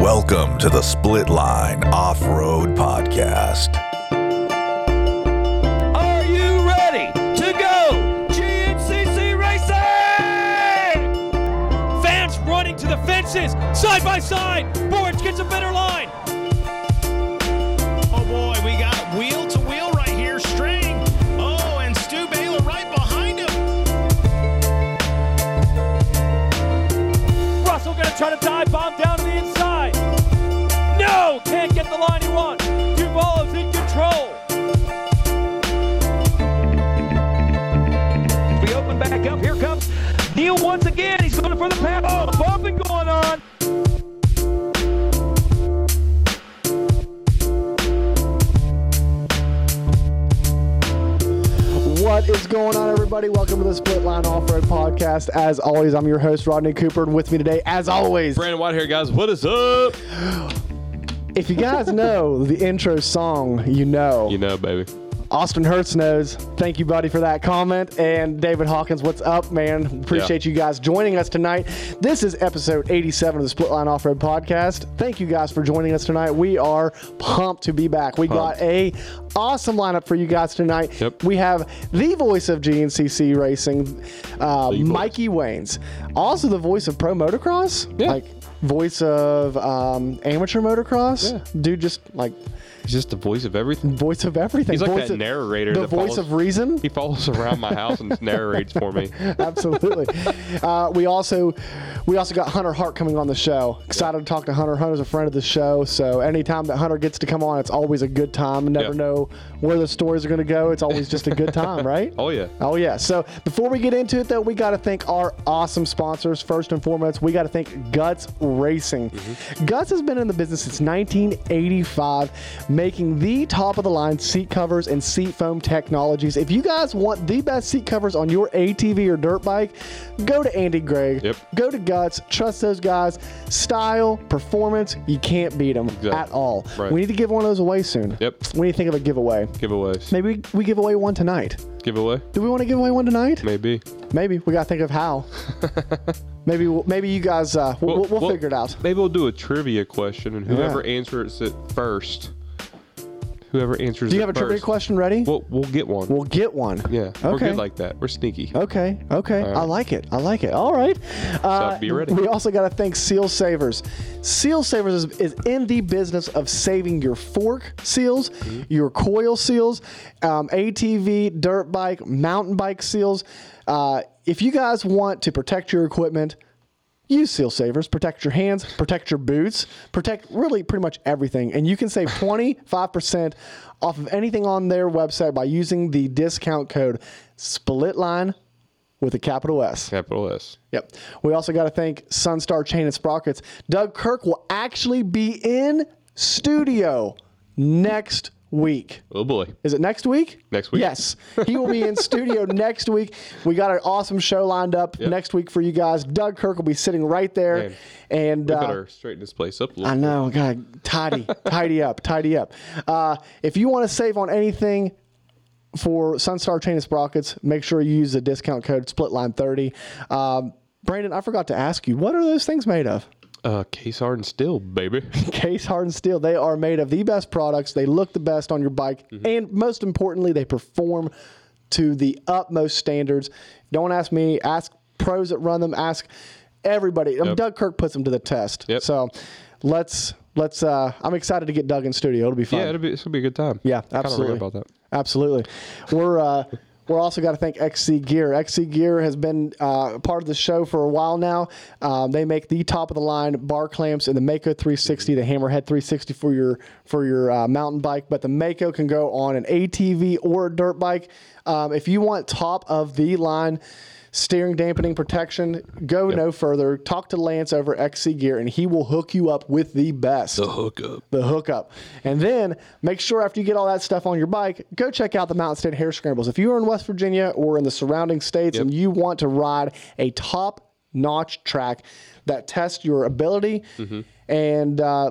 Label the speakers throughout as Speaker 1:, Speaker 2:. Speaker 1: Welcome to the Split Line Off Road Podcast.
Speaker 2: Are you ready to go? GMCC racing! Fans running to the fences, side by side. Borch gets a better line.
Speaker 3: Oh boy, we got wheel to wheel right here, string. Oh, and Stu Baylor right behind him.
Speaker 2: Russell gonna try to dive bomb down to the inside. No, can't get the line he wants. Duval is in control. We open back up. Here comes Neil once again. He's going for the pass. Oh, bumping going on.
Speaker 4: What is going on, everybody? Welcome to the Split Line Off Road Podcast. As always, I'm your host, Rodney Cooper, and with me today, as always,
Speaker 5: Brandon White here, guys. What is up?
Speaker 4: if you guys know the intro song, you know.
Speaker 5: You know, baby.
Speaker 4: Austin Hertz knows. Thank you, buddy, for that comment. And David Hawkins, what's up, man? Appreciate you guys joining us tonight. This is episode 87 of the Split Line Off Road Podcast. Thank you guys for joining us tonight. We are pumped to be back. We got a awesome lineup for you guys tonight.
Speaker 5: Yep.
Speaker 4: We have the voice of GNCC Racing, uh,
Speaker 5: voice.
Speaker 4: Mikey Waynes, also the voice of Pro Motocross,
Speaker 5: Yeah.
Speaker 4: like voice of um, amateur motocross.
Speaker 5: Yeah.
Speaker 4: Dude, just like
Speaker 5: He's just the voice of everything.
Speaker 4: voice of everything.
Speaker 5: He's like
Speaker 4: voice
Speaker 5: that
Speaker 4: of-
Speaker 5: narrator.
Speaker 4: The
Speaker 5: that
Speaker 4: voice
Speaker 5: follows-
Speaker 4: of reason.
Speaker 5: He follows around my house and just narrates for me.
Speaker 4: Absolutely. uh, we also we also got Hunter Hart coming on the show. Excited to talk to Hunter. Hunter's a friend of the show, so anytime that Hunter gets to come on, it's always a good time. Never
Speaker 5: Yeah.
Speaker 4: know where the stories are going to go. It's always just a good time, right?
Speaker 5: Oh, yeah.
Speaker 4: Oh yeah. So before we get into it though, we gotta thank our awesome sponsors. First and foremost, we gotta thank Guts Racing.
Speaker 5: Mm-hmm.
Speaker 4: Guts has been in the business since 1985, making the top of the line seat covers and seat foam technologies. If you guys want the best seat covers on your ATV or dirt bike, go to Andy Gregg.
Speaker 5: Yep.
Speaker 4: Go to Guts. Trust those guys. Style, performance, you can't beat them
Speaker 5: Exactly.
Speaker 4: at all.
Speaker 5: Right.
Speaker 4: We need to give one of those away soon.
Speaker 5: Yep.
Speaker 4: What do you think of a giveaway?
Speaker 5: Giveaways.
Speaker 4: Maybe we- we give away one tonight.
Speaker 5: Giveaway?
Speaker 4: Do we want to give away one tonight?
Speaker 5: Maybe.
Speaker 4: Maybe we gotta think of how. maybe we'll, maybe you guys uh, we'll, we'll, we'll figure it out.
Speaker 5: Maybe we'll do a trivia question and whoever answers it first. Whoever answers
Speaker 4: Do you
Speaker 5: it
Speaker 4: have a trivia
Speaker 5: first,
Speaker 4: question ready?
Speaker 5: We'll, we'll get one.
Speaker 4: we'll get one.
Speaker 5: yeah.
Speaker 4: Okay.
Speaker 5: We're
Speaker 4: Oh.
Speaker 5: good like that. We're sneaky.
Speaker 4: Okay. Okay. I like it. I like it. All right. Uh,
Speaker 5: be ready.
Speaker 4: We also got to thank Seal Savers. Seal Savers is, is in the business of saving your fork seals,
Speaker 5: Mm-hmm.
Speaker 4: your coil seals, um, ATV, dirt bike, mountain bike seals. Uh, if you guys want to protect your equipment, Use seal savers, protect your hands, protect your boots, protect really pretty much everything. And you can save 25% off of anything on their website by using the discount code SPLITLINE with a capital S.
Speaker 5: Capital S.
Speaker 4: Yep. We also got to thank Sunstar Chain and Sprockets. Doug Kirk will actually be in studio next week.
Speaker 5: Oh, boy.
Speaker 4: Is it next week?
Speaker 5: Next week.
Speaker 4: Yes. He will be in studio next week. We got an awesome show lined up
Speaker 5: Yep.
Speaker 4: next week for you guys. Doug Kirk will be sitting right there.
Speaker 5: Man,
Speaker 4: and
Speaker 5: We
Speaker 4: uh,
Speaker 5: better straighten this place up a
Speaker 4: I
Speaker 5: little.
Speaker 4: know, God, tidy, tidy up, tidy up. Uh, if you want to save on anything for Sunstar Chain and Sprockets, make sure you use the discount code SPLITLINE30. Um, Brandon, I forgot to ask you, what are those things made of?
Speaker 5: Uh, case hard and still, baby.
Speaker 4: case hardened steel. They are made of the best products. They look the best on your bike,
Speaker 5: Mm-hmm.
Speaker 4: and most importantly, they perform to the utmost standards. Don't ask me. Ask pros that run them. Ask everybody. Um,
Speaker 5: Yep.
Speaker 4: Doug Kirk puts them to the test.
Speaker 5: Yep.
Speaker 4: So let's let's. Uh, I'm excited to get Doug in studio. It'll be fun.
Speaker 5: Yeah, it'll be, it's gonna be a good time.
Speaker 4: Yeah,
Speaker 5: Kinda
Speaker 4: absolutely.
Speaker 5: Right about that.
Speaker 4: Absolutely. We're uh, we're also got to thank XC Gear. XC Gear has been uh, part of the show for a while now. Um, they make the top of the line bar clamps and the Mako 360, the Hammerhead 360 for your for your uh, mountain bike, but the Mako can go on an ATV or a dirt bike. Um, if you want top of the line steering dampening protection, go no further. Talk to Lance over XC Gear and he will hook you up with the best
Speaker 5: Hookup.
Speaker 4: the hookup. And then make sure after you get all that stuff on your bike, go check out the Mountain State Hair Scrambles. If you are in West Virginia or in the surrounding states and you want to ride a top notch track that tests your ability and, uh,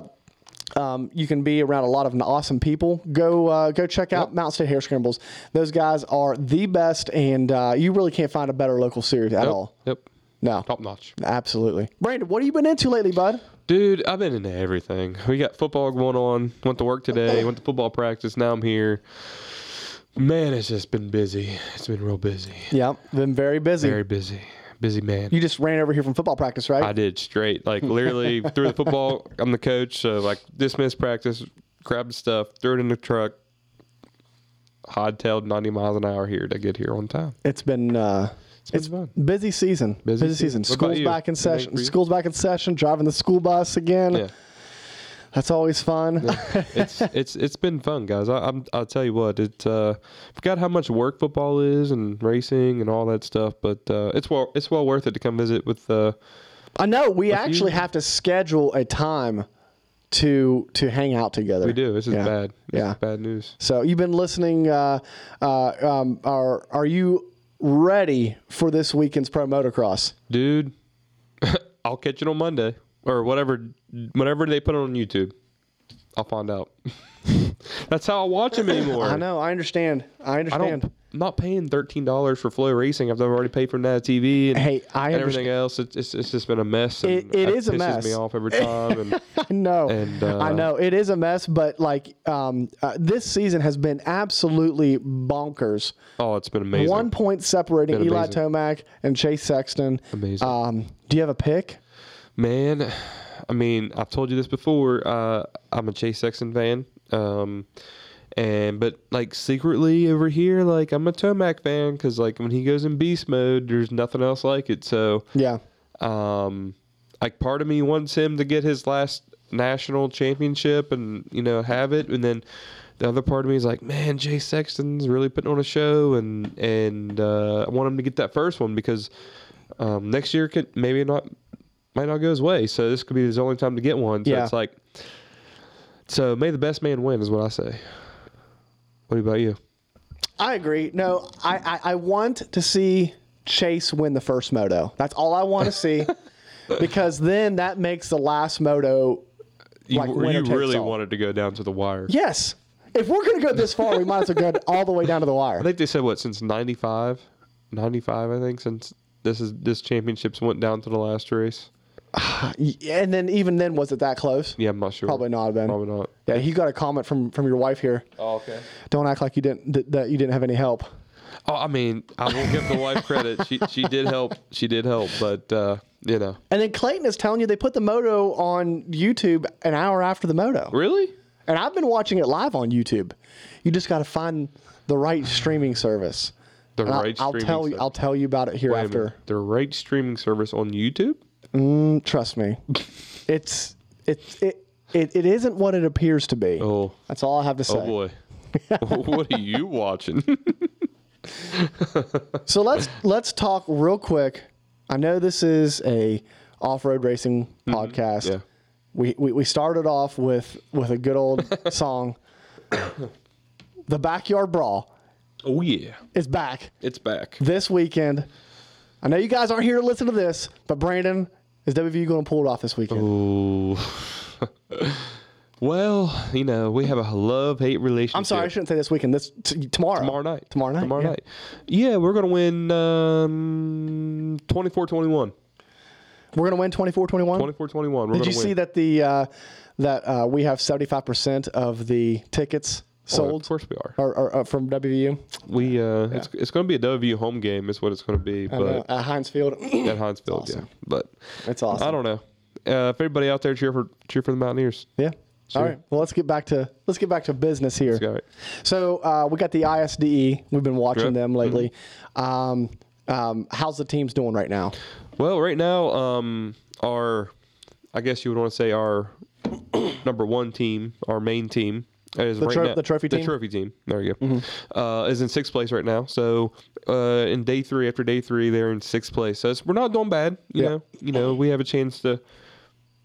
Speaker 4: um, you can be around a lot of awesome people. Go uh, go check out Mountain State Hair Scrambles. Those guys are the best, and uh, you really can't find a better local series at all.
Speaker 5: Yep.
Speaker 4: No,
Speaker 5: Top notch.
Speaker 4: absolutely. Brandon, what have you been into lately, bud?
Speaker 5: Dude, I've been into everything. We got football going on. Went to work today. Went to football practice. Now I'm here. Man, it's just been busy. It's been real busy.
Speaker 4: Yeah, been very busy.
Speaker 5: Very busy. Busy man.
Speaker 4: you just ran over here from football practice, right?
Speaker 5: I did straight. Like literally threw the football. I'm the coach, so like dismissed practice, grabbed stuff, threw it in the truck, hot tailed 90 miles an hour here to get here on time.
Speaker 4: It's been uh,
Speaker 5: been
Speaker 4: it's
Speaker 5: fun.
Speaker 4: busy season.
Speaker 5: Busy
Speaker 4: Busy,
Speaker 5: season.
Speaker 4: season.
Speaker 5: What about
Speaker 4: School's
Speaker 5: you?
Speaker 4: back in
Speaker 5: Anything
Speaker 4: session.
Speaker 5: for you?
Speaker 4: School's back in session. Driving the school bus again.
Speaker 5: Yeah.
Speaker 4: That's always fun.
Speaker 5: it's it's it's been fun, guys. I, I'm I'll tell you what. It uh, forgot how much work football is and racing and all that stuff, but uh, it's well it's well worth it to come visit with. Uh,
Speaker 4: I know we actually have to schedule a time to to hang out together.
Speaker 5: we do. This is
Speaker 4: Yeah.
Speaker 5: bad. This
Speaker 4: yeah.
Speaker 5: is bad news.
Speaker 4: So you've been listening. Uh, uh, um, are are you ready for this weekend's pro motocross?
Speaker 5: dude i'll catch it on monday or whatever whatever they put on youtube i'll find out that's how i watch them anymore
Speaker 4: I know. I understand. I
Speaker 5: i don't
Speaker 4: understand.
Speaker 5: i'm not paying $13 for flow racing i've already paid for that tv and,
Speaker 4: Hey, I
Speaker 5: and
Speaker 4: understand.
Speaker 5: everything else it's, it's, it's just been a mess and
Speaker 4: It- it
Speaker 5: that
Speaker 4: is a
Speaker 5: pisses
Speaker 4: mess.
Speaker 5: me off every time and
Speaker 4: no,
Speaker 5: And, uh,
Speaker 4: I know it is a mess, but like um, uh, this season has been absolutely bonkers.
Speaker 5: oh it's been amazing
Speaker 4: One point separating
Speaker 5: Been
Speaker 4: Eli
Speaker 5: amazing.
Speaker 4: Tomac and Chase Sexton.
Speaker 5: Amazing.
Speaker 4: Um, do you have a pick?
Speaker 5: Man, I mean, I've told you this before. Uh, I'm a Chase Sexton fan, um, and but like secretly over here, like I'm a Tomac fan because like when he goes in beast mode, there's nothing else like it. So,
Speaker 4: Yeah.
Speaker 5: um, like part of me wants him to get his last national championship and you know have it, and then the other part of me is like, man, Jay Sexton's really putting on a show, and and uh, I want him to get that first one because um, next year could maybe not might not go his way, so this could be his only time to get one. So
Speaker 4: Yeah.
Speaker 5: it's like, so may the best man win is what I say. What about you?
Speaker 4: I agree. No, I, I, I want to see Chase win the first moto. That's all I want to see, because then that makes the last moto.
Speaker 5: You,
Speaker 4: Like,
Speaker 5: you
Speaker 4: winner takes
Speaker 5: really
Speaker 4: all.
Speaker 5: wanted to go down to the wire.
Speaker 4: Yes, if we're gonna go this far, we might as well go all the way down to the
Speaker 5: I
Speaker 4: wire.
Speaker 5: think they said what since 95, 95 I think since this is this championships went down to the last race.
Speaker 4: And then even then, was it that close?
Speaker 5: Yeah, I'm not sure.
Speaker 4: Probably not, Ben.
Speaker 5: Probably not.
Speaker 4: Yeah, he got a comment from from your wife here.
Speaker 5: Oh, okay.
Speaker 4: Don't act like you didn't th- that you didn't have any help.
Speaker 5: Oh, I mean, I won't give the wife credit. She she did help. She did help, but uh, you know,
Speaker 4: And then Clayton is telling you they put the moto on YouTube an hour after the moto.
Speaker 5: really,
Speaker 4: And I've been watching it live on YouTube. You just got to find the right streaming service.
Speaker 5: the
Speaker 4: And I'll-
Speaker 5: right.
Speaker 4: I'll,
Speaker 5: streaming
Speaker 4: tell you.
Speaker 5: service.
Speaker 4: I'll tell you about it here
Speaker 5: Wait a
Speaker 4: after.
Speaker 5: minute. the right streaming service on YouTube.
Speaker 4: Mm, trust me, it's it's it, it it isn't what it appears to be.
Speaker 5: Oh.
Speaker 4: That's all I have to say.
Speaker 5: Oh boy, what are you watching?
Speaker 4: So let's let's talk real quick. I know this is a off-road racing podcast.
Speaker 5: Mm-hmm. yeah.
Speaker 4: We, we we started off with with a good old song. the backyard brawl
Speaker 5: oh yeah,
Speaker 4: is back
Speaker 5: it's back.
Speaker 4: this weekend. I know you guys aren't here to listen to this, but Brandon is WVU going to pull it off this weekend?
Speaker 5: Ooh. well, you know, we have a love hate relationship.
Speaker 4: I'm sorry, I shouldn't say this weekend. This t- tomorrow.
Speaker 5: tomorrow night.
Speaker 4: Tomorrow night.
Speaker 5: Tomorrow
Speaker 4: yeah.
Speaker 5: night. Yeah, we're gonna win um 24-21.
Speaker 4: We're going to win 24 21.
Speaker 5: 24-21.
Speaker 4: Did
Speaker 5: We're gonna
Speaker 4: you see
Speaker 5: win.
Speaker 4: that the uh, that uh, we have 75% of the tickets
Speaker 5: Oh,
Speaker 4: sold?
Speaker 5: Of course we are.
Speaker 4: or, or, or from WVU
Speaker 5: We uh, it's, it's going to be a W home game is what it's going to be,
Speaker 4: uh,
Speaker 5: but
Speaker 4: at Heinz Field.
Speaker 5: at Hinesfield,
Speaker 4: awesome.
Speaker 5: yeah. But
Speaker 4: It's awesome.
Speaker 5: I don't know. Uh, if everybody out there cheer for cheer for the Mountaineers,
Speaker 4: yeah.
Speaker 5: Sure.
Speaker 4: All right. Well, let's get back to let's get back to business here.
Speaker 5: got it.
Speaker 4: So uh, we got the ISDE. E. We've been watching
Speaker 5: Sure.
Speaker 4: them lately.
Speaker 5: Mm-hmm.
Speaker 4: Um, um, how's the teams doing right now?
Speaker 5: Well, right now, um, our, I guess you would want to say our number one team, our main team, is right
Speaker 4: tro-
Speaker 5: now,
Speaker 4: the trophy
Speaker 5: The
Speaker 4: team? Mm-hmm.
Speaker 5: trophy team. There you go. Uh, is in sixth place right now. So, uh, in day three, after day three, they're in sixth place. So it's, we're not doing bad. You
Speaker 4: Yeah.
Speaker 5: know, you know, we have a chance to.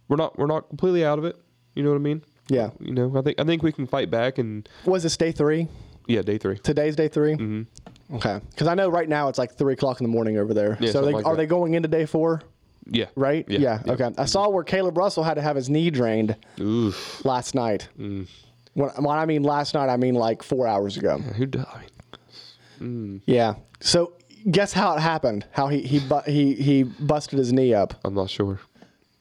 Speaker 5: We're not. We're not completely out of it. You know what I mean?
Speaker 4: Yeah.
Speaker 5: You know, I think I think we can fight back and
Speaker 4: Was this day three?
Speaker 5: yeah, day three.
Speaker 4: Today's day 3 Mm-hmm. Okay. Because I know right now it's like three o'clock in the morning over there. so they,
Speaker 5: Yeah, something like
Speaker 4: are
Speaker 5: that.
Speaker 4: they going into day four?
Speaker 5: Yeah.
Speaker 4: Right.
Speaker 5: Yeah.
Speaker 4: Okay. I saw where Caleb Russell had to have his knee drained
Speaker 5: Oof. Mm.
Speaker 4: last night. When, when I mean last night, I mean like four hours ago.
Speaker 5: Who died? I mean,
Speaker 4: Yeah. So guess how it happened? How he he bu- he he busted his knee up
Speaker 5: I'm not sure.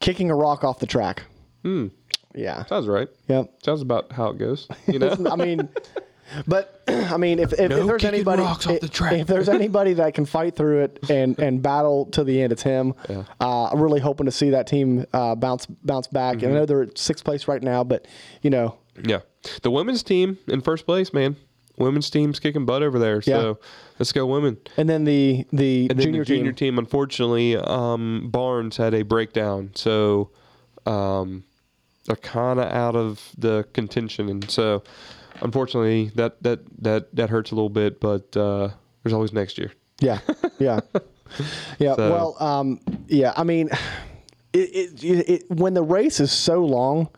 Speaker 4: kicking a rock off the track.
Speaker 5: Hmm.
Speaker 4: Yeah.
Speaker 5: Sounds right.
Speaker 4: Yep.
Speaker 5: Sounds about how it goes. You know,
Speaker 4: I mean, but I mean, if, if, if there's
Speaker 5: kicking
Speaker 4: anybody,
Speaker 5: rocks off the track.
Speaker 4: if there's anybody that can fight through it and, and battle to the end, it's him. Uh, I'm really hoping to see that team uh, bounce bounce back.
Speaker 5: Mm-hmm.
Speaker 4: And I know they're at sixth place right now, but you know,
Speaker 5: yeah. The women's team in first place, man. Women's team's kicking butt over there. So let's go, women.
Speaker 4: and then the the
Speaker 5: And then
Speaker 4: junior
Speaker 5: the junior
Speaker 4: team.
Speaker 5: team, unfortunately, um, Barnes had a breakdown, so um, they're kind of out of the contention, and so unfortunately, that that that that hurts a little bit. But uh, there's always next year.
Speaker 4: Yeah, yeah, yeah.
Speaker 5: So-
Speaker 4: Well, um, yeah. I mean, it, it, it, it when the race is so long,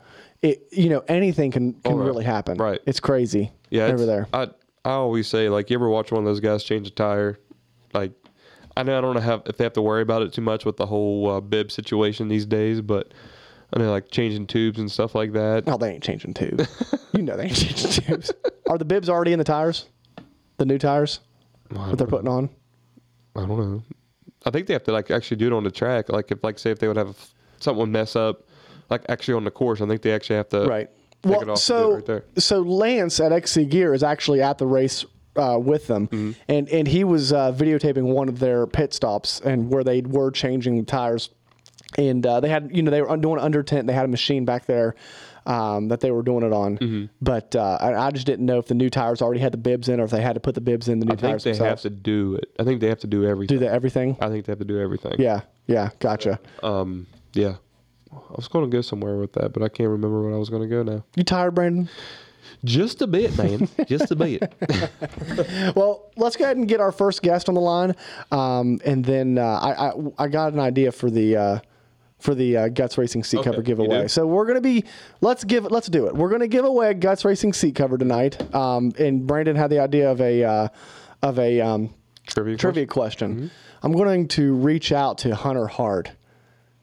Speaker 4: it you know anything can can
Speaker 5: right.
Speaker 4: really happen.
Speaker 5: Right.
Speaker 4: It's crazy.
Speaker 5: Yeah,
Speaker 4: over
Speaker 5: it's-
Speaker 4: there.
Speaker 5: I I always say like, you ever watch one of those guys change a tire? Like, I know I don't have if they have to worry about it too much with the whole uh, bib situation these days, but I know like changing tubes and stuff like that.
Speaker 4: Oh, they ain't changing tubes. you know they ain't changing tubes. Are the bibs already in the tires? The new tires that they're putting on?
Speaker 5: I don't know. I think they have to like actually do it on the track. Like if like say if they would have someone mess up, like actually on the course, I think they actually have to
Speaker 4: Right.
Speaker 5: Take
Speaker 4: Well,
Speaker 5: it off and do
Speaker 4: so
Speaker 5: it right there.
Speaker 4: so Lance at XC Gear is actually at the race uh, with them,
Speaker 5: Mm-hmm.
Speaker 4: and and he was uh, videotaping one of their pit stops and where they were changing tires, and uh, they had you know they were doing under tent. They had a machine back there. Um, that they were doing it on,
Speaker 5: Mm-hmm.
Speaker 4: but uh, I, I just didn't know if the new tires already had the bibs in, or if they had to put the bibs in the new
Speaker 5: I think
Speaker 4: tires
Speaker 5: they have
Speaker 4: themselves.
Speaker 5: to do it. I think they have to do everything.
Speaker 4: do the everything.
Speaker 5: I think they have to do everything.
Speaker 4: Yeah, yeah, gotcha.
Speaker 5: Um. Yeah. I was going to go somewhere with that, but I can't remember what I was going to go now.
Speaker 4: You tired, Brandon?
Speaker 5: Just a bit, man. Just a bit.
Speaker 4: Well, let's go ahead and get our first guest on the line, um, and then uh, I, I I got an idea for the uh, for the uh, guts racing seat
Speaker 5: Okay,
Speaker 4: cover
Speaker 5: you
Speaker 4: giveaway.
Speaker 5: do?
Speaker 4: So we're gonna be let's give let's do it. We're gonna give away a guts racing seat cover tonight, um, and Brandon had the idea of a uh, of a um,
Speaker 5: Trivia.
Speaker 4: trivia question.
Speaker 5: Mm-hmm.
Speaker 4: I'm going to reach out to Hunter Hart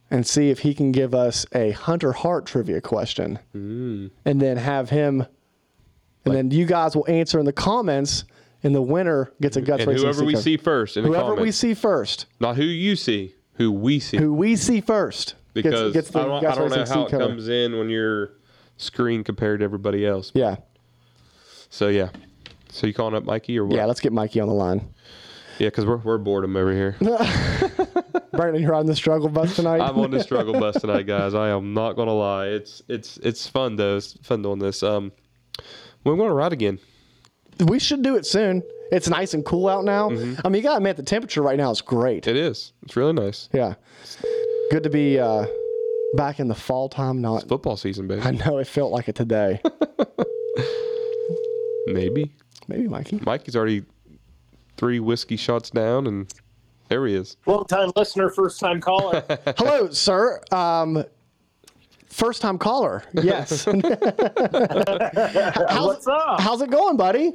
Speaker 4: and see if he can give us a Hunter Hart trivia question,
Speaker 5: Mm.
Speaker 4: and then have him, and then you guys will answer in the comments, and the winner gets a guts
Speaker 5: And
Speaker 4: racing.
Speaker 5: whoever we
Speaker 4: sticker.
Speaker 5: see first in the
Speaker 4: whoever
Speaker 5: comments,
Speaker 4: we see first,
Speaker 5: not who you see, who we see,
Speaker 4: who we see first, gets-
Speaker 5: because
Speaker 4: gets, the
Speaker 5: I don't, I
Speaker 4: Guts
Speaker 5: don't know
Speaker 4: Racing
Speaker 5: how it
Speaker 4: seat cover.
Speaker 5: comes in when your screen compared to everybody else.
Speaker 4: Yeah,
Speaker 5: So yeah. So you calling up Mikey or what?
Speaker 4: yeah. Let's get Mikey on the line.
Speaker 5: Yeah, because we're, we're boredom over here.
Speaker 4: Brandon, you're on the struggle bus tonight.
Speaker 5: I'm on the struggle bus tonight, guys. I am not gonna lie. It's it's it's fun though. It's fun doing this. Um, we're gonna ride again.
Speaker 4: we should do it soon. It's nice and cool out now.
Speaker 5: Mm-hmm.
Speaker 4: I mean, you gotta admit the temperature right now is great.
Speaker 5: It is. It's really nice.
Speaker 4: Yeah. Good to be uh, back in the fall time. Not,
Speaker 5: Football season, baby.
Speaker 4: I know it felt like it today.
Speaker 5: Maybe
Speaker 4: Maybe Mikey.
Speaker 5: Mikey's already three whiskey shots down, and there he is.
Speaker 6: Long time listener, first time caller.
Speaker 4: Hello, sir. Um, first time caller. Yes. how's,
Speaker 6: What's up?
Speaker 4: how's it going, buddy?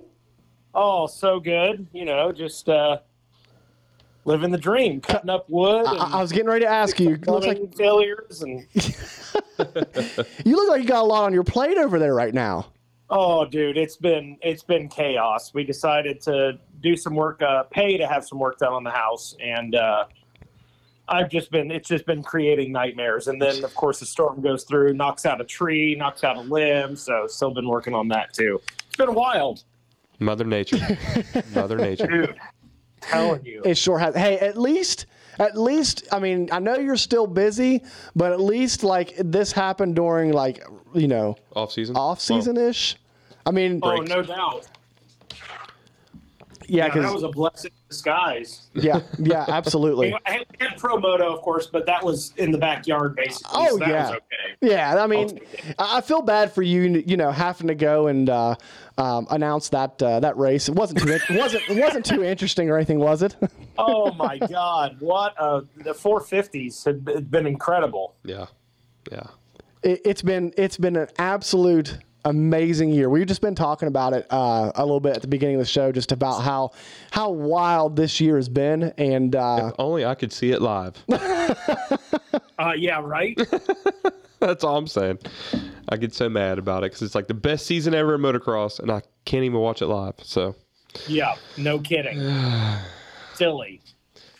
Speaker 6: oh, so good. You know, just uh, living the dream, cutting up wood and
Speaker 4: I, I was getting ready to ask you. Looks like
Speaker 6: plumbing failures, and
Speaker 4: you look like you got a lot on your plate over there right now.
Speaker 6: oh, dude, it's been it's been chaos. We decided to do some work, uh, pay to have some work done on the house, and uh, I've just been it's just been creating nightmares. And then, of course, the storm goes through, knocks out a tree, knocks out a limb. So, still been working on that too. It's been wild,
Speaker 5: Mother Nature. Mother Nature.
Speaker 6: dude. telling you.
Speaker 4: It sure has. Hey, at least, at least, I mean, I know you're still busy, but at least like this happened during like you know
Speaker 5: Off season.
Speaker 4: off season ish. I mean,
Speaker 6: Oh, no doubt.
Speaker 4: yeah,
Speaker 6: Yeah, that was
Speaker 4: because
Speaker 6: a blessing in disguise.
Speaker 4: yeah, yeah, absolutely.
Speaker 6: I had- I had pro moto, of course, but that was in the backyard, basically.
Speaker 4: Oh,
Speaker 6: so that
Speaker 4: yeah.
Speaker 6: was okay.
Speaker 4: Yeah, I mean, I I feel bad for you. You know, having to go and uh, um, announce that uh, that race. It wasn't too it wasn't it wasn't too interesting or anything, was it?
Speaker 6: Oh my God, what a the 450s had b- been incredible.
Speaker 5: Yeah. Yeah.
Speaker 4: it? It's been it's been an absolute amazing year. We've just been talking about it uh, a little bit at the beginning of the show, just about how how wild this year has been, and uh,
Speaker 5: Only I could see it live.
Speaker 6: Uh, yeah, right.
Speaker 5: That's all I'm saying. I get so mad about it because it's like the best season ever in motocross, and I can't even watch it live. So
Speaker 6: yeah, no kidding. Silly.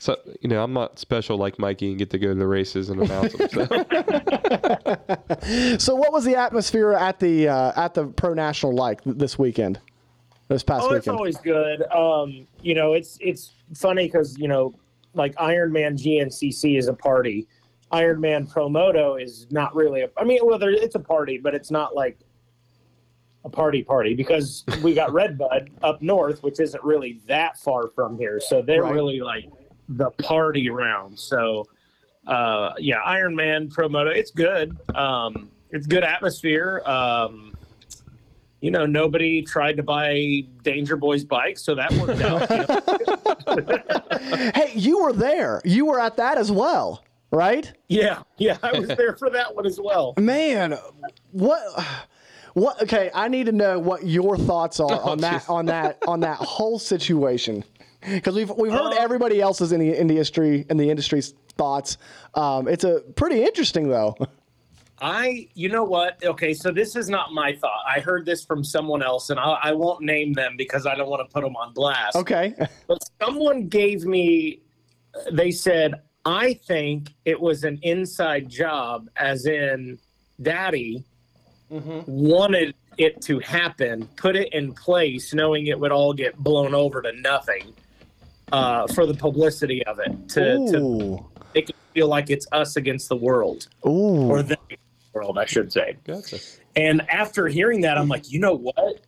Speaker 5: So you know, I'm not special like Mikey and get to go to the races and announce them. So.
Speaker 4: So, what was the atmosphere at the uh, at the pro national like th- this weekend? This past
Speaker 6: Oh,
Speaker 4: weekend.
Speaker 6: it's always good. Um, you know, it's it's funny because you know, like Iron Man GNCC is a party. Iron Man Pro Moto is not really a. I mean, well, there, it's a party, but it's not like a party party because we got Red Bud up north, which isn't really that far from here. So they're
Speaker 4: Right.
Speaker 6: really like the party round. So uh, yeah, Iron Man Pro Moto, it's good. Um, it's good atmosphere. Um, you know, nobody tried to buy Danger Boy's bike, so that worked out. you know?
Speaker 4: hey, you were there. You were at that as well, right?
Speaker 6: Yeah, yeah, I was there for that one as well.
Speaker 4: Man, what? What? Okay, I need to know what your thoughts are on that
Speaker 5: Oh, jeez.
Speaker 4: on that on that whole situation, because we've we've heard
Speaker 5: Uh.
Speaker 6: Um,
Speaker 4: everybody else's in the in the industry in the industry's thoughts. Um, it's a pretty interesting though.
Speaker 6: I, you know what? Okay, so this is not my thought. I heard this from someone else, and I, I won't name them because I don't want to put them on blast.
Speaker 4: Okay,
Speaker 6: But someone gave me, they said, I think it was an inside job, as in daddy
Speaker 5: Mm-hmm.
Speaker 6: wanted it to happen, put it in place, knowing it would all get blown over to nothing uh, for the publicity of it, to, to
Speaker 4: ooh,
Speaker 6: make it feel like it's us against the world,
Speaker 4: ooh,
Speaker 6: or the world, I should say.
Speaker 5: Gotcha.
Speaker 6: And after hearing that,
Speaker 4: Hmm.
Speaker 6: I'm like, you know what?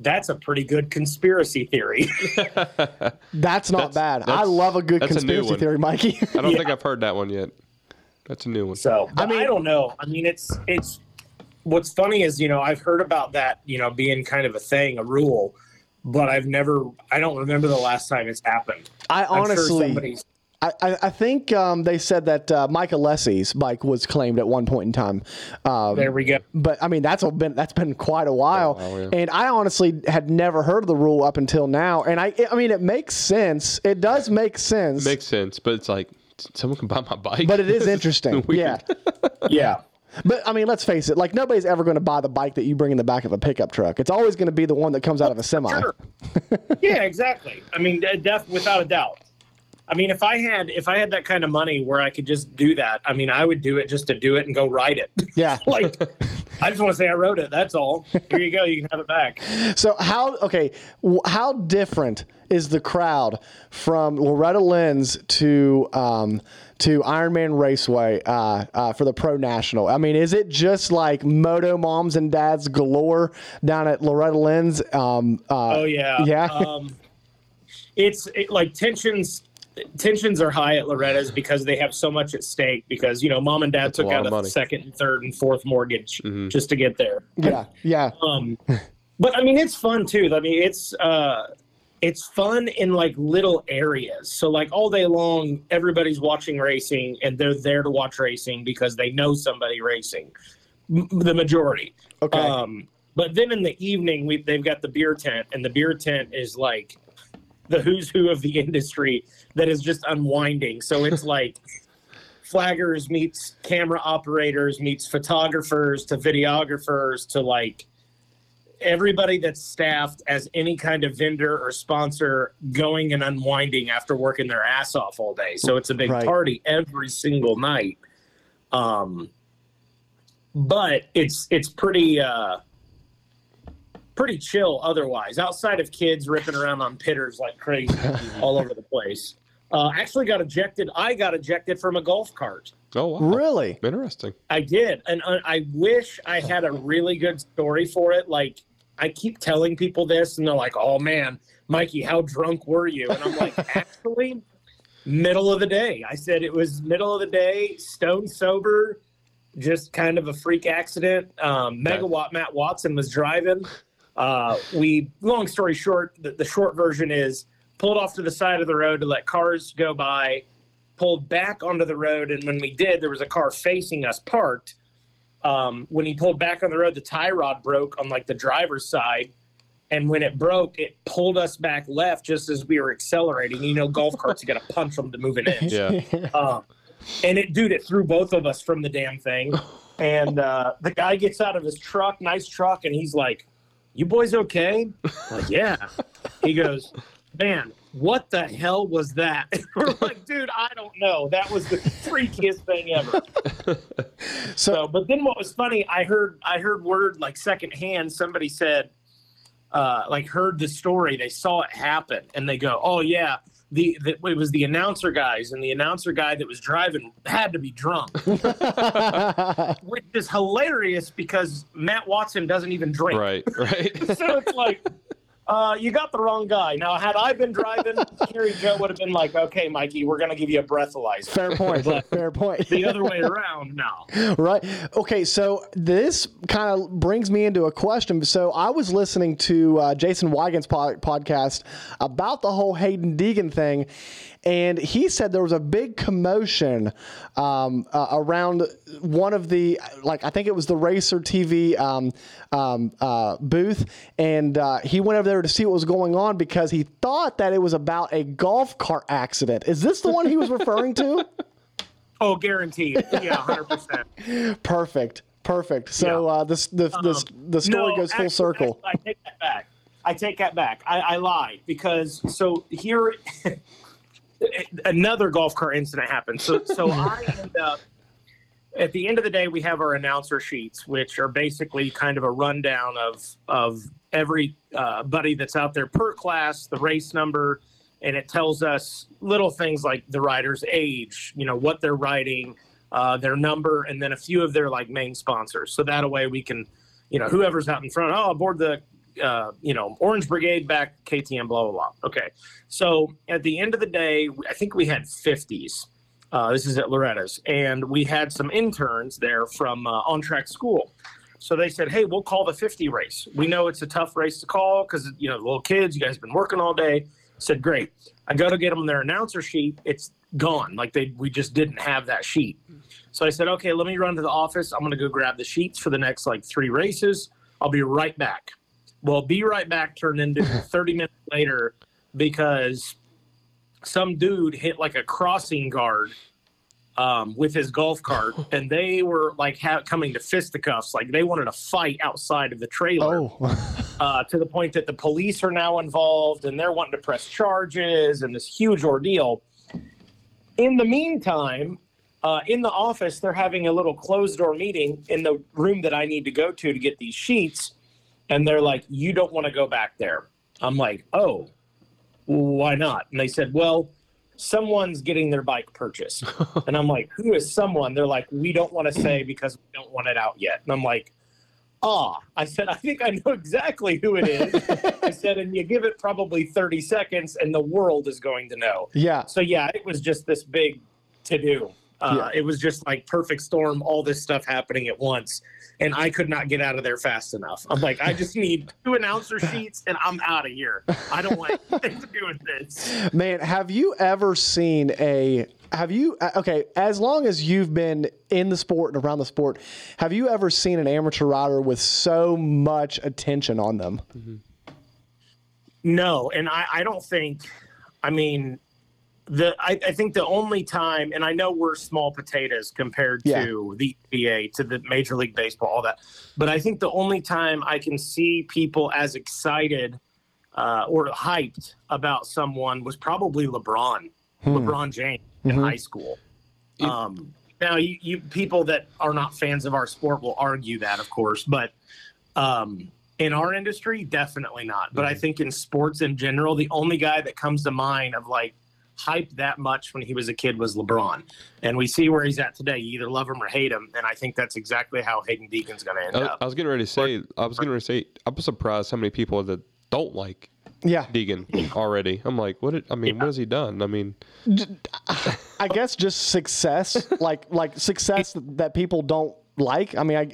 Speaker 6: That's a pretty good conspiracy theory.
Speaker 4: that's not
Speaker 5: That's-
Speaker 4: bad. I
Speaker 5: that's-
Speaker 4: love a good
Speaker 5: that's a new
Speaker 4: conspiracy
Speaker 5: one.
Speaker 4: theory, Mikey.
Speaker 5: I don't think I've heard that one yet. That's a new one.
Speaker 6: So
Speaker 4: I
Speaker 6: I
Speaker 4: mean-
Speaker 6: mean, I don't know. I mean, it's it's what's funny is you know I've heard about that you know being kind of a thing, a rule, but I've never I don't remember the last time it's happened.
Speaker 4: I
Speaker 6: I'm
Speaker 4: honestly.
Speaker 6: sure somebody's
Speaker 4: I, I I think um, they said that uh, Micah Lessy's bike was claimed at one point in time. Um,
Speaker 6: there we go.
Speaker 4: but I mean that's all been that's been quite a while,
Speaker 5: while, yeah.
Speaker 4: and I honestly had never heard of the rule up until now. And I I mean it makes sense. It does make sense.
Speaker 5: Makes sense, but it's like someone can buy my bike.
Speaker 4: but it is
Speaker 5: This
Speaker 4: interesting.
Speaker 5: weird.
Speaker 4: yeah.
Speaker 6: Yeah.
Speaker 4: But I mean, let's face it. Like nobody's ever going to buy the bike that you bring in the back of a pickup truck. It's always going to be the one that comes out of a semi.
Speaker 6: Sure. yeah, exactly. I mean, de- def- without a doubt. I mean, if I had if I had that kind of money where I could just do that, I mean, I would do it just to do it and go ride it.
Speaker 4: Yeah.
Speaker 6: like, I just want to say I rode it. That's all. Here you go. You can have it back.
Speaker 4: So how okay? w- How different is the crowd from Loretta Lynn's to um, to Ironman Raceway uh, uh, for the Pro National? I mean, is it just like moto moms and dads galore down at Loretta Lynn's? Um, uh,
Speaker 6: Oh yeah.
Speaker 4: yeah.
Speaker 6: Um, it's it, like tensions. Tensions are high at Loretta's because they have so much at stake. Because you know, mom and dad
Speaker 5: a
Speaker 6: took
Speaker 5: lot
Speaker 6: out
Speaker 5: of
Speaker 6: a
Speaker 5: money. Mm-hmm.
Speaker 6: second, and third, and fourth mortgage just to get there.
Speaker 4: yeah, yeah,
Speaker 6: Um, but I mean, it's fun too. I mean, it's uh, it's fun in like little areas. So like all day long, everybody's watching racing, and they're there to watch racing because they know somebody racing. M- the majority.
Speaker 4: Okay.
Speaker 6: Um, but then in the evening, we they've got the beer tent, and the beer tent is like the who's who of the industry that is just unwinding. So it's like flaggers meets camera operators meets photographers to videographers to like everybody that's staffed as any kind of vendor or sponsor going and unwinding after working their ass off all day. So it's a big
Speaker 4: Right.
Speaker 6: party every single night. Um but it's it's pretty uh pretty chill otherwise outside of kids ripping around on pitters like crazy all over the place. Uh actually got ejected I got ejected from a golf cart.
Speaker 5: Oh wow.
Speaker 4: really.
Speaker 5: Interesting.
Speaker 6: I did, and uh, I wish I had a really good story for it. Like I keep telling people this, and they're like, "Oh man, Mikey, how drunk were you?" And I'm like, "Actually, middle of the day." I said it was middle of the day, stone sober, just kind of a freak accident. Um, Megawatt Matt Watson was driving. Uh, we, long story short, the, the short version is pulled off to the side of the road to let cars go by pulled back onto the road, and when we did, there was a car facing us parked. Um, when he pulled back on the road, the tie rod broke on like the driver's side, and when it broke, it pulled us back left just as we were accelerating. You know, golf carts you got to punch them to move an inch.
Speaker 5: Yeah.
Speaker 6: Um, and it, dude, it threw both of us from the damn thing. And uh, the guy gets out of his truck, nice truck, and he's like, "You boys okay?" I'm like, yeah. He goes, "Man, what the hell was that? We're like, dude, I don't know. That was the freakiest thing ever. So, but then what was funny, I heard I heard word like secondhand. Somebody said, uh, like heard the story. They saw it happen, and they go, "Oh yeah." The, the, it was the announcer guys, and the announcer guy that was driving had to be drunk, which is hilarious because Matt Watson doesn't even drink.
Speaker 5: Right, right.
Speaker 6: so it's like, uh, you got the wrong guy. Now, had I been driving, Carrie Joe would have been like, okay, Mikey, we're going to give you a breathalyzer.
Speaker 4: Fair point. fair point.
Speaker 6: The other way around, no.
Speaker 4: Right. Okay. So this kind of brings me into a question. So I was listening to uh, Jason Wygant's pod- podcast about the whole Hayden Deegan thing, and he said there was a big commotion um, uh, around one of the like I think it was the Racer TV um, um, uh, booth, and uh, he went over there to see what was going on because he thought that it was about a golf cart accident. Is this the one he was referring to?
Speaker 6: Oh, guaranteed. Yeah, 100%.
Speaker 4: Perfect. Perfect. So
Speaker 6: Yeah. Um,
Speaker 4: uh, this the the, the story
Speaker 6: No,
Speaker 4: goes full
Speaker 6: actually-
Speaker 4: circle.
Speaker 6: actually, I take that back. I take that back. I, I lied because so here another golf cart incident happened. So so I end up at the end of the day we have our announcer sheets, which are basically kind of a rundown of of every uh, buddy that's out there per class, the race number, and it tells us little things like the rider's age, you know, what they're riding, uh, their number, and then a few of their like main sponsors. So that a way we can, you know, whoever's out in front, oh, aboard the, uh, you know, Orange Brigade back KTM, blah, blah, blah. Okay. So at the end of the day, I think we had 50s. Uh, this is at Loretta's. And we had some interns there from uh, on track school. So they said, hey, we'll call the 50 race. We know it's a tough race to call because, you know, little kids, you guys have been working all day. Said, great. I go to get them their announcer sheet. It's gone. Like they, we just didn't have that sheet. So I said, okay, let me run to the office. I'm going to go grab the sheets for the next like three races. I'll be right back. Well, be right back turned into 30 minutes later because some dude hit like a crossing guard um, with his golf cart and they were like ha- coming to fisticuffs. Like they wanted a fight outside of the trailer
Speaker 4: Oh,
Speaker 6: uh, to the point that the police are now involved and they're wanting to press charges and this huge ordeal. In the meantime, uh, in the office, they're having a little closed door meeting in the room that I need to go to to get these sheets. And they're like, You don't want to go back there. I'm like, Oh, why not? And they said, Well, someone's getting their bike purchased. and I'm like, Who is someone? They're like, We don't want to say because we don't want it out yet. And I'm like, ah. I said, I think I know exactly who it is. I said, and you give it probably 30 seconds and the world is going to know.
Speaker 4: yeah.
Speaker 6: So, yeah, it was just this big to do. Uh, It was just like perfect storm, all this stuff happening at once. And I could not get out of there fast enough. I'm like, I just need two announcer sheets and I'm out of here. I don't want anything to do with this.
Speaker 4: Man, have you ever seen a have you uh, okay, as long as you've been in the sport and around the sport, have you ever seen an amateur rider with so much attention on them?
Speaker 6: No, and I, I don't think. I mean, the I, I think the only time, and I know we're small potatoes compared
Speaker 4: Yeah.
Speaker 6: to the NBA, to the Major League Baseball, all that. But I think the only time I can see people as excited uh, or hyped about someone was probably LeBron,
Speaker 4: Hmm.
Speaker 6: LeBron James in
Speaker 4: Mm-hmm.
Speaker 6: high school. Um, now, you, you people that are not fans of our sport will argue that, of course, but um, in our industry, definitely not. But I think in sports in general, the only guy that comes to mind of like hyped that much when he was a kid was LeBron, and we see where he's at today. You either love him or hate him, and I think that's exactly how Hayden Deacon's going to end
Speaker 5: I,
Speaker 6: up.
Speaker 5: I was getting ready to say. I was getting ready to say. I'm surprised how many people that don't like
Speaker 4: Yeah.
Speaker 5: Deegan already. I'm like, what? Did, I mean, what has he done? I mean, oh,
Speaker 4: I guess just success, like like success that people don't like. I mean, I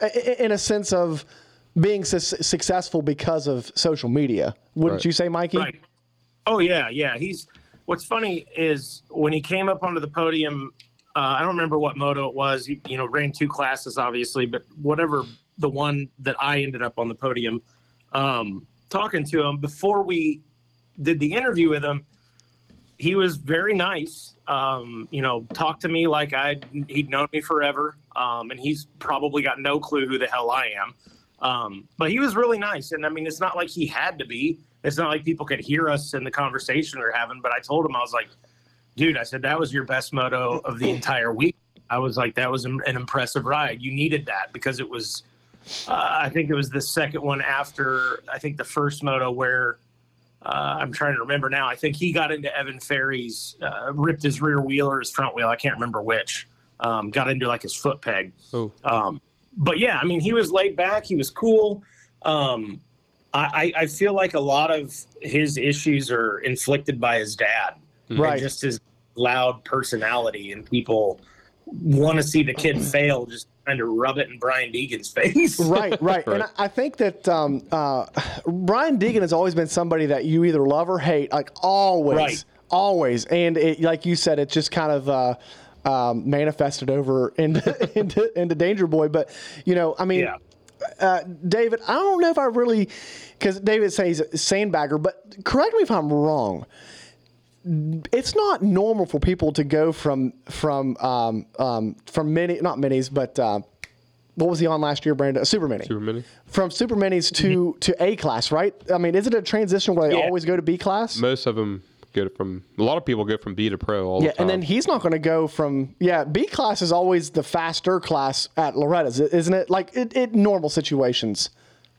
Speaker 4: i- i- in a sense of being su- successful because of social media. Wouldn't
Speaker 5: Right.
Speaker 4: you say, Mikey?
Speaker 6: Right. Oh yeah, yeah. He's what's funny is when he came up onto the podium. Uh, I don't remember what moto it was. He, you know, ran two classes obviously, but whatever the one that I ended up on the podium, um, talking to him before we did the interview with him, he was very nice. Um, you know, talked to me like I he'd known me forever, um, and he's probably got no clue who the hell I am. Um, but he was really nice, and I mean, it's not like he had to be. It's not like people could hear us in the conversation we are having. But I told him I was like, dude, I said that was your best moto of the entire week. I was like, that was an an impressive ride. You needed that because it was. Uh, I think it was the second one after I think the first moto where uh, I'm trying to remember now. I think he got into Evan Ferry's, uh, ripped his rear wheel or his front wheel. I can't remember which. Um, got into like his foot peg.
Speaker 5: Oh.
Speaker 6: Um, but yeah, I mean, he was laid back. He was cool. Um, I, I I feel like a lot of his issues are inflicted by his dad and
Speaker 4: Right.
Speaker 6: just his loud personality and people want to see the kid fail just trying to rub it in brian deegan's face
Speaker 4: right, right. And
Speaker 5: Right.
Speaker 4: I, I think that um, uh, Brian Deegan has always been somebody that you either love or hate, like always,
Speaker 6: Right.
Speaker 4: always. And it, like you said, it just kind of uh, um, manifested over into, into into Danger Boy. But you know, I mean.
Speaker 6: yeah
Speaker 4: Uh, David, I don't know if I really, because David says sandbagger, but correct me if I'm wrong. It's not normal for people to go from from um, um, from mini, not minis, but uh, what was he on last year, Brandon? A super mini.
Speaker 5: Super mini.
Speaker 4: From super minis to to A class, right? I mean, is it a transition where they
Speaker 6: Mm-hmm. Yeah.
Speaker 4: always go to B class?
Speaker 5: Most of them go from a lot of people go from B to pro all
Speaker 4: yeah,
Speaker 5: the time.
Speaker 4: and then he's not going to go from yeah. B class is always the faster class at Loretta's, isn't it? Like it, it normal situations.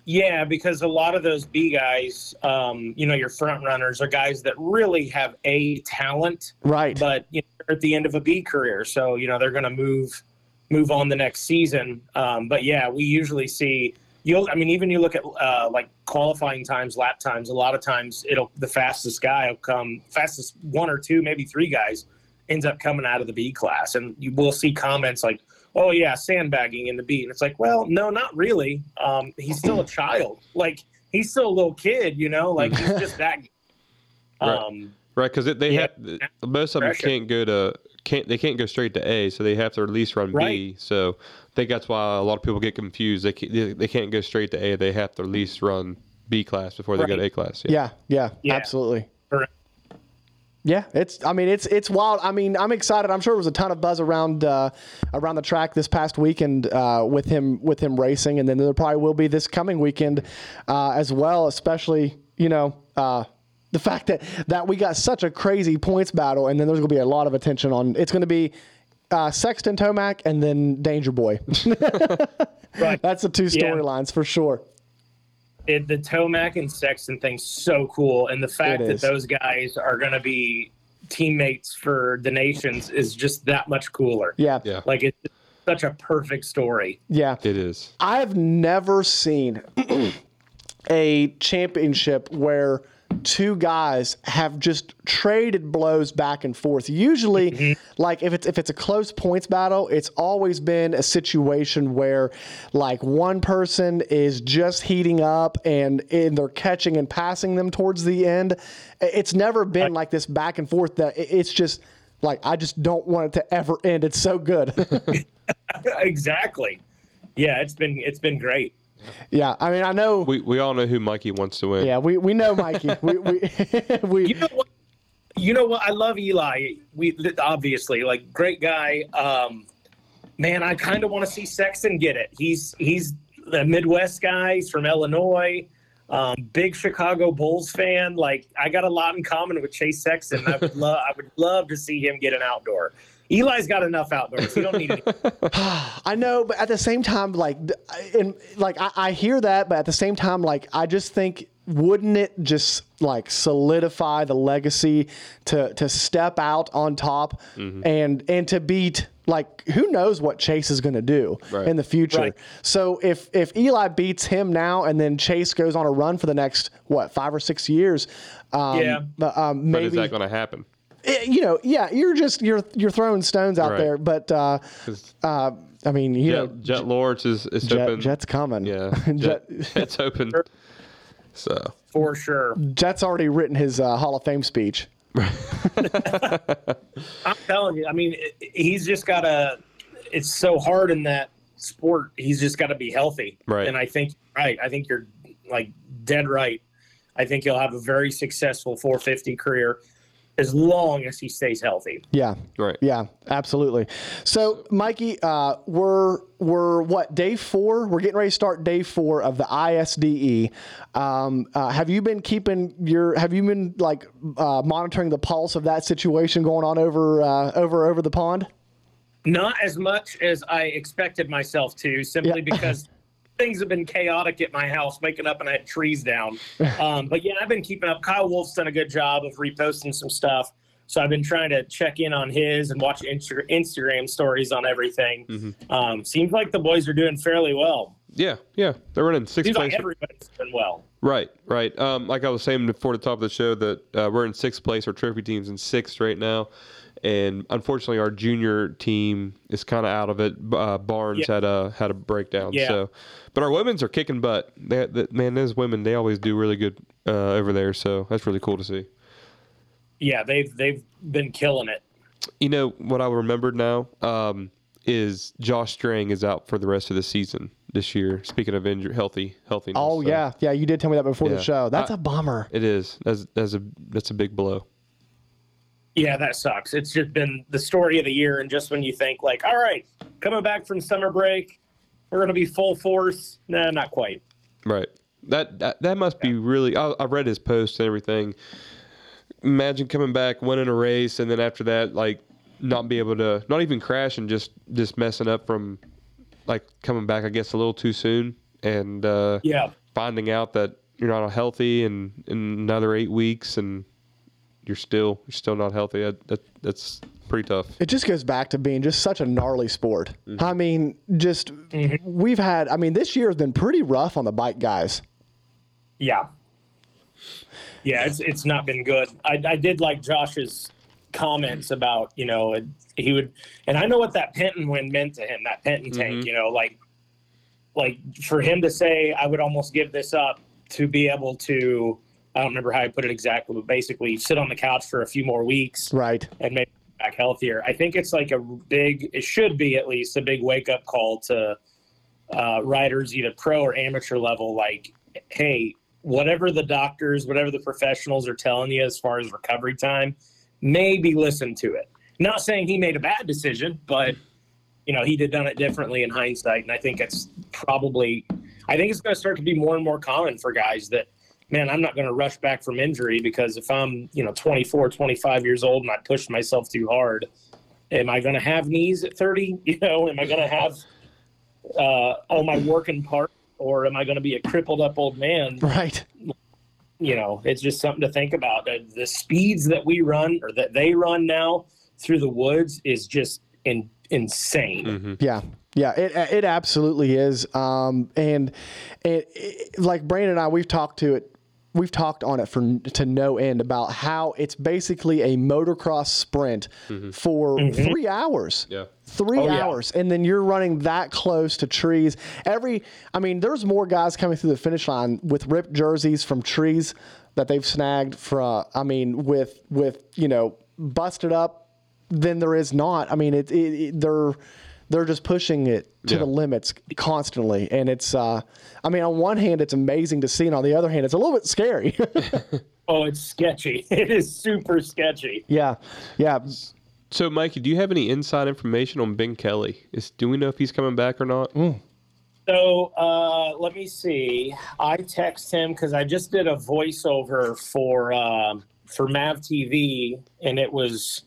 Speaker 6: Yeah, because a lot of those B guys, um, you know, your front runners are guys that really have A talent,
Speaker 4: Right.
Speaker 6: but you know, they're at the end of a B career, so you know they're going to move move on the next season. Um, but yeah, we usually see you'll. I mean, even you look at uh, like qualifying times, lap times. A lot of times, it'll the fastest guy will come fastest one or two, maybe three guys ends up coming out of the B class, and you will see comments like. Oh yeah, sandbagging in the B, and it's like, well, no, not really. Um, he's still a child. Like he's still a little kid, you know. Like he's just that.
Speaker 5: Right.
Speaker 6: Um,
Speaker 5: right because they
Speaker 6: Yeah.
Speaker 5: have most of them
Speaker 6: Pressure.
Speaker 5: can't go to can't they can't go straight to A, so they have to at least run B.
Speaker 6: Right.
Speaker 5: So I think that's why a lot of people get confused. They can't, they- they can't go straight to A. They have to at least run B class before they go to A
Speaker 6: Right.
Speaker 5: class.
Speaker 4: Yeah, yeah,
Speaker 6: Yeah.
Speaker 4: absolutely.
Speaker 6: Correct.
Speaker 4: Yeah, it's. I mean, it's it's wild. I mean, I'm excited. I'm sure there was a ton of buzz around uh, around the track this past weekend uh, with him with him racing, and then there probably will be this coming weekend uh, as well. Especially, you know, uh, the fact that that we got such a crazy points battle, and then there's going to be a lot of attention on. It's going to be uh, Sexton Tomac, and then Danger Boy.
Speaker 6: Right.
Speaker 4: That's the two
Speaker 6: Yeah.
Speaker 4: storylines for sure.
Speaker 6: it, the Tomac and Sexton thing's so cool, and the fact
Speaker 4: It
Speaker 6: that
Speaker 4: is.
Speaker 6: those guys are going to be teammates for the nations is just that much cooler.
Speaker 4: Yeah,
Speaker 5: Yeah.
Speaker 6: Like it's such a perfect story.
Speaker 4: yeah.
Speaker 5: It is.
Speaker 4: I've never seen a championship where two guys have just traded blows back and forth. Usually, like if it's if it's a close points battle, it's always been a situation where like one person is just heating up and and they're catching and passing them towards the end. I- It's never been like this back and forth that i- it's just like I just don't want it to ever end. It's so good.
Speaker 6: exactly. Yeah, it's been it's been great.
Speaker 4: yeah, I mean I know
Speaker 5: We, we all know who Mikey wants to win.
Speaker 4: Yeah, we, we know Mikey. we we, we
Speaker 6: You know what? You know what? I love Eli. We obviously like great guy. Um, man, I kind of want to see Sexton get it. He's he's the Midwest guy. He's from Illinois. Um, big Chicago Bulls fan. Like I got a lot in common with Chase Sexton. I would love I would love to see him get an outdoor. Eli's got enough outdoors. He don't need it.
Speaker 4: I know, but at the same time, like, th- I- and like I, I hear that, but at the same time, like I just think, wouldn't it just like solidify the legacy to to step out on top
Speaker 6: Mm-hmm.
Speaker 4: and and to beat like who knows what Chase is going to do
Speaker 5: Right.
Speaker 4: in the future.
Speaker 6: Right.
Speaker 4: So if if Eli beats him now and then Chase goes on a run for the next what five or six years, um,
Speaker 6: Yeah.
Speaker 4: but, um,
Speaker 5: But
Speaker 4: maybe
Speaker 5: is that going to happen?
Speaker 4: it- you know, yeah, you're just you're you're throwing stones out
Speaker 5: Right.
Speaker 4: there, but uh,
Speaker 5: 'Cause
Speaker 4: uh, I mean, you know,
Speaker 5: Jet, Jet Lawrence is, is
Speaker 4: Jet,
Speaker 5: open.
Speaker 4: Jet's coming.
Speaker 5: yeah.
Speaker 4: Jet,
Speaker 5: Jet, Jet's open. So
Speaker 6: for sure.
Speaker 4: Jet's already written his uh, Hall of Fame speech.
Speaker 6: I'm telling you. I mean, it- he's just got to. It's so hard in that sport. He's just got to be healthy.
Speaker 5: Right.
Speaker 6: And I think right. I think you're like dead right. I think he'll have a very successful 450 career. as long as he stays healthy.
Speaker 4: Yeah.
Speaker 5: Right.
Speaker 4: Yeah, absolutely. So, Mikey, uh, we're we're what day four? We're getting ready to start day four of the ISDE. Um, uh, have you been keeping your? Have you been like uh, monitoring the pulse of that situation going on over uh, over over the pond?
Speaker 6: Not as much as I expected myself to, simply because things have been chaotic at my house, waking up and I had trees down. Um, but yeah, I've been keeping up. Kyle Wolf's done a good job of reposting some stuff. So I've been trying to check in on his and watch Insta- Instagram stories on everything. Um, seems like the boys are doing fairly well.
Speaker 5: Yeah, yeah. They're running sixth
Speaker 6: Seems
Speaker 5: place.
Speaker 6: like everybody's doing well.
Speaker 5: right, right. Um, like I was saying before the top of the show, that uh, we're in sixth place. Our trophy team's in sixth right now, and unfortunately, our junior team is kind of out of it. B- Uh, Barnes
Speaker 6: Yeah.
Speaker 5: had a had a breakdown.
Speaker 6: Yeah.
Speaker 5: So, but our women's are kicking butt. They, they, man, those women they always do really good uh, over there. So that's really cool to see.
Speaker 6: Yeah, they've they've been killing it.
Speaker 5: You know what I remembered now um, is Josh Strang is out for the rest of the season this year. Speaking of injury, healthy, healthiness.
Speaker 4: Oh
Speaker 5: so
Speaker 4: yeah, yeah. You did tell me that before
Speaker 5: Yeah.
Speaker 4: the show. That's
Speaker 5: I-
Speaker 4: a bummer.
Speaker 5: it is. That's that's a that's a big blow.
Speaker 6: Yeah, that sucks. It's just been the story of the year, and just when you think like, all right, coming back from summer break, we're gonna be full force. Nah, not quite.
Speaker 5: Right. That that, that must be really. I, I read his post and everything. Imagine coming back, winning a race, and then after that, like not be able to, not even crash, and just just messing up from like coming back. I guess a little too soon, and uh,
Speaker 6: Yeah,
Speaker 5: finding out that you're not healthy, and in another eight weeks, and you're still you're still not healthy. That, that that's pretty tough.
Speaker 4: It just goes back to being just such a gnarly sport. I mean, just we've had. I mean, this year has been pretty rough on the bike guys.
Speaker 6: yeah, yeah. It's it's not been good. I I did like Josh's comments about you know it, he would, and I know what that Penton win meant to him. That Penton tank, you know, like like for him to say, I would almost give this up to be able to. I don't remember how I put it exactly, but basically sit on the couch for a few more weeks.
Speaker 4: Right.
Speaker 6: and maybe back healthier. I think it's like a big, it should be at least a big wake up call to uh, riders, either pro or amateur level. Like, hey, whatever the doctors, whatever the professionals are telling you as far as recovery time, maybe listen to it. Not saying he made a bad decision, but you know he'd have done it differently in hindsight. And I think it's probably, I think it's going to start to be more and more common for guys that man, I'm not going to rush back from injury because if I'm, you know, 24, 25 years old and I pushed myself too hard, am I going to have knees at 30? You know, am I going to have uh, all my working part or am I going to be a crippled up old man?
Speaker 4: Right.
Speaker 6: You know, it's just something to think about. The, the speeds that we run or that they run now through the woods is just in, insane.
Speaker 4: Yeah. Yeah, it it absolutely is, um, and it, it like Brandon and I we've talked to it, we've talked on it for to no end about how it's basically a motocross sprint for three hours.
Speaker 5: Yeah.
Speaker 4: Three hours, and then you're running that close to trees. Every, I mean, there's more guys coming through the finish line with ripped jerseys from trees that they've snagged from. I mean, with with you know busted up than there is not. I mean, it, it, it- they're they're just pushing it to the
Speaker 5: Yeah.
Speaker 4: limits constantly, and it's. Uh, I mean, on one hand, it's amazing to see, and on the other hand, it's a little bit scary.
Speaker 6: Oh, it's sketchy. It is super sketchy.
Speaker 4: yeah, yeah.
Speaker 5: So, Mikey, do you have any inside information on Ben Kelly? Is do we know if he's coming back or not?
Speaker 6: So uh, let me see. I text him because I just did a voiceover for um, for Mav TV, and it was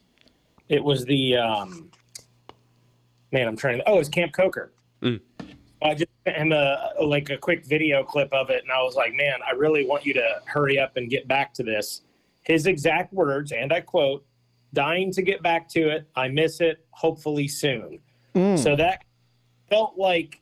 Speaker 6: it was the um, man. I'm trying. To, oh, it's Camp Coker.
Speaker 5: Mm.
Speaker 6: I just sent him a like a quick video clip of it, and I was like, man, I really want you to hurry up and get back to this. His exact words, and I quote, "Dying to get back to it. I miss it. Hopefully soon."
Speaker 4: Hmm.
Speaker 6: So that felt like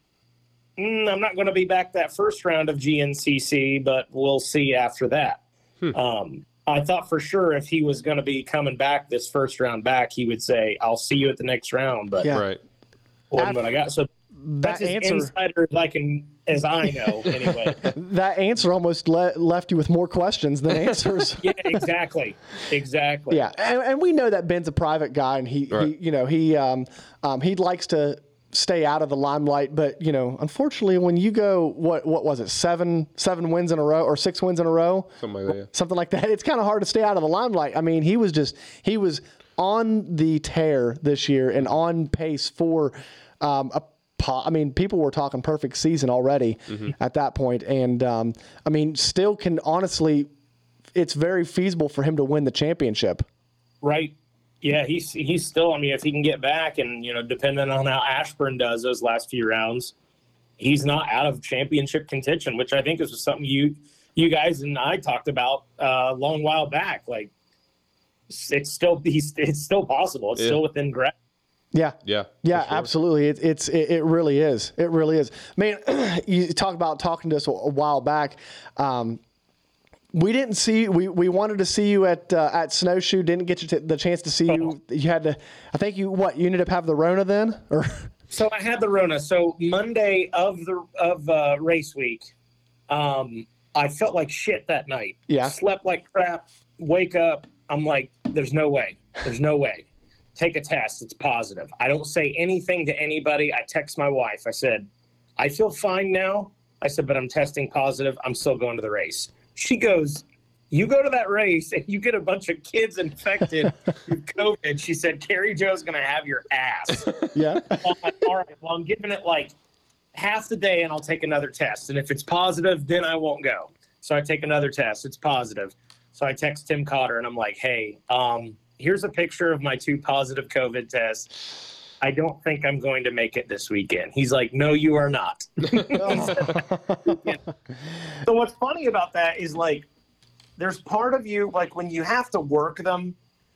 Speaker 6: mm, I'm not going to be back that first round of GNCC, but we'll see after that.
Speaker 4: Hmm.
Speaker 6: Um, I thought for sure if he was going to be coming back this first round back, he would say, "I'll see you at the next round." But
Speaker 4: Yeah.
Speaker 5: Right.
Speaker 6: wasn't what I got, so
Speaker 4: That
Speaker 6: that's as
Speaker 4: answer,
Speaker 6: insider as I can, as I know, anyway.
Speaker 4: that answer almost le- left you with more questions than answers.
Speaker 6: yeah, exactly, exactly.
Speaker 4: Yeah, and, and we know that Ben's a private guy, and he,
Speaker 5: Right.
Speaker 4: he you know, he um, um, he likes to stay out of the limelight. But you know, unfortunately, when you go what what was it seven seven wins in a row or six wins in a row,
Speaker 5: Something like that, yeah.
Speaker 4: something like that. It's kind of hard to stay out of the limelight. I mean, he was just he was on the tear this year and on pace for um, a. po- I mean, people were talking perfect season already
Speaker 5: Mm-hmm.
Speaker 4: at that point, and um, I mean, still can honestly, it's very feasible for him to win the championship.
Speaker 6: Right. Yeah, he's he's still. I mean, if he can get back, and you know, depending on how Ashburn does those last few rounds, he's not out of championship contention, which I think is something you you guys and I talked about uh, a long while back. Like, it's still he's it's still possible. It's
Speaker 5: Yeah.
Speaker 6: still within grasp.
Speaker 4: Yeah,
Speaker 5: Yeah. for
Speaker 4: Yeah,
Speaker 5: sure.
Speaker 4: absolutely. It, it's it, it really is. It really is. Man, you talk about talking to us a while back. Um, we didn't see we, we wanted to see you at uh, at snowshoe. Didn't get you to, the chance to see you. You had to. I think you what you ended up having the Rona then or
Speaker 6: So I had the Rona. So Monday of the of uh, race week, um, I felt like shit that night.
Speaker 4: Yeah.
Speaker 6: Slept like crap. Wake up. I'm like, there's no way. There's no way. Take a test. It's positive. I don't say anything to anybody. I text my wife. I said, I feel fine now. I said, but I'm testing positive. I'm still going to the race. She goes, you go to that race and you get a bunch of kids infected with COVID. She said, Carrie Joe's going to have your ass.
Speaker 4: yeah
Speaker 6: I'm like, all right, well, I'm giving it like half the day and I'll take another test. And if it's positive, then I won't go. So I take another test. It's positive. So I text Tim Cotter and I'm like, hey, um, here's a picture of my two positive COVID tests. I don't think I'm going to make it this weekend. He's like, no, you are not. So what's funny about that is like there's part of you like when you have to work them,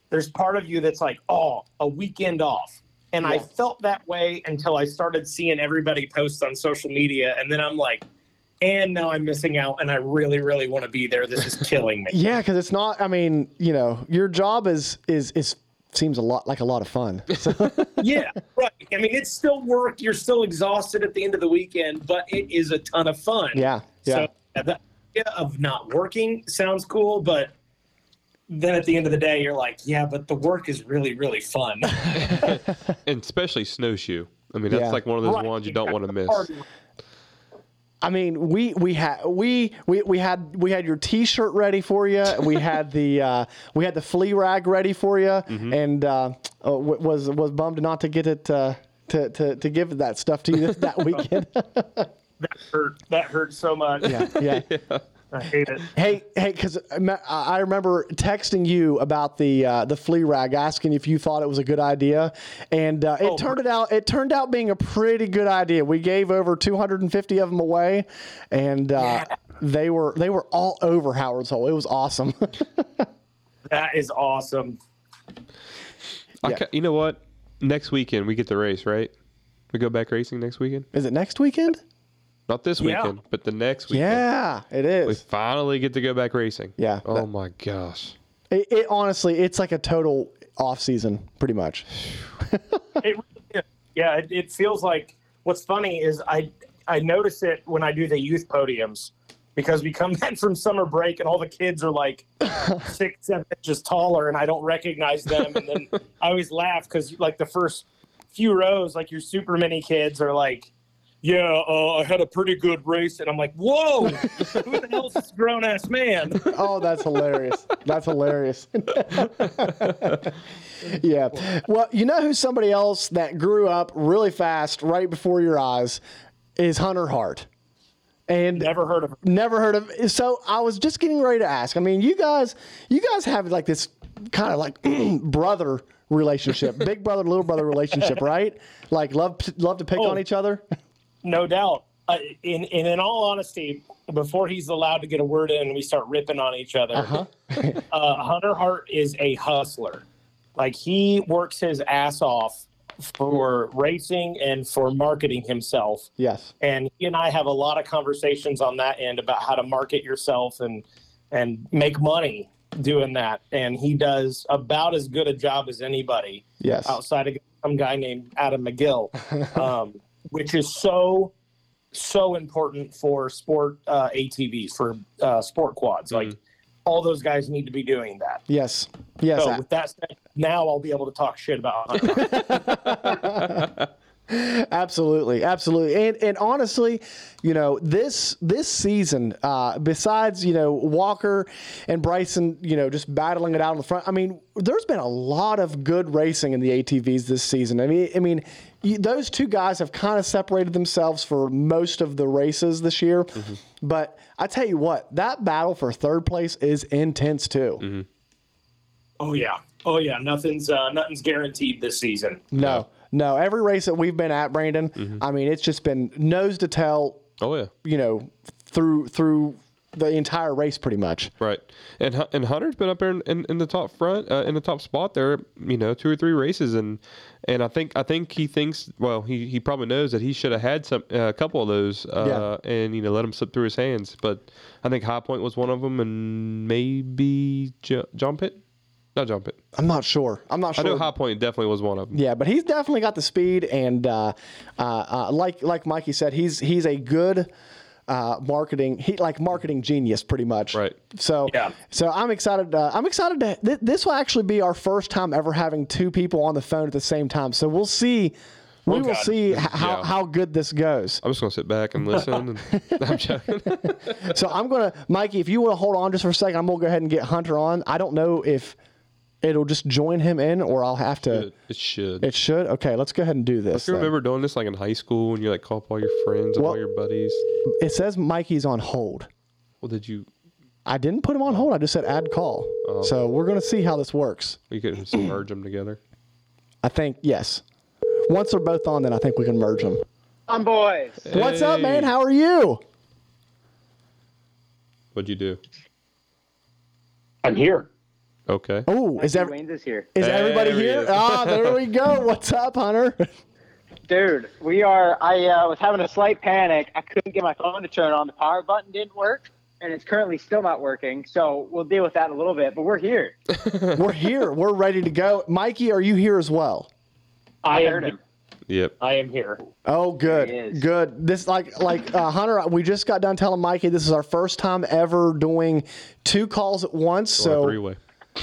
Speaker 6: there's part of you that's like, oh, a weekend off. And I felt that way until I started seeing everybody post on social media and then I'm like, and now I'm missing out and I really, really want to be there. This is killing me.
Speaker 4: yeah because it's not. I mean, you know, your job is is is seems a lot like a lot of fun. So,
Speaker 6: yeah, right. I mean, it's still work. You're still exhausted at the end of the weekend, but it is a ton of fun.
Speaker 4: yeah, yeah.
Speaker 6: So yeah, the idea of not working sounds cool, but then at the end of the day, you're like, yeah, but the work is really, really fun.
Speaker 5: And especially snowshoe. I mean, that's
Speaker 4: Yeah.
Speaker 5: like one of those
Speaker 6: Right.
Speaker 5: ones you don't want to miss.
Speaker 6: Party.
Speaker 4: I mean, we we had we we we had we had your T-shirt ready for you. We had the uh, we had the flea rag ready for you, and uh, uh, w- was was bummed not to get it uh, to, to to give that stuff to you that weekend.
Speaker 6: Hurt. That hurt so much.
Speaker 4: yeah, yeah.
Speaker 6: I hate it.
Speaker 4: Hey, hey, because I remember texting you about the uh, the flea rag, asking if you thought it was a good idea, and uh, it
Speaker 6: Oh.
Speaker 4: turned it out it turned out being a pretty good idea. We gave over 250 of them away, and uh, they were they were all over Howard's Hole. It was awesome.
Speaker 6: That is awesome.
Speaker 5: I
Speaker 4: Yeah.
Speaker 5: ca- you know what? Next weekend we get the race, right? We go back racing next weekend.
Speaker 4: Is it next weekend?
Speaker 5: Not this
Speaker 6: Yeah.
Speaker 5: weekend, but the next weekend.
Speaker 4: Yeah, it
Speaker 5: We
Speaker 4: is.
Speaker 5: finally get to go back racing.
Speaker 4: Yeah,
Speaker 5: Oh
Speaker 4: that-
Speaker 5: my gosh.
Speaker 4: It, it honestly, it's like a total off season, pretty much.
Speaker 6: It really is. Yeah, it, it feels like what's funny is I I notice it when I do the youth podiums because we come back from summer break and all the kids are like six, seven inches taller and I don't recognize them. And then I always laugh because like the first few rows, like your super mini kids are like, yeah, uh, I had a pretty good race. And I'm like, whoa, who the hell's this grown ass man?
Speaker 4: Oh, that's hilarious. That's hilarious. yeah. Well, you know who somebody else that grew up really fast right before your eyes is Hunter Hart. And
Speaker 6: Never heard of him.
Speaker 4: never heard of so I was just getting ready to ask. I mean, you guys you guys have like this kind of like brother relationship, big brother little brother relationship, right? Like love love to pick
Speaker 6: Oh.
Speaker 4: on each other.
Speaker 6: No doubt. Uh, in, in in all honesty, before he's allowed to get a word in, we start ripping on each other.
Speaker 4: Uh-huh.
Speaker 6: uh Hunter Hart is a hustler. Like he works his ass off for racing and for marketing himself.
Speaker 4: Yes.
Speaker 6: And he and I have a lot of conversations on that end about how to market yourself and and make money doing that. And he does about as good a job as anybody
Speaker 4: Yes.
Speaker 6: outside of some guy named Adam McGill, um, which is so so important for sport uh, ATVs for uh, sport quads.
Speaker 7: Mm-hmm.
Speaker 6: Like all those guys need to be doing that.
Speaker 4: Yes. Yes.
Speaker 6: Oh. So with that said, now I'll be able to talk shit about. Hunter.
Speaker 4: Absolutely, absolutely, and and honestly, you know this this season, uh, besides you know Walker and Bryson, you know just battling it out in the front. I mean, there's been a lot of good racing in the ATVs this season. I mean, I mean, you, those two guys have kind of separated themselves for most of the races this year, but I tell you what, that battle for third place is intense too.
Speaker 6: Oh yeah, oh yeah. Nothing's uh, nothing's guaranteed this season.
Speaker 4: No, no, every race that we've been at, Brandon, I mean, it's just been nose to tail
Speaker 5: Oh yeah.
Speaker 4: you know through through the entire race pretty much.
Speaker 5: Right, and Hu- and Hunter's been up there in, in, in the top front, uh, in the top spot there. You know, two or three races, and and I think I think he thinks well, he, he probably knows that he should have had some uh, a couple of those, uh, and you know let him slip through his hands. But I think High Point was one of them, and maybe jo- John Pitt, not John Pitt.
Speaker 4: I'm not sure. I'm not
Speaker 5: I
Speaker 4: sure.
Speaker 5: know High Point definitely was one of them.
Speaker 4: yeah, but he's definitely got the speed, and uh, uh, uh, like like Mikey said, he's he's a good uh, marketing he like marketing genius, pretty much.
Speaker 5: Right.
Speaker 4: So
Speaker 6: Yeah.
Speaker 4: so I'm excited. Uh, I'm excited to. Th- this will actually be our first time ever having two people on the phone at the same time. So we'll see. We will
Speaker 6: Oh, God.
Speaker 4: see h- how,
Speaker 5: Yeah.
Speaker 4: how good this goes.
Speaker 5: I'm just gonna sit back and listen. and, I'm joking.
Speaker 4: So I'm gonna, Mikey, if you want to hold on just for a second, I'm gonna go ahead and get Hunter on. I don't know if it'll just join him in, or I'll have to.
Speaker 5: It, it should.
Speaker 4: It should. Okay, let's go ahead and do this.
Speaker 5: you
Speaker 4: then.
Speaker 5: remember doing this like in high school when you like call up all your friends and all
Speaker 4: Well-
Speaker 5: your buddies?
Speaker 4: It says Mikey's on hold.
Speaker 5: Well, did you?
Speaker 4: I didn't put him on hold. I just said add call.
Speaker 5: Oh.
Speaker 4: So we're gonna see how this works.
Speaker 5: You could just merge them together.
Speaker 4: I think yes. Once they're both on, then I think we can merge them.
Speaker 7: on, boys.
Speaker 4: What's up,
Speaker 5: Hey.
Speaker 4: man? How are you?
Speaker 5: What'd you do?
Speaker 6: I'm here.
Speaker 5: Okay.
Speaker 4: Oh, is ev-
Speaker 7: Wayne's is here.
Speaker 4: is everybody
Speaker 5: There he
Speaker 4: here?
Speaker 5: is.
Speaker 4: Ah, there we go. What's up, Hunter?
Speaker 7: Dude, we are. I uh, was having a slight panic. I couldn't get my phone to turn on. The power button didn't work, and it's currently still not working. So we'll deal with that in a little bit. But we're here.
Speaker 4: we're here. We're ready to go. Mikey, are you here as well?
Speaker 6: I
Speaker 7: heard
Speaker 6: am.
Speaker 7: him.
Speaker 5: Yep.
Speaker 6: I am here.
Speaker 4: Oh,
Speaker 7: There he
Speaker 4: good,
Speaker 7: is.
Speaker 4: good. This like like uh, Hunter. We just got done telling Mikey this is our first time ever doing two calls at once. So
Speaker 5: three way.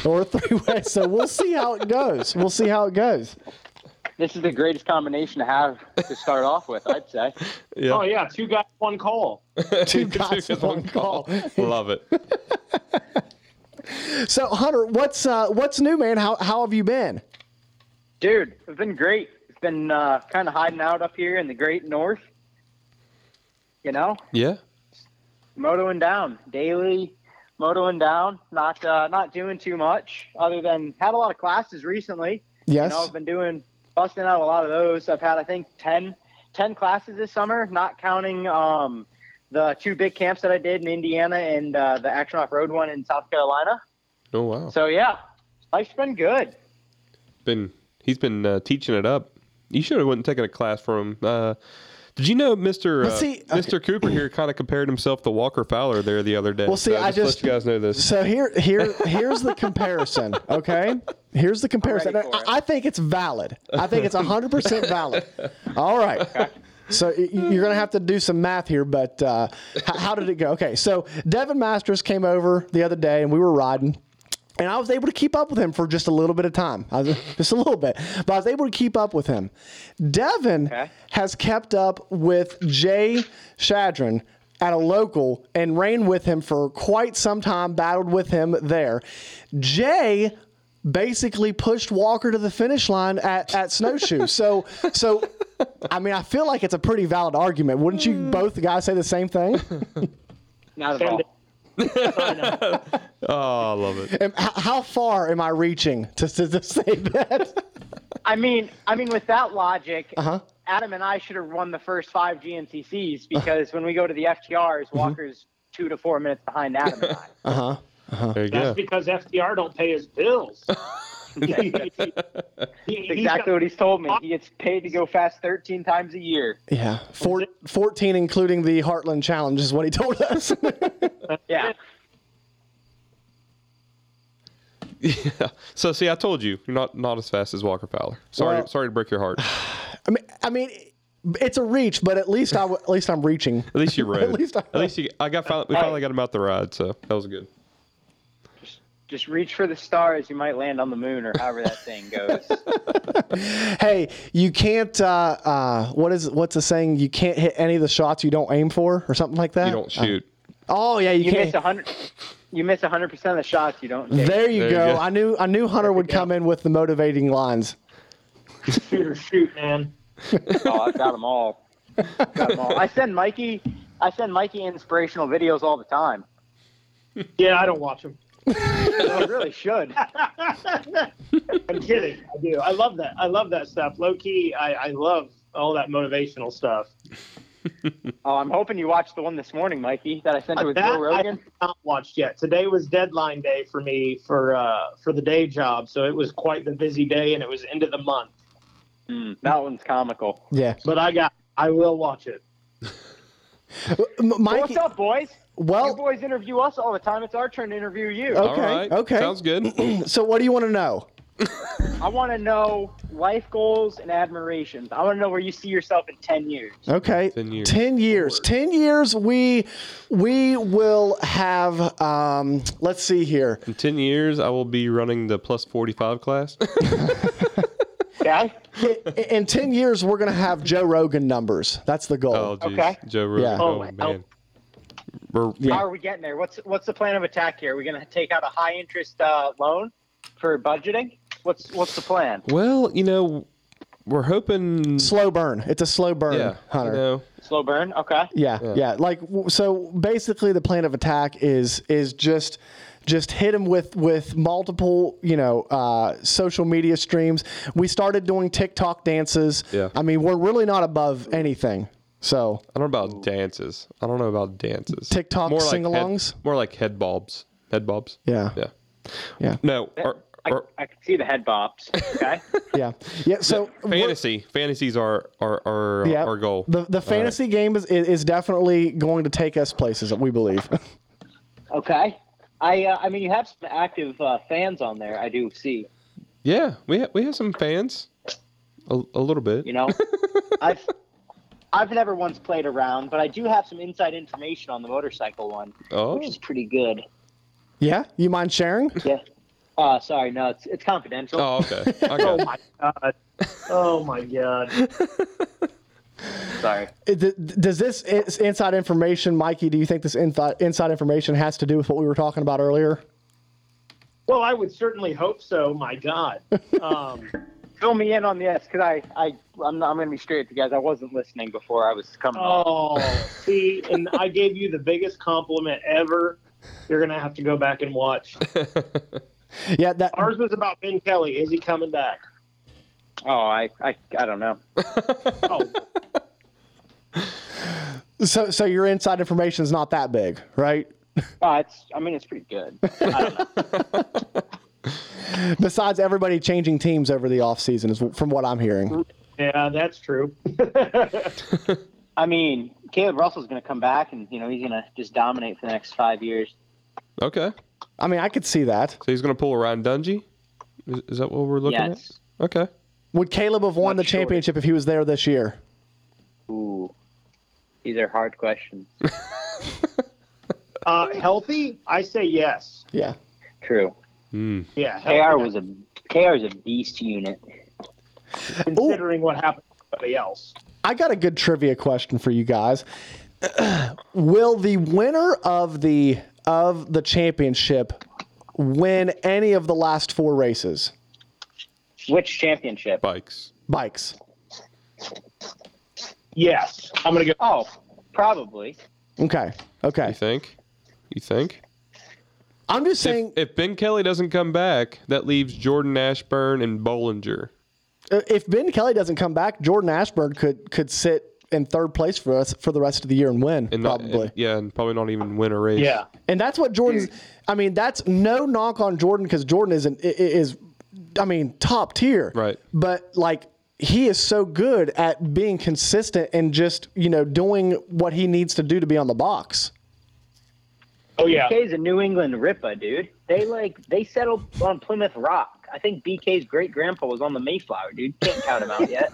Speaker 4: or three way. so we'll see how it goes. We'll see how it goes.
Speaker 7: This is the greatest combination to have to start off with. I'd say.
Speaker 6: Oh yeah, two guys, one call.
Speaker 4: Two guys, one call.
Speaker 5: Love it.
Speaker 4: So Hunter, what's uh, what's new, man? How how have you been?
Speaker 7: Dude, it's been great. It's been uh, kind of hiding out up here in the Great North. You know,
Speaker 5: Yeah.
Speaker 7: motoing down daily, motoing down. Not uh, not doing too much other than had a lot of classes recently.
Speaker 4: Yes.
Speaker 7: You know, I've been doing busting out a lot of those. I've had I think 10, 10 classes this summer, not counting um, the two big camps that I did in Indiana and uh, the Action Off Road one in South Carolina.
Speaker 5: Oh wow.
Speaker 7: So yeah, life's been good.
Speaker 5: Been he's been uh, teaching it up. You should have went and taken a class from him. Uh, did you know Mr. Uh,
Speaker 4: Well, see, okay.
Speaker 5: Mr. Cooper here kind of compared himself to Walker Fowler there the other day?
Speaker 4: Well, see,
Speaker 5: So
Speaker 4: I
Speaker 5: let
Speaker 4: just-
Speaker 5: you guys know this.
Speaker 4: So here here here's the comparison. Okay, here's the comparison.
Speaker 7: ready for
Speaker 4: I, I think it's valid. I think it's hundred percent valid. All right. So y- you're gonna have to do some math here, but uh, h- how did it go? Okay, so Devin Masters came over the other day, and we were riding. And I was able to keep up with him for just a little bit of time, I was, just a little bit. But I was able to keep up with him. Devin
Speaker 7: Okay.
Speaker 4: has kept up with Jay Shadron at a local and ran with him for quite some time, battled with him there. Jay basically pushed Walker to the finish line at, at Snowshoe. so, so I mean, I feel like it's a pretty valid argument. Wouldn't you both guys say the same thing?
Speaker 7: Not at all.
Speaker 5: Oh, I love it.
Speaker 4: Am- h- how far am I reaching to, to, to say that?
Speaker 7: I mean, I mean, with that logic, Adam and I should have won the first five GNCCs because when we go to the FTRs, Walker's two to four minutes behind Adam and I.
Speaker 5: Uh-huh.
Speaker 4: Uh-huh.
Speaker 5: There you
Speaker 6: That's
Speaker 5: go.
Speaker 6: because FDR don't pay his bills. He- he's
Speaker 7: Exactly
Speaker 6: got-
Speaker 7: what he's told me. He gets paid to go fast 13 times a year.
Speaker 4: Yeah, four, 14 including the Heartland Challenge is what he told us.
Speaker 7: Yeah.
Speaker 5: Yeah. So see, I told you you're not not as fast as Walker Fowler. Sorry,
Speaker 4: Well-
Speaker 5: sorry to break your heart. At
Speaker 4: I mean, I mean, it's a reach, but at least I w- at least I'm reaching.
Speaker 5: least you rode.
Speaker 4: least I-
Speaker 5: At least you. I got finally, we finally got him out the ride, so that was good.
Speaker 7: Just reach for the stars. You might land on the moon or however that thing goes.
Speaker 4: Hey, you can't. Uh, uh, what is what's the saying? You can't hit any of the shots you don't aim for, or something like that.
Speaker 5: You don't shoot.
Speaker 4: oh yeah, you,
Speaker 7: You
Speaker 4: can't.
Speaker 7: miss hundred. You miss hundred percent of the shots you don't take.
Speaker 4: There you
Speaker 5: There you
Speaker 4: go.
Speaker 5: go.
Speaker 4: I knew I knew Hunter would come in with the motivating lines.
Speaker 6: Shoot or shoot, man.
Speaker 7: Oh, I've got them all. Got 'em all. I send Mikey. I send Mikey inspirational videos all the time.
Speaker 6: Yeah, I don't watch them.
Speaker 7: I really should.
Speaker 6: I'm kidding. I do. I love that. I love that stuff. Low key, I, I love all that motivational stuff.
Speaker 7: Oh, I'm hoping you watched the one this morning, Mikey, that I sent it with
Speaker 6: That
Speaker 7: Joe Rogan.
Speaker 6: I have not watched yet. Today was deadline day for me for uh, for the day job, so it was quite the busy day, and it was end of the month.
Speaker 7: Mm, that one's comical.
Speaker 4: Yeah,
Speaker 6: But I got. I will watch it.
Speaker 4: M- Mikey.
Speaker 7: What's up, boys? You
Speaker 4: Well,
Speaker 7: boys interview us all the time. It's our turn to interview you.
Speaker 4: Oh.
Speaker 5: All
Speaker 4: Okay,
Speaker 5: right.
Speaker 4: okay.
Speaker 5: Sounds good.
Speaker 4: so what do you want to know?
Speaker 7: I want to know life goals and admirations. I want to know where you see yourself in 10 years.
Speaker 4: Okay.
Speaker 5: 10 years.
Speaker 4: 10 years. 10 years, we we will have um let's see here.
Speaker 5: In 10 years, I will be running the plus 45 class.
Speaker 7: Okay?
Speaker 4: I- In 10 years we're going to have Joe Rogan numbers. That's the goal.
Speaker 5: oh, geez.
Speaker 7: Okay.
Speaker 5: Joe Rogan.
Speaker 4: Yeah.
Speaker 5: Oh,
Speaker 6: Oh,
Speaker 5: man. We're-
Speaker 7: How are we getting there? What's what's the plan of attack here? Are we going to take out a high interest uh, loan for budgeting? What's what's the plan?
Speaker 5: Well, you know, we're hoping.
Speaker 4: Slow burn. It's a slow burn,
Speaker 5: Yeah. You
Speaker 4: Hunter.
Speaker 5: know,
Speaker 7: Slow burn? Okay.
Speaker 4: Yeah, yeah. Like w- so basically the plan of attack is is just just hit him with with multiple, you know, uh, social media streams. We started doing TikTok dances.
Speaker 5: Yeah.
Speaker 4: I mean, we're really not above anything. So,
Speaker 5: I don't know about dances. I don't know about dances.
Speaker 4: TikTok
Speaker 5: More like head-
Speaker 4: sing-alongs?
Speaker 5: more like head bobs. Head bobs.
Speaker 4: yeah.
Speaker 5: Yeah.
Speaker 4: Yeah.
Speaker 5: No. Or,
Speaker 7: I,
Speaker 5: or
Speaker 7: I can see the head bops. Okay.
Speaker 4: Yeah. Yeah, so we're-
Speaker 5: fantasy. Fantasies are our our,
Speaker 4: Yeah.
Speaker 5: our goal.
Speaker 4: The the fantasy game is is is definitely going to take us places. We believe.
Speaker 7: okay. I uh, I mean, you have some active uh, fans on there, I do see.
Speaker 5: yeah, we ha- we have some fans. A, a little bit.
Speaker 7: You know, I've I've never once played around, but I do have some inside information on the motorcycle one,
Speaker 5: oh,
Speaker 7: which is pretty good.
Speaker 4: yeah. You mind sharing?
Speaker 7: Yeah. Uh, sorry, no, it's it's confidential.
Speaker 5: oh, okay. I got it.
Speaker 6: God. Oh my god.
Speaker 7: Sorry.
Speaker 4: It- th- Does this ins- inside information, Mikey? Do you think this inside inside information has to do with what we were talking about earlier?
Speaker 6: Well, I would certainly hope so. My God. Um,
Speaker 7: Fill me in on this, cause I I I'm, not, I'm gonna be straight with you guys. I wasn't listening before I was coming. on.
Speaker 6: oh, see, and I gave you the biggest compliment ever. You're gonna have to go back and watch.
Speaker 4: Yeah. That.
Speaker 6: Ours was about Ben Kelly. Is he coming back?
Speaker 7: Oh, I I I don't know.
Speaker 6: Oh,
Speaker 4: So so your inside information is not that big, right?
Speaker 7: Uh, it's I mean it's pretty good.
Speaker 4: Besides everybody changing teams over the offseason is from what I'm hearing.
Speaker 6: yeah, that's true.
Speaker 7: I mean Caleb Russell's gonna come back and you know he's gonna just dominate for the next five years.
Speaker 5: Okay.
Speaker 4: I mean, I could see that.
Speaker 5: So he's gonna pull a Ryan Dungey. Is, is that what we're looking
Speaker 7: Yes.
Speaker 5: at? Okay.
Speaker 4: Would Caleb have won
Speaker 7: Not
Speaker 4: the
Speaker 7: sure.
Speaker 4: championship if he was there this year?
Speaker 7: Ooh, these are hard questions.
Speaker 6: Uh, healthy? I say yes.
Speaker 4: Yeah.
Speaker 7: True.
Speaker 6: Yeah.
Speaker 7: KR
Speaker 6: healthy,
Speaker 7: was a KR is a beast unit.
Speaker 6: considering what happened to somebody else.
Speaker 4: I got a good trivia question for you guys. Will the winner of the of the championship win any of the last four races?
Speaker 7: Which championship?
Speaker 5: Bikes.
Speaker 4: Bikes.
Speaker 6: Yes. I'm gonna go.
Speaker 7: Oh, probably.
Speaker 4: Okay.
Speaker 5: You
Speaker 4: Okay.
Speaker 5: think? You think?
Speaker 4: I'm just saying
Speaker 5: If, if Ben Kelly doesn't come back, that leaves Jordan Ashburn and Bollinger.
Speaker 4: uh, if Ben Kelly doesn't come back, Jordan Ashburn could could sit in third place for us for the rest of the year and win
Speaker 5: And not,
Speaker 4: probably.
Speaker 5: and- yeah, and probably not even win a race.
Speaker 6: Yeah.
Speaker 4: And that's what Jordan's. I mean, that's no knock on Jordan because Jordan is an, i- i- is, I mean, top tier.
Speaker 5: Right.
Speaker 4: But like he is so good at being consistent and just you know doing what he needs to do to be on the box.
Speaker 6: Oh yeah.
Speaker 7: BK's a New England Ripa, dude. They like they settled on Plymouth Rock. I think BK's great grandpa was on the Mayflower, dude. Can't count him out yet.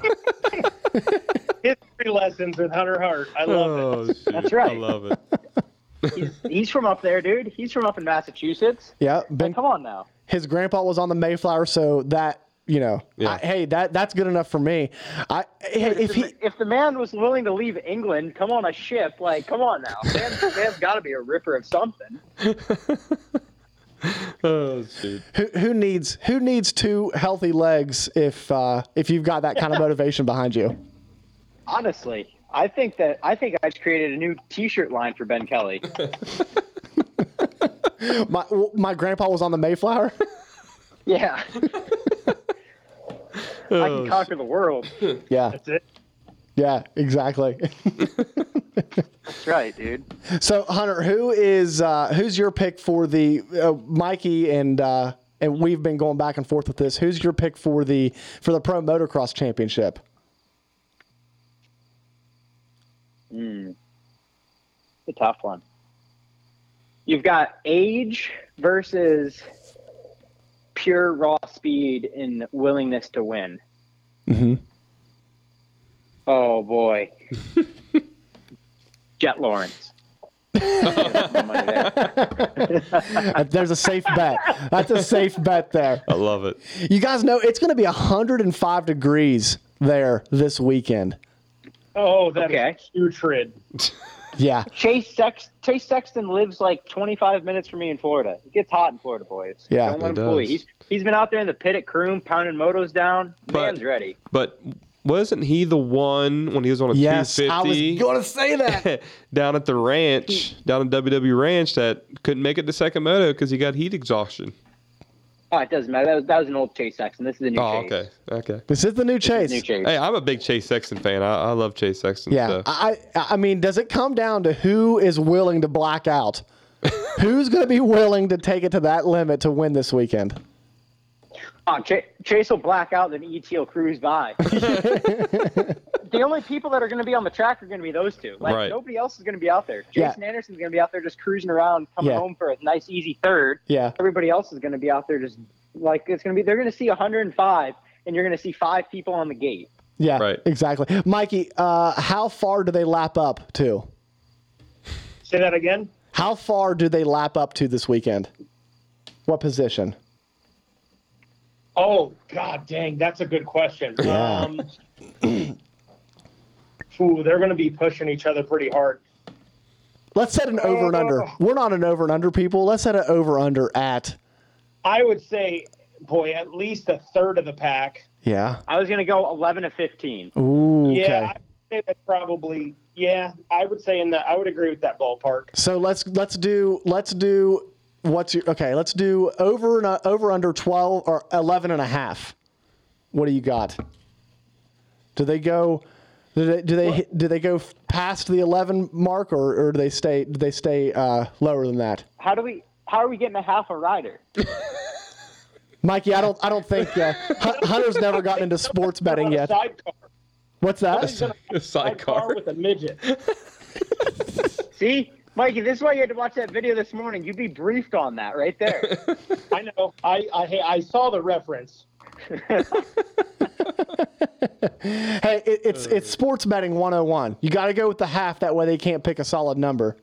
Speaker 6: History lessons with Hunter Hart. I love it.
Speaker 5: Oh, shoot.
Speaker 7: That's right.
Speaker 5: I love it.
Speaker 7: He's, he's from up there, dude. He's from up in Massachusetts.
Speaker 4: Yeah,
Speaker 7: Like,
Speaker 4: Ben,
Speaker 7: come on now.
Speaker 4: his grandpa was on the Mayflower, so that you know,
Speaker 5: Yeah.
Speaker 4: I- hey, that that's good enough for me. I hey, if
Speaker 7: the-
Speaker 4: he
Speaker 7: if the man was willing to leave England, come on a ship, like come on now, man, man's got to be a ripper of something.
Speaker 5: Oh shoot.
Speaker 4: who, who needs who needs two healthy legs if uh, if you've got that kind of motivation behind you.
Speaker 7: Honestly, I think that I think I just created a new T-shirt line for Ben Kelly.
Speaker 4: My w- my grandpa was on the Mayflower.
Speaker 7: Yeah, I
Speaker 5: Oh,
Speaker 7: can conquer the world.
Speaker 4: yeah,
Speaker 6: it.
Speaker 4: yeah, exactly.
Speaker 7: That's right, dude.
Speaker 4: so Hunter, who is uh, who's your pick for the uh, Mikey and uh, and we've been going back and forth with this. Who's your pick for the for the Pro Motocross Championship?
Speaker 7: It's a tough one. You've got age versus pure raw speed and willingness to win. Mm-hmm. Oh boy, Jet Lawrence. Somebody there.
Speaker 4: Uh, There's a safe bet. That's a safe bet there.
Speaker 5: I love it.
Speaker 4: You guys know it's going to be 105 degrees there this weekend.
Speaker 6: Oh, that's
Speaker 7: Okay.
Speaker 6: huge rid.
Speaker 4: Yeah.
Speaker 7: Chase Sex Chase Sexton lives like 25 minutes from me in Florida. It gets hot in Florida, boys.
Speaker 4: Yeah,
Speaker 7: don't let him
Speaker 5: it
Speaker 7: fool you.
Speaker 5: does.
Speaker 7: He's he's been out there in the pit at Croom pounding motos down.
Speaker 5: But-
Speaker 7: Man's ready.
Speaker 5: But wasn't he the one when he was on a
Speaker 4: Yes. I was
Speaker 5: 250
Speaker 4: going to say that.
Speaker 5: down at the ranch,
Speaker 7: Mm.
Speaker 5: down at WW Ranch, that couldn't make it to second moto because he got heat exhaustion?
Speaker 7: Oh, it doesn't matter. That was, that was an old Chase Sexton. This is a new
Speaker 5: Oh,
Speaker 7: Chase.
Speaker 5: okay, okay.
Speaker 4: This is the new chase.
Speaker 7: New Chase.
Speaker 5: Hey, I'm a big Chase Sexton fan. I, I love Chase Sexton.
Speaker 4: Yeah.
Speaker 5: so-
Speaker 4: I, I I mean, does it come down to who is willing to black out? Who's going to be willing to take it to that limit to win this weekend?
Speaker 7: Oh, Ch- Chase will black out, then ET will cruise by. the only people that are going to be on the track are going to be those two. Like
Speaker 5: Right.
Speaker 7: nobody else is going to be out there.
Speaker 4: Yeah.
Speaker 7: Jason Anderson's going to be out there just cruising around, coming
Speaker 4: Yeah.
Speaker 7: home for a nice easy third.
Speaker 4: Yeah.
Speaker 7: Everybody else is going to be out there just like it's going to be. They're going to see 105, and you're going to see five people on the gate.
Speaker 4: Yeah.
Speaker 5: Right.
Speaker 4: Exactly. Mikey, uh, how far do they lap up to?
Speaker 6: Say that again.
Speaker 4: How far do they lap up to this weekend? What position?
Speaker 6: Oh God, dang, that's a good question.
Speaker 4: Yeah.
Speaker 6: Um, Uh, ooh, they're going to be pushing each other pretty hard.
Speaker 4: Let's set an over and under. We're not an over and under people. Let's set an over under at
Speaker 6: I would say, boy, at least a third of the pack.
Speaker 4: yeah.
Speaker 7: I was going to go 11 to 15.
Speaker 4: Ooh, okay.
Speaker 6: Yeah, I'd say that's probably. Yeah, I would say in that. I would agree with that ballpark.
Speaker 4: So let's let's do let's do what's your okay? Let's do over and uh, over under twelve or eleven and a half. What do you got? Do they go? Do they do they do they go f- past the eleven mark or, or do they stay do they stay uh, lower than that?
Speaker 7: How do we? How are we getting a half a rider?
Speaker 4: Mikey, I don't I don't think uh, Hun- Hunter's never gotten into sports betting
Speaker 6: On a
Speaker 4: yet.
Speaker 6: Sidecar.
Speaker 4: What's that?
Speaker 6: He's gonna have a
Speaker 5: Sidecar.
Speaker 6: with a midget.
Speaker 7: See, Mikey, this is why you had to watch that video this morning. You'd be briefed on that right there.
Speaker 6: I know. I I, hey, I saw the reference.
Speaker 4: Hey, it, it's it's sports betting 101. You got to go with the half. That way they can't pick a solid number.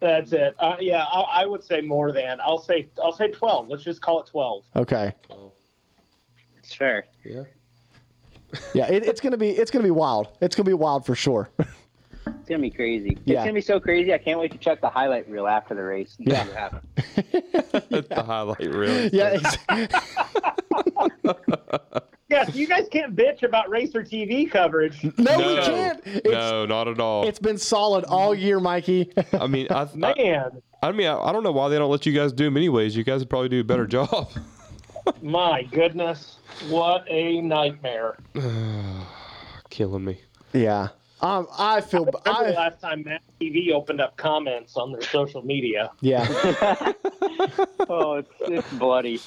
Speaker 6: That's it. Uh, yeah, I, I would say more than. I'll say. I'll say twelve. Let's just call it twelve.
Speaker 4: Okay.
Speaker 7: It's fair.
Speaker 5: yeah.
Speaker 4: Yeah, it, it's gonna be it's gonna be wild. It's gonna be wild for sure.
Speaker 7: It's gonna be crazy.
Speaker 4: Yeah.
Speaker 7: It's gonna be so crazy. I can't wait to check the highlight reel after the race. And
Speaker 4: Yeah.
Speaker 7: See what happens.
Speaker 5: That's the highlight, really.
Speaker 4: yeah, ex-
Speaker 6: Yes, you guys can't bitch about racer TV coverage.
Speaker 4: no, we
Speaker 5: No.
Speaker 4: can't. It's,
Speaker 5: no, not at all.
Speaker 4: it's been solid all year, Mikey.
Speaker 5: I mean, I, I,
Speaker 6: Man,
Speaker 5: I mean, I, I don't know why they don't let you guys do them anyways. You guys would probably do a better job.
Speaker 6: my goodness, what a nightmare!
Speaker 5: Killing me.
Speaker 4: yeah, um, I feel b-
Speaker 6: Remember the
Speaker 4: I,
Speaker 6: last time Matt TV opened up comments on their social media?
Speaker 4: yeah.
Speaker 7: Oh, it's, it's bloody.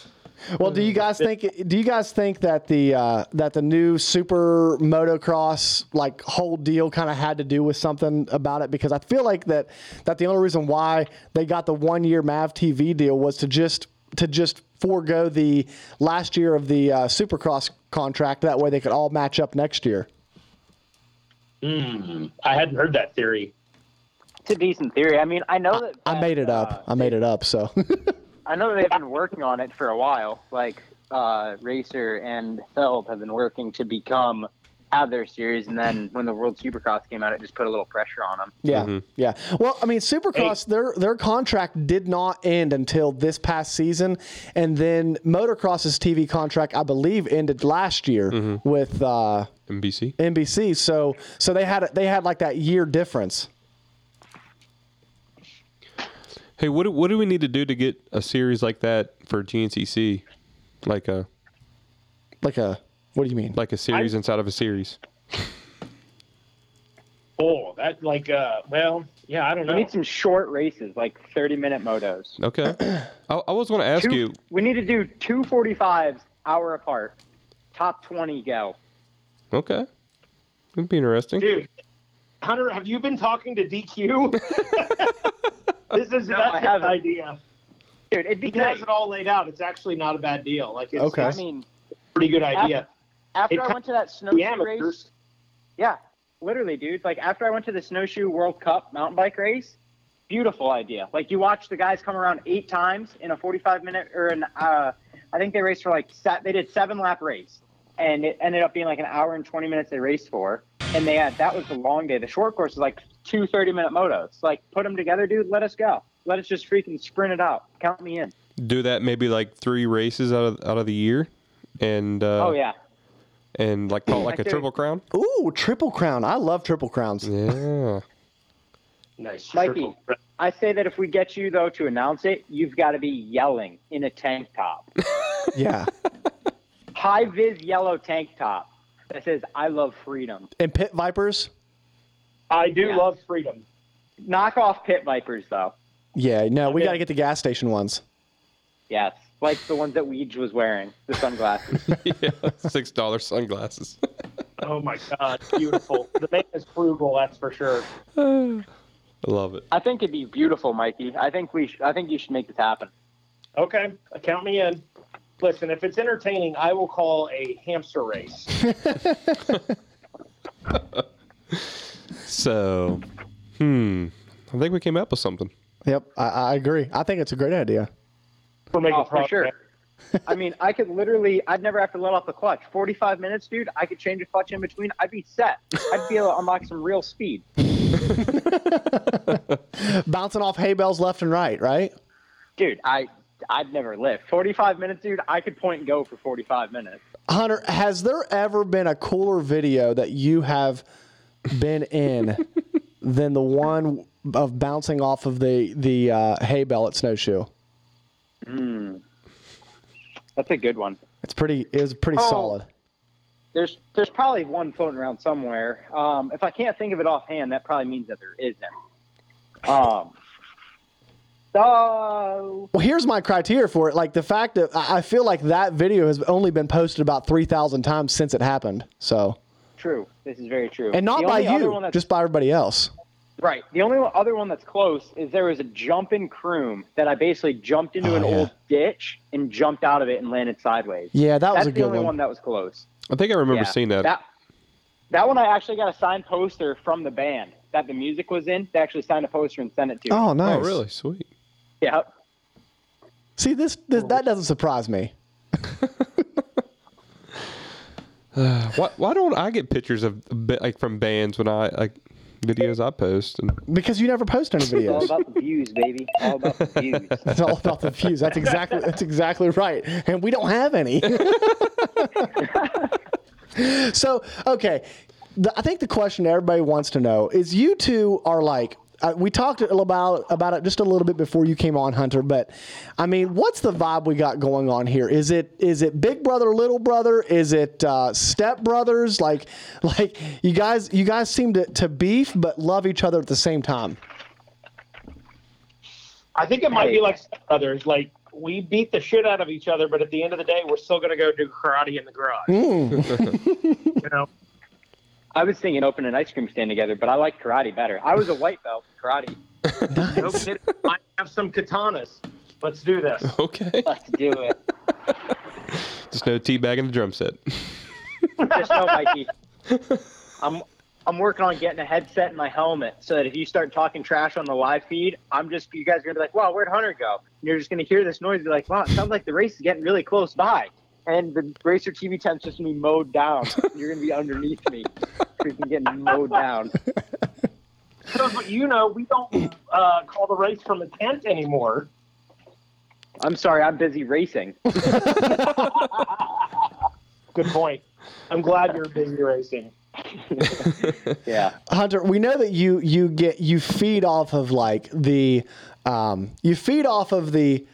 Speaker 4: Well, do you guys think do you guys think that the uh, that the new super motocross like whole deal kind of had to do with something about it because I feel like that that the only reason why they got the one year Mav TV deal was to just to just forego the last year of the uh, supercross contract that way they could all match up next year.
Speaker 6: I hadn't heard that theory.
Speaker 7: It's a decent theory. I mean, I know that.
Speaker 4: I made it up. I made it up. So
Speaker 7: I know they've been working on it for a while. Like uh, Racer and Phelps have been working to become out of their series, and then when the World Supercross came out, it just put a little pressure on them.
Speaker 4: yeah, yeah. Well, I mean, Supercross their their contract did not end until this past season, and then Motocross's TV contract, I believe, ended last year with uh,
Speaker 5: NBC.
Speaker 4: NBC. So so they had they had like that year difference.
Speaker 5: Hey, what do, what do we need to do to get a series like that for GNCC? Like uh, a
Speaker 4: Like a what do you mean?
Speaker 5: like a series inside of a series.
Speaker 6: Oh, that like uh, well, yeah, I don't
Speaker 7: We
Speaker 6: know.
Speaker 7: need some short races, like thirty-minute motos.
Speaker 5: Okay. I, I was going to ask
Speaker 7: Two-
Speaker 5: you.
Speaker 7: We need to do two forty-fives, hour apart, top twenty go.
Speaker 5: Okay. It'd be interesting.
Speaker 6: Dude, Hunter, have you been talking to DQ? this is that's
Speaker 7: I
Speaker 6: his
Speaker 7: haven't.
Speaker 6: idea.
Speaker 7: Dude, it'd be
Speaker 6: He has
Speaker 7: great.
Speaker 6: it all laid out. It's actually not a bad deal. Like it's, okay.
Speaker 4: Okay.
Speaker 7: I
Speaker 6: it's a
Speaker 7: mean,
Speaker 6: pretty good idea.
Speaker 7: after
Speaker 6: It
Speaker 7: I
Speaker 6: cut-
Speaker 7: went to that
Speaker 6: The
Speaker 7: snowshoe race,
Speaker 6: amateurs.
Speaker 7: Yeah, literally, dude. Like after I went to the snowshoe World Cup mountain bike race, beautiful idea. Like you watch the guys come around eight times in a forty-five minute or an uh, I think they raced for like set. They did seven lap race, and it ended up being like an hour and twenty minutes they raced for. And they had that was the long day. The short course is like two 30 minute motos. Like put them together, dude. Let us go. Let us just freaking sprint it out. Count me in.
Speaker 5: Do that maybe like three races out of out of the year, and uh,
Speaker 7: oh yeah.
Speaker 5: and like call it like a
Speaker 7: Okay.
Speaker 5: triple crown.
Speaker 4: Ooh, triple crown. I love triple crowns.
Speaker 5: Yeah.
Speaker 6: Nice.
Speaker 7: Mikey, I say that if we get you though to announce it, you've got to be yelling in a tank top.
Speaker 4: Yeah.
Speaker 7: high vis yellow tank top that says "I love freedom."
Speaker 4: and pit vipers.
Speaker 6: I do
Speaker 7: Yeah.
Speaker 6: love freedom.
Speaker 7: Knock off pit vipers though.
Speaker 4: Yeah. No, we
Speaker 6: Okay.
Speaker 4: got to get the gas station ones.
Speaker 7: Yes, like the ones that Weege was wearing, the sunglasses.
Speaker 5: yeah. Six dollar sunglasses.
Speaker 6: Oh my god, beautiful. the man is frugal, that's for sure.
Speaker 5: I love it.
Speaker 7: I think it'd be beautiful, Mikey. I think we. Sh- I think you should make this happen.
Speaker 6: Okay, count me in. Listen, if it's entertaining, I will call a hamster race.
Speaker 5: So, hmm. I think we came up with something.
Speaker 4: Yep, I, I agree. I think it's a great idea.
Speaker 6: We're making
Speaker 7: Oh, for
Speaker 6: progress.
Speaker 7: sure. I mean, I could literally. I'd never have to let off the clutch. Forty-five minutes, dude. I could change a clutch in between. I'd be set. I'd be able to unlock some real speed.
Speaker 4: Bouncing off hay bales left and right, right?
Speaker 7: Dude, I. I'd never lift. Forty-five minutes, dude. I could point and go for forty-five minutes.
Speaker 4: Hunter, has there ever been a cooler video that you have been in than the one of bouncing off of the the uh, hay bale at snowshoe?
Speaker 7: That's a good one.
Speaker 4: It's pretty. It was pretty
Speaker 7: Oh.
Speaker 4: solid.
Speaker 7: There's there's probably one floating around somewhere. Um, if I can't think of it offhand, that probably means that there isn't. Um, so
Speaker 4: Well, here's my criteria for it. Like the fact that I I feel like that video has only been posted about three thousand times since it happened. So,
Speaker 7: true. This is very true.
Speaker 4: and not
Speaker 7: The
Speaker 4: by
Speaker 7: only other
Speaker 4: you,
Speaker 7: one that's-
Speaker 4: just by everybody else.
Speaker 7: right. The only one- other one that's close is there was a jump in Croom that I basically jumped into
Speaker 4: Oh,
Speaker 7: an
Speaker 4: yeah.
Speaker 7: old ditch and jumped out of it and landed sideways.
Speaker 4: Yeah, that was
Speaker 7: that's
Speaker 4: a
Speaker 7: the
Speaker 4: good
Speaker 7: only
Speaker 4: one.
Speaker 7: one. that was close.
Speaker 5: I think I remember
Speaker 7: Yeah,
Speaker 5: seeing that.
Speaker 7: that. That one I actually got a signed poster from the band that the music was in. They actually signed a poster and sent it to me.
Speaker 4: oh,
Speaker 5: oh,
Speaker 4: nice.
Speaker 5: really? Sweet.
Speaker 7: Yep.
Speaker 4: See, this, this that doesn't surprise me.
Speaker 5: Why, why don't I get pictures of ba- like from bands when I like videos I post? And
Speaker 4: Because you never post any
Speaker 7: It's all
Speaker 4: videos.
Speaker 7: about the views, baby. All about the views.
Speaker 4: It's all about the views. That's exactly that's exactly right. And we don't have any. so okay, the, I think the question everybody wants to know is: you two are like. Uh, we talked about about it just a little bit before you came on, Hunter. But I mean, what's the vibe we got going on here? Is it is it Big Brother, Little Brother? Is it uh, Step Brothers? Like like you guys you guys seem to, to beef but love each other at the same time.
Speaker 6: I think it might be like others. Like we beat the shit out of each other, but at the end of the day, we're still gonna go do karate in the garage. you know,
Speaker 7: I was thinking opening an ice cream stand together, but I like karate better. I was a white belt in karate.
Speaker 6: no kidding. I have some katanas. Let's do this.
Speaker 5: okay,
Speaker 7: Let's do it.
Speaker 5: just no teabagging the drum set.
Speaker 7: Just know, Mikey. I'm I'm working on getting a headset and my helmet so that if you start talking trash on the live feed, I'm just you guys are gonna be like, "Wow, where'd Hunter go?" And you're just gonna hear this noise, and be like, "Wow, it sounds like the race is getting really close by." And the racer TV tent's just gonna be mowed down. You're gonna be underneath me, freaking getting mowed down.
Speaker 6: Because, but you know, we don't uh, call the race from a tent anymore.
Speaker 7: I'm sorry, I'm busy racing.
Speaker 6: Good point. I'm glad you're busy racing.
Speaker 7: Yeah,
Speaker 4: Hunter, we know that you you get you feed off of like the um, you feed off of the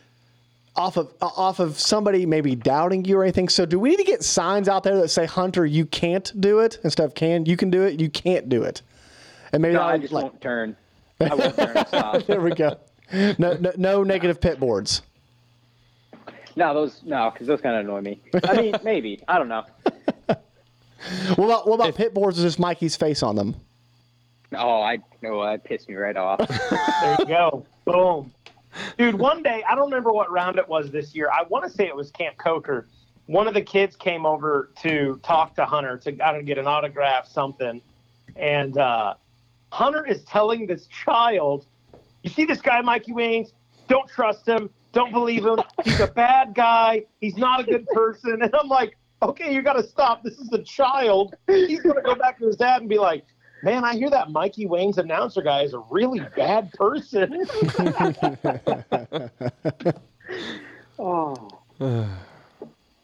Speaker 4: off of uh, off of somebody maybe doubting you or anything. So do we need to get signs out there that say Hunter, you can't do it instead of can you can do it, you can't do it. And maybe
Speaker 7: no,
Speaker 4: that'll,
Speaker 7: I just
Speaker 4: like,
Speaker 7: won't turn. I won't turn. Stop.
Speaker 4: there we go. No, no, no negative pit boards.
Speaker 7: No, those no, because those kind of annoy me. I mean, maybe I don't know.
Speaker 4: What about what about pit boards with just Mikey's face on them?
Speaker 7: Oh, I no, that pissed me right off.
Speaker 6: There you go. Boom. Dude, one day, I don't remember what round it was this year. I want to say it was Camp Coker. One of the kids came over to talk to Hunter to I don't know, get an autograph, something. And uh, Hunter is telling this child, You see this guy, Mikey Wings? Don't trust him. Don't believe him. He's a bad guy. He's not a good person. And I'm like, Okay, you got to stop. This is a child. He's going to go back to his dad and be like, Man, I hear that Mikey Wayne's announcer guy is a really bad person.
Speaker 7: Oh.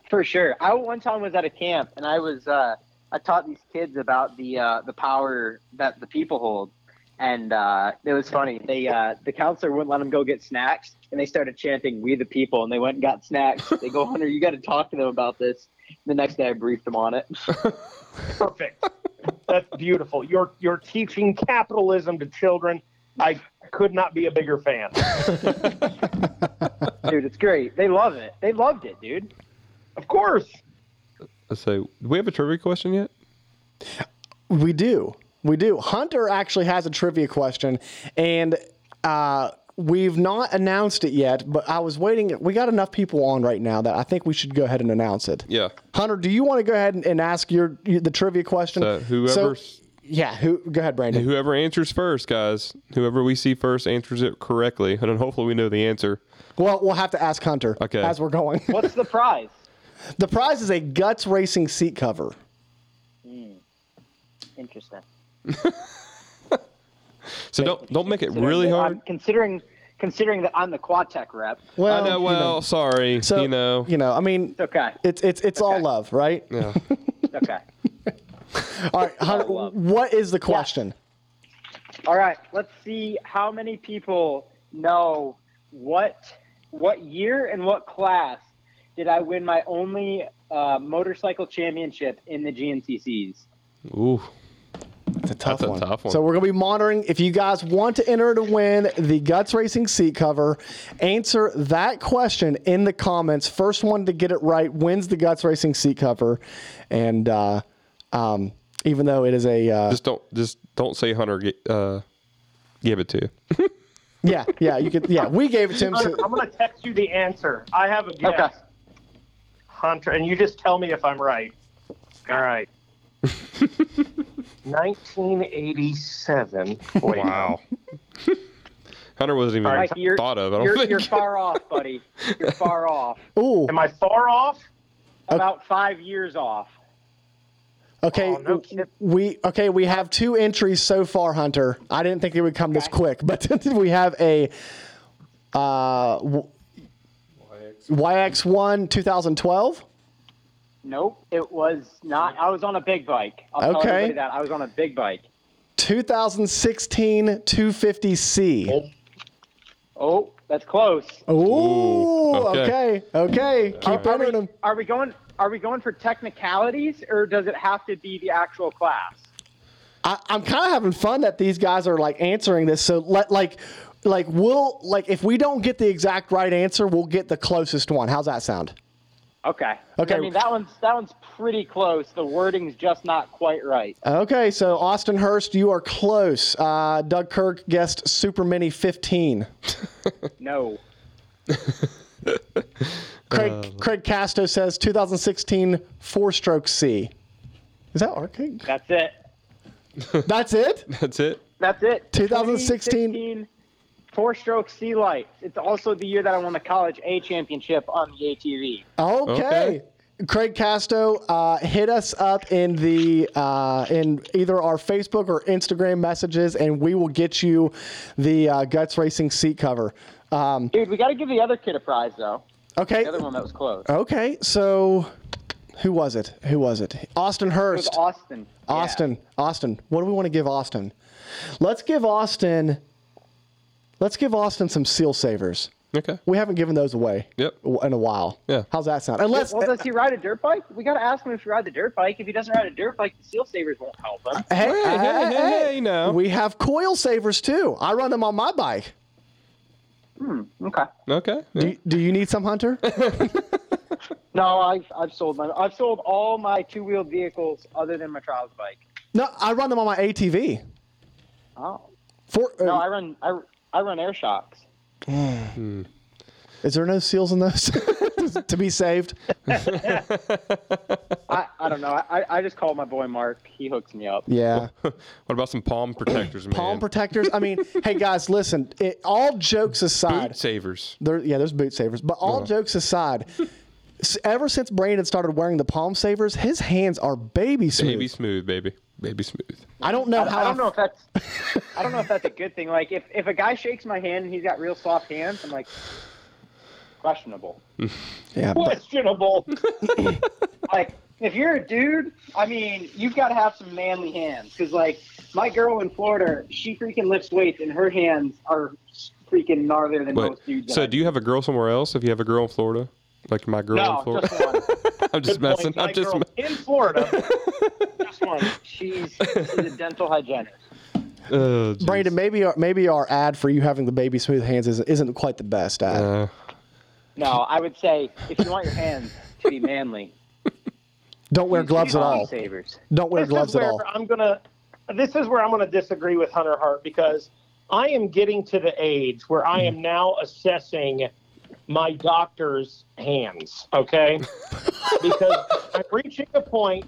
Speaker 7: For sure. I one time was at a camp and I was uh, I taught these kids about the uh, the power that the people hold, and uh, it was funny. They uh, the counselor wouldn't let them go get snacks, and they started chanting "We the people," and they went and got snacks. they go, Hunter, you got to talk to them about this. The next day, I briefed them on it.
Speaker 6: Perfect. That's beautiful. You're you're teaching capitalism to children. I could not be a bigger fan.
Speaker 7: dude, it's great. They love it. They loved it, dude.
Speaker 6: Of course.
Speaker 5: Let's say, do we have a trivia question yet?
Speaker 4: We do. We do. Hunter actually has a trivia question, and uh, we've not announced it yet, but I was waiting. We got enough people on right now that I think we should go ahead and announce it.
Speaker 5: Yeah.
Speaker 4: Hunter, do you want to go ahead and, and ask your, your- the trivia question?
Speaker 5: So Uh, whoever
Speaker 4: yeah, who, go ahead, Brandon.
Speaker 5: whoever answers first, guys, whoever we see first answers it correctly, and then hopefully we know the answer.
Speaker 4: well, we'll have to ask Hunter
Speaker 5: Okay.
Speaker 4: as we're going.
Speaker 7: What's the prize?
Speaker 4: the prize is a Guts Racing seat cover.
Speaker 7: Interesting.
Speaker 5: So don't don't make it
Speaker 7: Considering
Speaker 5: really
Speaker 7: that
Speaker 5: hard.
Speaker 7: I'm considering considering that I'm the Quatec rep.
Speaker 5: I
Speaker 4: Well,
Speaker 5: know.
Speaker 4: you
Speaker 5: Well, sorry.
Speaker 4: so,
Speaker 5: you know.
Speaker 4: you know, I mean,
Speaker 7: Okay.
Speaker 4: it's it's it's all love, right?
Speaker 5: Yeah.
Speaker 7: Okay.
Speaker 4: All right, Hunter,
Speaker 7: love.
Speaker 4: what is the question?
Speaker 7: All right, let's see how many people know what what year and what class did I win my only uh, motorcycle championship in the GNCCs.
Speaker 5: Ooh.
Speaker 4: It's a tough,
Speaker 5: That's a
Speaker 4: one.
Speaker 5: tough one.
Speaker 4: So we're gonna be monitoring. If you guys want to enter to win the Guts Racing seat cover, answer that question in the comments. First one to get it right wins the Guts Racing seat cover, and uh, um, even though it is a uh,
Speaker 5: Just don't just don't say Hunter. ge- Uh, give it to you.
Speaker 4: yeah, yeah, you could yeah, we gave it to him.
Speaker 6: Hunter, I'm
Speaker 4: So,
Speaker 6: gonna text you the answer. I have a guess.
Speaker 7: Okay.
Speaker 6: Hunter, and you just tell me if I'm right. All right. 1987. Wait.
Speaker 5: Wow. Hunter wasn't even
Speaker 6: All right,
Speaker 7: Mike, you're,
Speaker 5: thought of. I don't
Speaker 7: you're,
Speaker 5: think.
Speaker 7: you're far off, buddy. You're far off.
Speaker 4: ooh,
Speaker 6: Am I far off?
Speaker 7: About five years off.
Speaker 4: okay,
Speaker 6: Oh, no kidding.
Speaker 4: we okay, we have two entries so far, Hunter. I didn't think it would come this quick, but we have a uh, w- YX1 2012.
Speaker 7: Nope, it was not. I was on a big bike. I'll tell
Speaker 4: Okay.
Speaker 7: everybody that I was on a big bike.
Speaker 4: 2016 250C.
Speaker 7: Oh, that's close.
Speaker 4: Ooh, okay,
Speaker 5: okay.
Speaker 4: okay. Keep
Speaker 7: Are
Speaker 4: entering
Speaker 7: we,
Speaker 4: them.
Speaker 7: are we going? Are we going for technicalities, or does it have to be the actual class?
Speaker 4: I, I'm kind of having fun that these guys are like answering this. So let like, like we'll like if we don't get the exact right answer, we'll get the closest one. How's that sound?
Speaker 7: Okay.
Speaker 4: Okay.
Speaker 7: I mean that one's that one's pretty close. The wording's just not quite right.
Speaker 4: Okay, so Austin Hurst, you are close. Uh, Doug Kirk guessed Super Mini 15.
Speaker 7: No.
Speaker 4: Craig Craig Casto says 2016 four stroke C. Is that okay?
Speaker 7: That's it.
Speaker 4: That's it?
Speaker 5: That's it.
Speaker 7: That's it.
Speaker 4: 2016.
Speaker 7: 2016, four-stroke sea light. It's also the year that I won the college A championship on the ATV.
Speaker 4: Okay.
Speaker 5: Okay.
Speaker 4: Craig Casto, uh, hit us up in the uh, in either our Facebook or Instagram messages, and we will get you the uh, Guts Racing seat cover. Um,
Speaker 7: Dude, we got to give the other kid a prize though.
Speaker 4: okay.
Speaker 7: The other one that was close.
Speaker 4: Okay. So, who was it? Who was it? Austin
Speaker 7: It was
Speaker 4: Hurst.
Speaker 7: Austin. Yeah.
Speaker 4: Austin. Austin. What do we want to give Austin? Let's give Austin. Let's give Austin some seal savers.
Speaker 5: Okay.
Speaker 4: We haven't given those away.
Speaker 5: Yep.
Speaker 4: w- In a while.
Speaker 5: Yeah.
Speaker 4: How's that sound? Unless
Speaker 7: Well, does he ride a dirt bike? We got to ask him if he ride the dirt bike. If he doesn't ride a dirt bike, the Seal Savers won't help him.
Speaker 4: Hey,
Speaker 5: Hey, hey, hey, hey, now.
Speaker 4: We have coil savers too. I run them on my bike. Uh,
Speaker 7: Okay.
Speaker 5: Okay.
Speaker 4: Do you, do you need some, Hunter?
Speaker 7: No, I've, I've sold my I've sold all my two-wheeled vehicles other than my trials bike.
Speaker 4: no, I run them on my ATV.
Speaker 7: Oh.
Speaker 4: For, uh,
Speaker 7: No, I run I, I run air shocks.
Speaker 4: is there no seals in those to be saved?
Speaker 7: I, I don't know. I, I just called my boy Mark. He hooks me up.
Speaker 4: Yeah.
Speaker 5: what about some palm protectors, Oh, man?
Speaker 4: Palm protectors. I mean, hey guys, listen. It, all jokes aside,
Speaker 5: Boot savers.
Speaker 4: there, yeah, there's boot savers. But all jokes aside, s- ever since Brandon started wearing the palm savers, his hands are baby smooth.
Speaker 5: Baby smooth, baby. Baby smooth.
Speaker 4: I don't know how.
Speaker 7: I don't know if that's I don't know if that's a good thing. Like if, if a guy shakes my hand and he's got real soft hands, I'm like questionable.
Speaker 4: Yeah, but-
Speaker 7: Questionable. like if you're a dude, I mean, you've got to have some manly hands cuz like my girl in Florida, she freaking lifts weights and her hands are freaking gnarlier than
Speaker 5: But
Speaker 7: most dudes.
Speaker 5: so, do you have a girl somewhere else? If you have a girl in Florida, like my girl in
Speaker 7: No,
Speaker 5: Florida,
Speaker 7: just one.
Speaker 5: I'm just
Speaker 6: Good point.
Speaker 5: messing.
Speaker 6: My
Speaker 5: I'm just.
Speaker 6: girl
Speaker 5: me-
Speaker 6: in Florida.
Speaker 7: Just one. She's she's a dental hygienist.
Speaker 5: Oh, geez.
Speaker 4: Brandon, maybe our, maybe our ad for you having the baby smooth hands isn't, isn't quite the best ad.
Speaker 5: Uh,
Speaker 7: No, I would say if you want your hands to be manly,
Speaker 4: Don't wear
Speaker 7: use
Speaker 4: gloves at
Speaker 7: palm
Speaker 4: all.
Speaker 7: Savers.
Speaker 4: Don't wear
Speaker 6: this
Speaker 4: gloves
Speaker 6: is
Speaker 4: at
Speaker 6: where
Speaker 4: all.
Speaker 6: I'm gonna. This is where I'm gonna disagree with Hunter Hart because I am getting to the age where I am now assessing my doctor's hands. Okay, because I'm reaching a point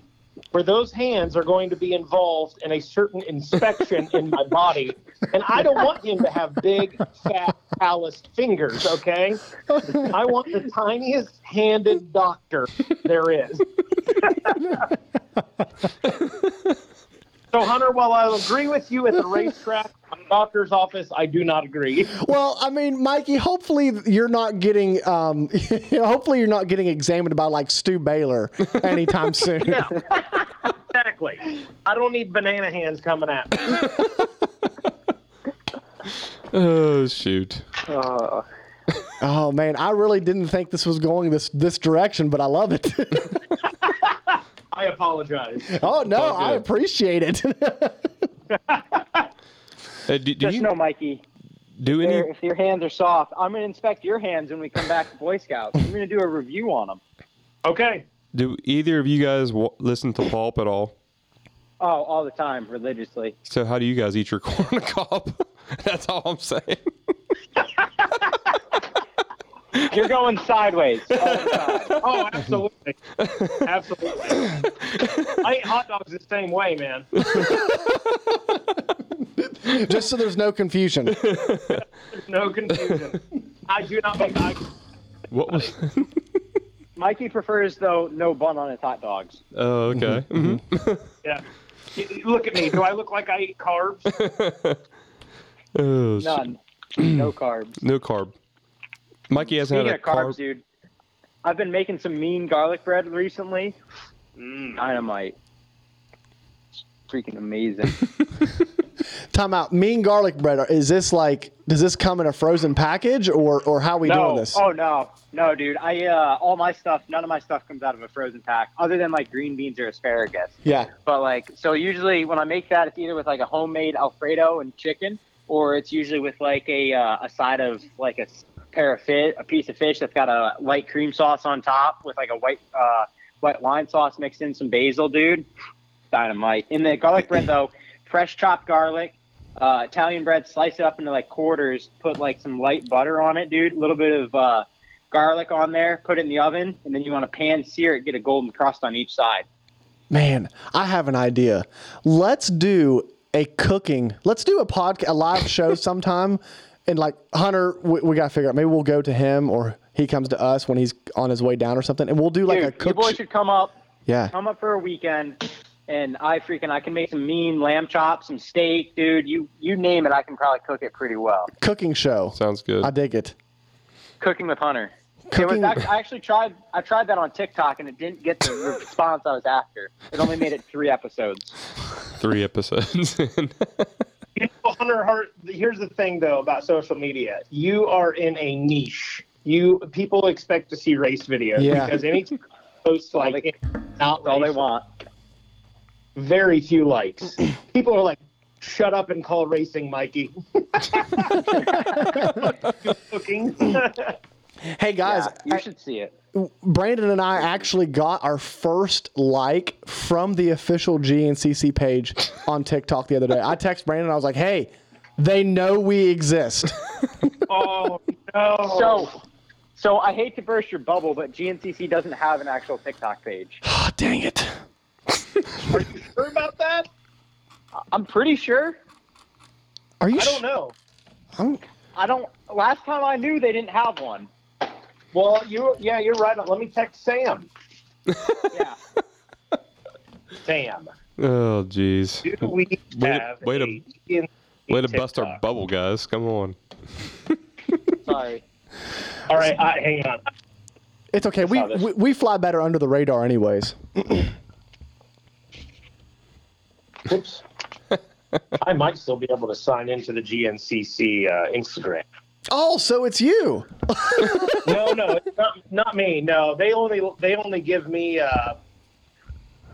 Speaker 6: where those hands are going to be involved in a certain inspection in my body, and I don't want him to have big, fat, calloused fingers. Okay, I want the tiniest handed doctor there is. So, Hunter, while I'll agree with you at the racetrack, on the doctor's office, I do not agree.
Speaker 4: Well, I mean, Mikey, hopefully you're not getting, um, you know, hopefully you're not getting examined by like Stu Baylor anytime soon.
Speaker 6: Exactly. I don't need banana hands coming at me.
Speaker 5: oh shoot.
Speaker 7: Uh,
Speaker 4: Oh man, I really didn't think this was going this this direction, but I love it.
Speaker 6: I apologize.
Speaker 4: oh no,
Speaker 5: all
Speaker 4: I
Speaker 5: good.
Speaker 4: appreciate it.
Speaker 5: Hey, do, do
Speaker 7: just
Speaker 5: you
Speaker 7: know, Mikey,
Speaker 5: do any?
Speaker 7: there- if your hands are soft, I'm gonna inspect your hands when we come back to Boy Scouts. I'm gonna do a review on them.
Speaker 6: Okay.
Speaker 5: Do either of you guys w- listen to Pulp at all?
Speaker 7: Oh, all the time, religiously.
Speaker 5: So how do you guys eat your corn on the cob? That's all I'm saying.
Speaker 7: You're going sideways all the time.
Speaker 6: Oh, absolutely. Absolutely. I eat hot dogs the same way, man.
Speaker 4: Just so there's no confusion.
Speaker 6: No confusion. I do not make eye
Speaker 5: What was?
Speaker 7: Mikey prefers though no bun on his hot dogs.
Speaker 5: oh, okay. Mhm.
Speaker 6: yeah. Y- y- Look at me. Do I look like I eat carbs?
Speaker 5: Oh, shoot.
Speaker 7: None. no carbs.
Speaker 5: No carb. Mikey hasn't
Speaker 7: Speaking
Speaker 5: had a
Speaker 7: of carbs,
Speaker 5: carb.
Speaker 7: dude, I've been making some mean garlic bread recently. Mm, Dynamite. It's freaking amazing.
Speaker 4: Time out. Mean garlic bread. Is this like? Does this come in a frozen package, or or how we
Speaker 7: no.
Speaker 4: doing this?
Speaker 7: Oh no. No, dude. I uh, all my stuff, none of my stuff comes out of a frozen pack other than like green beans or asparagus.
Speaker 4: Yeah.
Speaker 7: But like so usually when I make that it's either with like a homemade alfredo and chicken or it's usually with like a uh, a side of like a s- pair of fish, a piece of fish that's got a light cream sauce on top with like a white uh, white wine sauce mixed in some basil, dude. Dynamite. In the garlic bread though, fresh chopped garlic, uh, Italian bread, slice it up into like quarters, put like some light butter on it, dude. A little bit of uh, garlic on there, put it in the oven, and then you want to pan sear it, get a golden crust on each side.
Speaker 4: Man, I have an idea. Let's do a cooking. Let's do a podcast, a live show sometime. And like Hunter, we, we got to figure out. Maybe we'll go to him or he comes to us when he's on his way down or something. And we'll do like
Speaker 7: Dude,
Speaker 4: a
Speaker 7: you
Speaker 4: cook.
Speaker 7: boys
Speaker 4: sh-
Speaker 7: should come up.
Speaker 4: yeah.
Speaker 7: Come up for a weekend, and I freaking I can make some mean lamb chops, some steak, dude. You you name it, I can probably cook it pretty well.
Speaker 4: Cooking show.
Speaker 5: Sounds good.
Speaker 4: I dig it.
Speaker 7: Cooking with Hunter. It was
Speaker 4: Cooking.
Speaker 7: act- I actually tried. I tried that on TikTok, and it didn't get the response I was after. It only made it three episodes.
Speaker 5: Three episodes. in.
Speaker 6: You know, Hunter Hart. Here's the thing, though, about social media. You are in a niche. You people expect to see race videos
Speaker 4: Yeah.
Speaker 6: because anytime you post like
Speaker 7: they-
Speaker 6: not
Speaker 7: That's all they
Speaker 6: race,
Speaker 7: want.
Speaker 6: very few likes. people are like, "Shut up and call racing, Mikey." Cooking.
Speaker 4: hey guys,
Speaker 7: Yeah, you should see it.
Speaker 4: Brandon and I actually got our first like from the official GNCC page on TikTok the other day. I text Brandon. I was like, "Hey, they know we exist."
Speaker 6: oh no!
Speaker 7: So, so I hate to burst your bubble, but GNCC doesn't have an actual TikTok page.
Speaker 4: oh, dang it!
Speaker 6: are you sure about that?
Speaker 7: I'm pretty sure.
Speaker 4: Are you?
Speaker 6: I don't know.
Speaker 4: know.
Speaker 7: I don't. Last time I knew, they didn't have one.
Speaker 6: Well, you yeah, you're right. Let me text Sam.
Speaker 7: Yeah.
Speaker 6: Sam,
Speaker 5: oh, jeez.
Speaker 6: do we
Speaker 5: to-
Speaker 6: have
Speaker 5: way to-
Speaker 6: a
Speaker 5: Way to bust our bubble, guys. Come on.
Speaker 7: Sorry.
Speaker 6: All right, I, hang on.
Speaker 4: It's okay. We,
Speaker 6: saw this.
Speaker 4: we we fly better under the radar, anyways.
Speaker 6: Oops. I might still be able to sign into the GNCC uh, Instagram.
Speaker 4: Oh, so it's you?
Speaker 6: No, no, it's not not me. No, they only they only give me uh,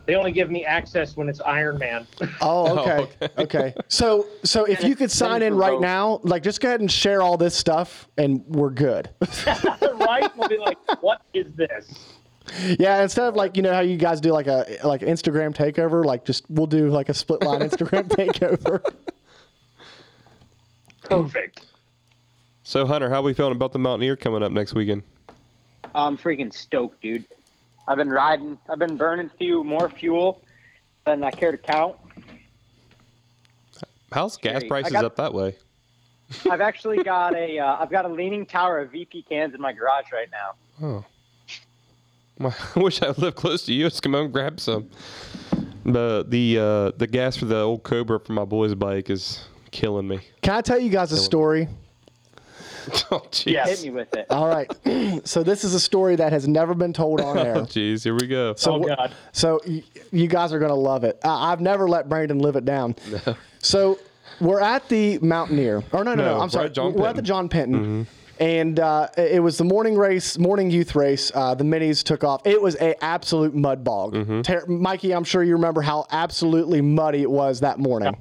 Speaker 6: they only give me access when it's Iron Man.
Speaker 4: Oh, okay, okay. So so if you could sign in right
Speaker 7: remote.
Speaker 4: now, like just go ahead and share all this stuff, and we're good.
Speaker 6: right? We'll be like, what is this?
Speaker 4: yeah, instead of like you know how you guys do like a like Instagram takeover, like just we'll do like a split line Instagram takeover.
Speaker 6: Perfect.
Speaker 5: So, Hunter, how we feeling about the Mountaineer coming up next weekend?
Speaker 7: I'm freaking stoked, dude. I've been riding. I've been burning few more fuel than I care to count.
Speaker 5: How's gas
Speaker 7: Great.
Speaker 5: prices
Speaker 7: I got-
Speaker 5: up that way?
Speaker 7: I've actually got a. Uh, I've got a leaning tower of VP cans in my garage right now.
Speaker 5: My, I wish I lived close to you. Let's come out and grab some. The the uh, the gas for the old Cobra for my boy's bike is killing me.
Speaker 4: Can I tell you guys a story?
Speaker 5: oh jeez.
Speaker 7: Hit me with it.
Speaker 4: All right. so this is a story that has never been told on air.
Speaker 5: Oh jeez. Here we go.
Speaker 4: So
Speaker 6: Oh,
Speaker 4: wh-
Speaker 6: God.
Speaker 4: So y- you guys are gonna love it. I- I've never let Brandon live it down. So we're at the Mountaineer. Or no, no, no.
Speaker 5: No,
Speaker 4: I'm
Speaker 5: we're
Speaker 4: sorry.
Speaker 5: at John Mm-hmm.
Speaker 4: we're at the
Speaker 5: Penton.
Speaker 4: John Penton. And uh, it it was the morning race, morning youth race. Uh, the minis took off. It was a absolute mud bog.
Speaker 5: Mm-hmm.
Speaker 4: Ter- Mikey, I'm sure you remember how absolutely muddy it was that morning.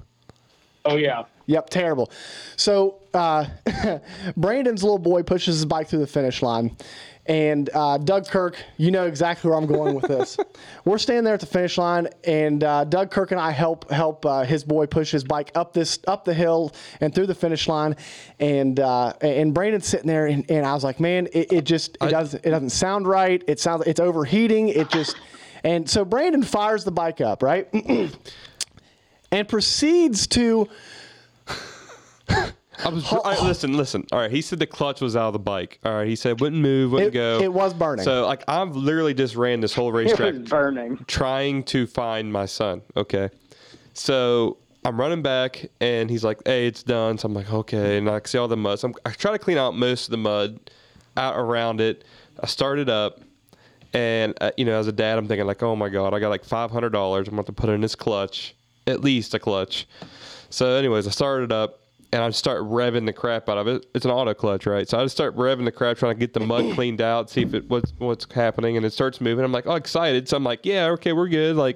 Speaker 6: Oh yeah.
Speaker 4: Yep, terrible. So uh, Brandon's little boy pushes his bike through the finish line, and uh, Doug Kirk, you know exactly where I'm going with this. We're standing there at the finish line, and uh, Doug Kirk and I help help uh, his boy push his bike up this up the hill and through the finish line, and uh, and Brandon's sitting there, and, and I was like, man, it, it just it doesn't it doesn't sound right. It sounds it's overheating. It just and so Brandon fires the bike up, right? and proceeds to
Speaker 5: I was dr- all right, listen, listen. All right, he said the clutch was out of the bike. All right, he said wouldn't move, wouldn't
Speaker 4: It-
Speaker 5: go.
Speaker 4: it was burning.
Speaker 5: So like I've literally just ran this whole
Speaker 7: It
Speaker 5: racetrack
Speaker 7: was burning.
Speaker 5: trying to find my son. Okay. So I'm running back and he's like, hey, it's done. So I'm like, okay. And I see all the mud. So I'm, I try to clean out most of the mud out around it. I started up. And, uh, you know, as a dad, I'm thinking, like, oh my God, I got like $500. I'm going to have to put in this clutch, at least a clutch. So, anyways, I started up and I just start revving the crap out of it. It's an auto clutch, right? So I just start revving the crap, trying to get the mud cleaned out, see if it what's what's happening, and it starts moving. I'm like, oh, excited. So I'm like, yeah, okay, we're good. Like,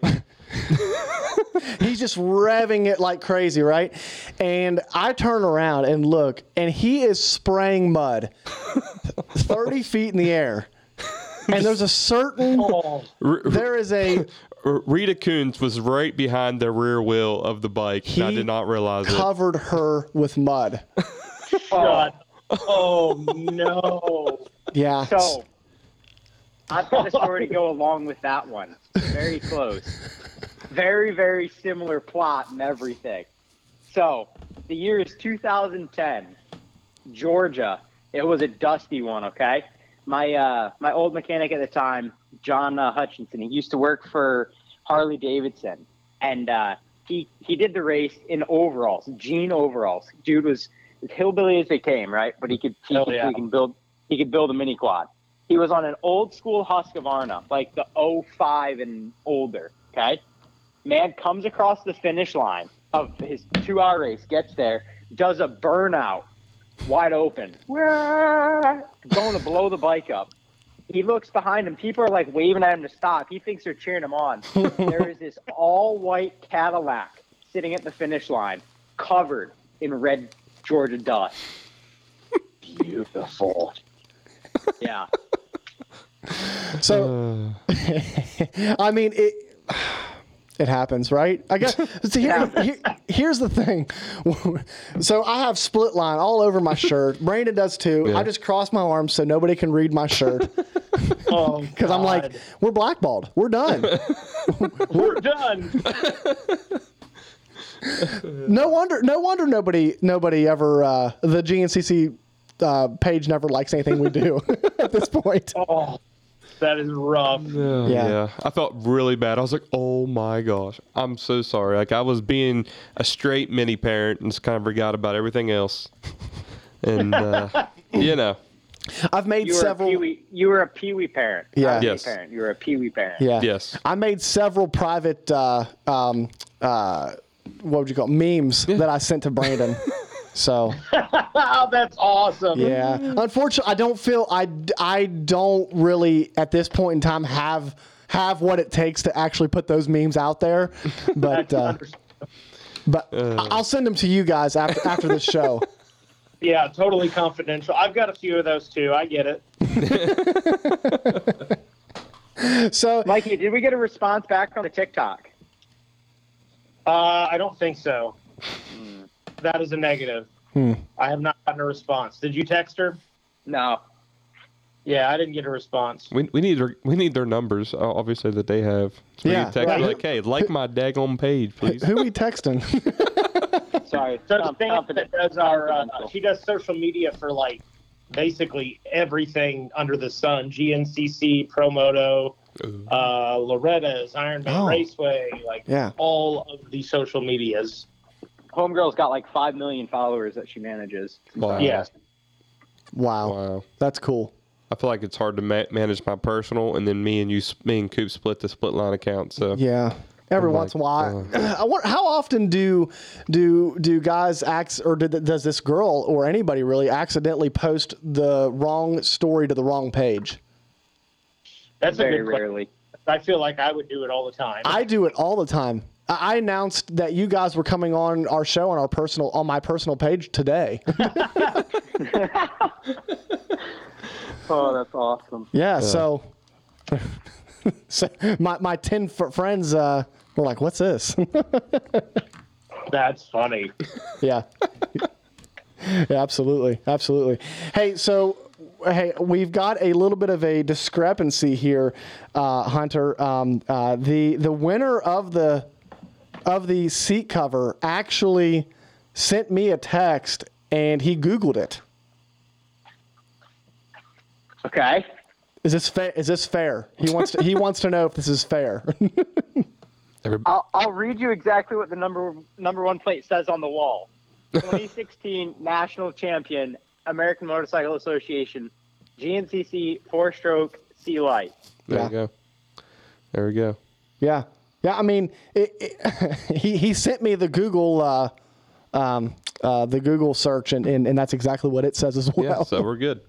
Speaker 4: he's just revving it like crazy, right? And I turn around and look, and he is spraying mud 30 feet in the air. And there's a certain,
Speaker 5: R- R-
Speaker 4: there is a
Speaker 5: R- Rita Coons was right behind the rear wheel of the bike. and I
Speaker 4: He
Speaker 5: did not realize it.
Speaker 4: covered her with mud.
Speaker 6: God. Oh no.
Speaker 4: Yeah.
Speaker 7: Oh. So, I've got a story to go along with that one. Very close. very, very similar plot and everything. So the year is 2010, Georgia. It was a dusty one. Okay, my uh, my old mechanic at the time, John uh, Hutchinson. He used to work for Harley Davidson, and uh, he he did the race in overalls, jean overalls. Dude was as hillbilly as they came, right? But he could he,
Speaker 6: Hell
Speaker 7: could
Speaker 6: yeah.
Speaker 7: he can build he could build a mini quad. He was on an old school Husqvarna, like the 05 and older. Okay, man comes across the finish line of his two hour race, gets there, does a burnout, wide open, going to blow the bike up. He looks behind him. People are like waving at him to stop. He thinks they're cheering him on. there is this all white Cadillac sitting at the finish line, covered in red Georgia dust. Beautiful. Yeah.
Speaker 4: So I mean it. It happens, right? I guess. So here, here- here's the thing. So I have split line all over my shirt. Brandon does too.
Speaker 5: Yeah.
Speaker 4: I just cross my arms so nobody can read my shirt
Speaker 6: Oh,
Speaker 4: because I'm like,
Speaker 6: God.
Speaker 4: we're blackballed. We're done.
Speaker 6: we're done.
Speaker 4: No wonder. No wonder nobody. Nobody ever. Uh, the GNCC uh, page never likes anything we do at this point.
Speaker 6: Oh, that is rough.
Speaker 5: Oh,
Speaker 4: Yeah.
Speaker 5: yeah. I felt really bad. I was like, oh my gosh. I'm so sorry. Like, I was being a straight mini parent and just kind of forgot about everything else. And, uh, you know,
Speaker 4: I've made
Speaker 7: You were, a
Speaker 4: several.
Speaker 7: peewee, you were a peewee parent.
Speaker 4: Yeah.
Speaker 7: Not a
Speaker 5: Yes.
Speaker 7: Pee Parent. You were a peewee parent.
Speaker 4: Yeah.
Speaker 5: Yes.
Speaker 4: I made several private. Uh, um, uh, what would you call it? memes that I sent to Brandon? so
Speaker 6: Oh, that's awesome.
Speaker 4: yeah. Unfortunately, I don't feel I I don't really at this point in time have have what it takes to actually put those memes out there, but. Uh, but
Speaker 6: Uh.
Speaker 4: I- I'll send them to you guys after after the show.
Speaker 6: Yeah, totally confidential. I've got a few of those too. I get it.
Speaker 4: So
Speaker 7: Mikey, did we get a response back on the TikTok?
Speaker 6: Uh, I don't think so.
Speaker 7: Hmm.
Speaker 6: That is a negative.
Speaker 4: Hmm.
Speaker 6: I have not gotten a response. Did you text her?
Speaker 7: No.
Speaker 6: Yeah, I didn't get a response.
Speaker 5: we, we need their- we need their numbers, uh, obviously, that they have. So we
Speaker 4: Yeah.
Speaker 5: can text
Speaker 6: Right.
Speaker 5: them, like, hey, like my daggone page, please.
Speaker 4: Who we texting?
Speaker 7: Sorry.
Speaker 6: So
Speaker 7: com-
Speaker 6: Sam
Speaker 7: confident-
Speaker 6: does our, uh,
Speaker 7: confidential.
Speaker 6: she does social media for like basically everything under the sun. GNCC, Promoto, uh, Loretta's, Iron Man
Speaker 4: Oh.
Speaker 6: Raceway, like
Speaker 4: Yeah.
Speaker 6: all of the social medias.
Speaker 7: Homegirl's got like five million followers that she manages.
Speaker 5: Wow.
Speaker 6: Yeah.
Speaker 4: Wow.
Speaker 5: Wow.
Speaker 4: That's cool.
Speaker 5: I feel like it's hard to ma- manage my personal, and then me and you, s- me and Coop split the split line account. So
Speaker 4: Yeah. Every
Speaker 5: Oh my
Speaker 4: once in a while, I wonder how often do do do guys acts or did, does this girl or anybody really accidentally post the wrong story to the wrong page?
Speaker 6: That's a
Speaker 7: Very
Speaker 6: good question.
Speaker 7: rarely.
Speaker 6: I feel like I would do it all the time.
Speaker 4: I do it all the time. I I announced that you guys were coming on our show on our personal on my personal page today.
Speaker 7: Oh, that's awesome.
Speaker 4: Yeah, so, so my my ten fr- friends uh, were like, "What's this?"
Speaker 6: That's funny.
Speaker 4: yeah. yeah, absolutely. Absolutely. Hey, so hey, we've got a little bit of a discrepancy here, uh, Hunter. Um, uh, the the winner of the of the seat cover actually sent me a text and he googled it.
Speaker 7: Okay.
Speaker 4: Is this fair? Is this fair? He wants to, he wants to know if this is fair.
Speaker 7: I'll, I'll read you exactly what the number number one plate says on the wall. 2016 national champion, American Motorcycle Association, GNCC four-stroke Sea Light.
Speaker 5: there
Speaker 4: Yeah.
Speaker 5: we go. There we go.
Speaker 4: Yeah, yeah. I mean, it, it, he he sent me the Google. Uh, um, uh, the Google search and, and, and that's exactly what it says as well.
Speaker 5: Yeah, so we're good.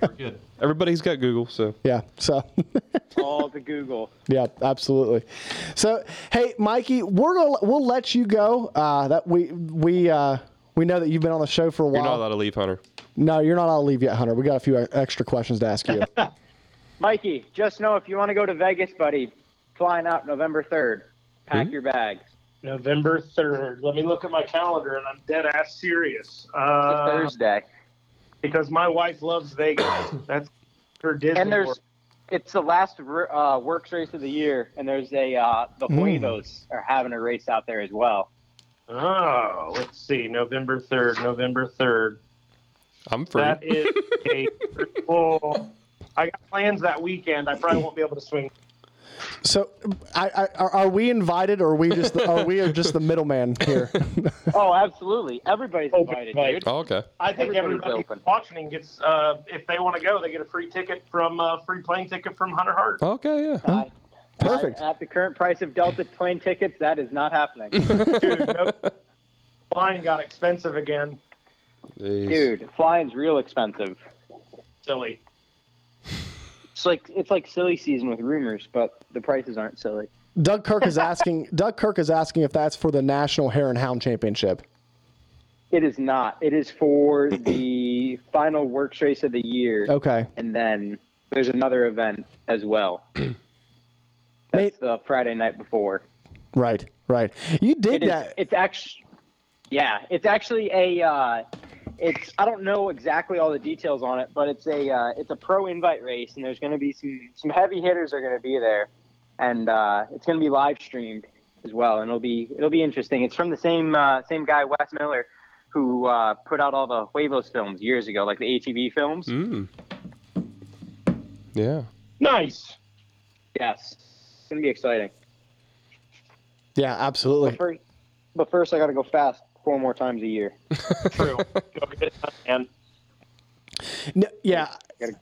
Speaker 5: We're good. Everybody's got Google, so
Speaker 4: Yeah, so
Speaker 7: All to Google.
Speaker 4: yeah, absolutely. So hey, Mikey, we're gonna we'll let you go. Uh, that we we uh, we know that you've been on the show for a while.
Speaker 5: you're not allowed to leave, Hunter.
Speaker 4: no, you're not. I'll leave yet, Hunter. We got a few e- extra questions to ask you.
Speaker 7: Mikey, just know if you want to go to Vegas, buddy, flying out November 3rd.
Speaker 4: Hmm?
Speaker 7: Pack your bags.
Speaker 6: November 3rd. Let me look at my calendar and I'm dead ass serious.
Speaker 7: It's a
Speaker 6: Uh,
Speaker 7: Thursday.
Speaker 6: because my wife loves Vegas. That's her Disney.
Speaker 7: And there's
Speaker 6: World.
Speaker 7: it's the last r- uh, works race of the year, and there's a uh, the Huevos are having a race out there as well.
Speaker 6: Oh, let's see. November 3rd, November 3rd.
Speaker 5: I'm free.
Speaker 6: That is a full. I got plans that weekend. I probably won't be able to swing.
Speaker 4: So, I, I, are, are we invited, or are we just the, are we are just the middleman here?
Speaker 7: Oh, absolutely. Everybody's
Speaker 6: Open
Speaker 7: invited,
Speaker 6: invite.
Speaker 7: dude.
Speaker 5: oh, okay.
Speaker 6: I think
Speaker 7: Everybody's
Speaker 6: everybody
Speaker 7: open.
Speaker 6: watching gets, uh, if they want to go, they get a free ticket from, uh, free plane ticket from Hunter Hart.
Speaker 5: Okay, yeah.
Speaker 7: I-
Speaker 4: Perfect.
Speaker 7: I- at the current price of Delta plane tickets, that is not happening.
Speaker 6: Dude, no, flying got expensive again.
Speaker 5: Jeez.
Speaker 7: Dude, flying's real expensive.
Speaker 6: Silly.
Speaker 7: It's like it's like silly season with rumors, but the prices aren't silly.
Speaker 4: Doug Kirk is asking. Doug Kirk is asking if that's for the National Hare and Hound Championship.
Speaker 7: It is not. It is for the final works race of the year,
Speaker 4: Okay.
Speaker 7: and then there's another event as well.
Speaker 4: Nate-
Speaker 7: That's the Friday night before.
Speaker 4: Right. Right. You
Speaker 7: It
Speaker 4: did
Speaker 7: is.
Speaker 4: that.
Speaker 7: It's actually, yeah, it's actually a. Uh, it's I don't know exactly all the details on it, but it's a uh, it's a pro invite race, and there's going to be some some heavy hitters are going to be there, and uh, it's going to be live streamed as well, and it'll be it'll be interesting. It's from the same uh, same guy Wes Miller, who uh, put out all the Huevos films years ago, like the ATV films.
Speaker 5: Mm. Yeah.
Speaker 6: Nice.
Speaker 7: Yes, it's going to be exciting.
Speaker 4: yeah. Absolutely.
Speaker 7: But first, but first I got to go fast four more times a year.
Speaker 6: True. Go get it done, man.
Speaker 4: No, yeah.
Speaker 7: Gotta-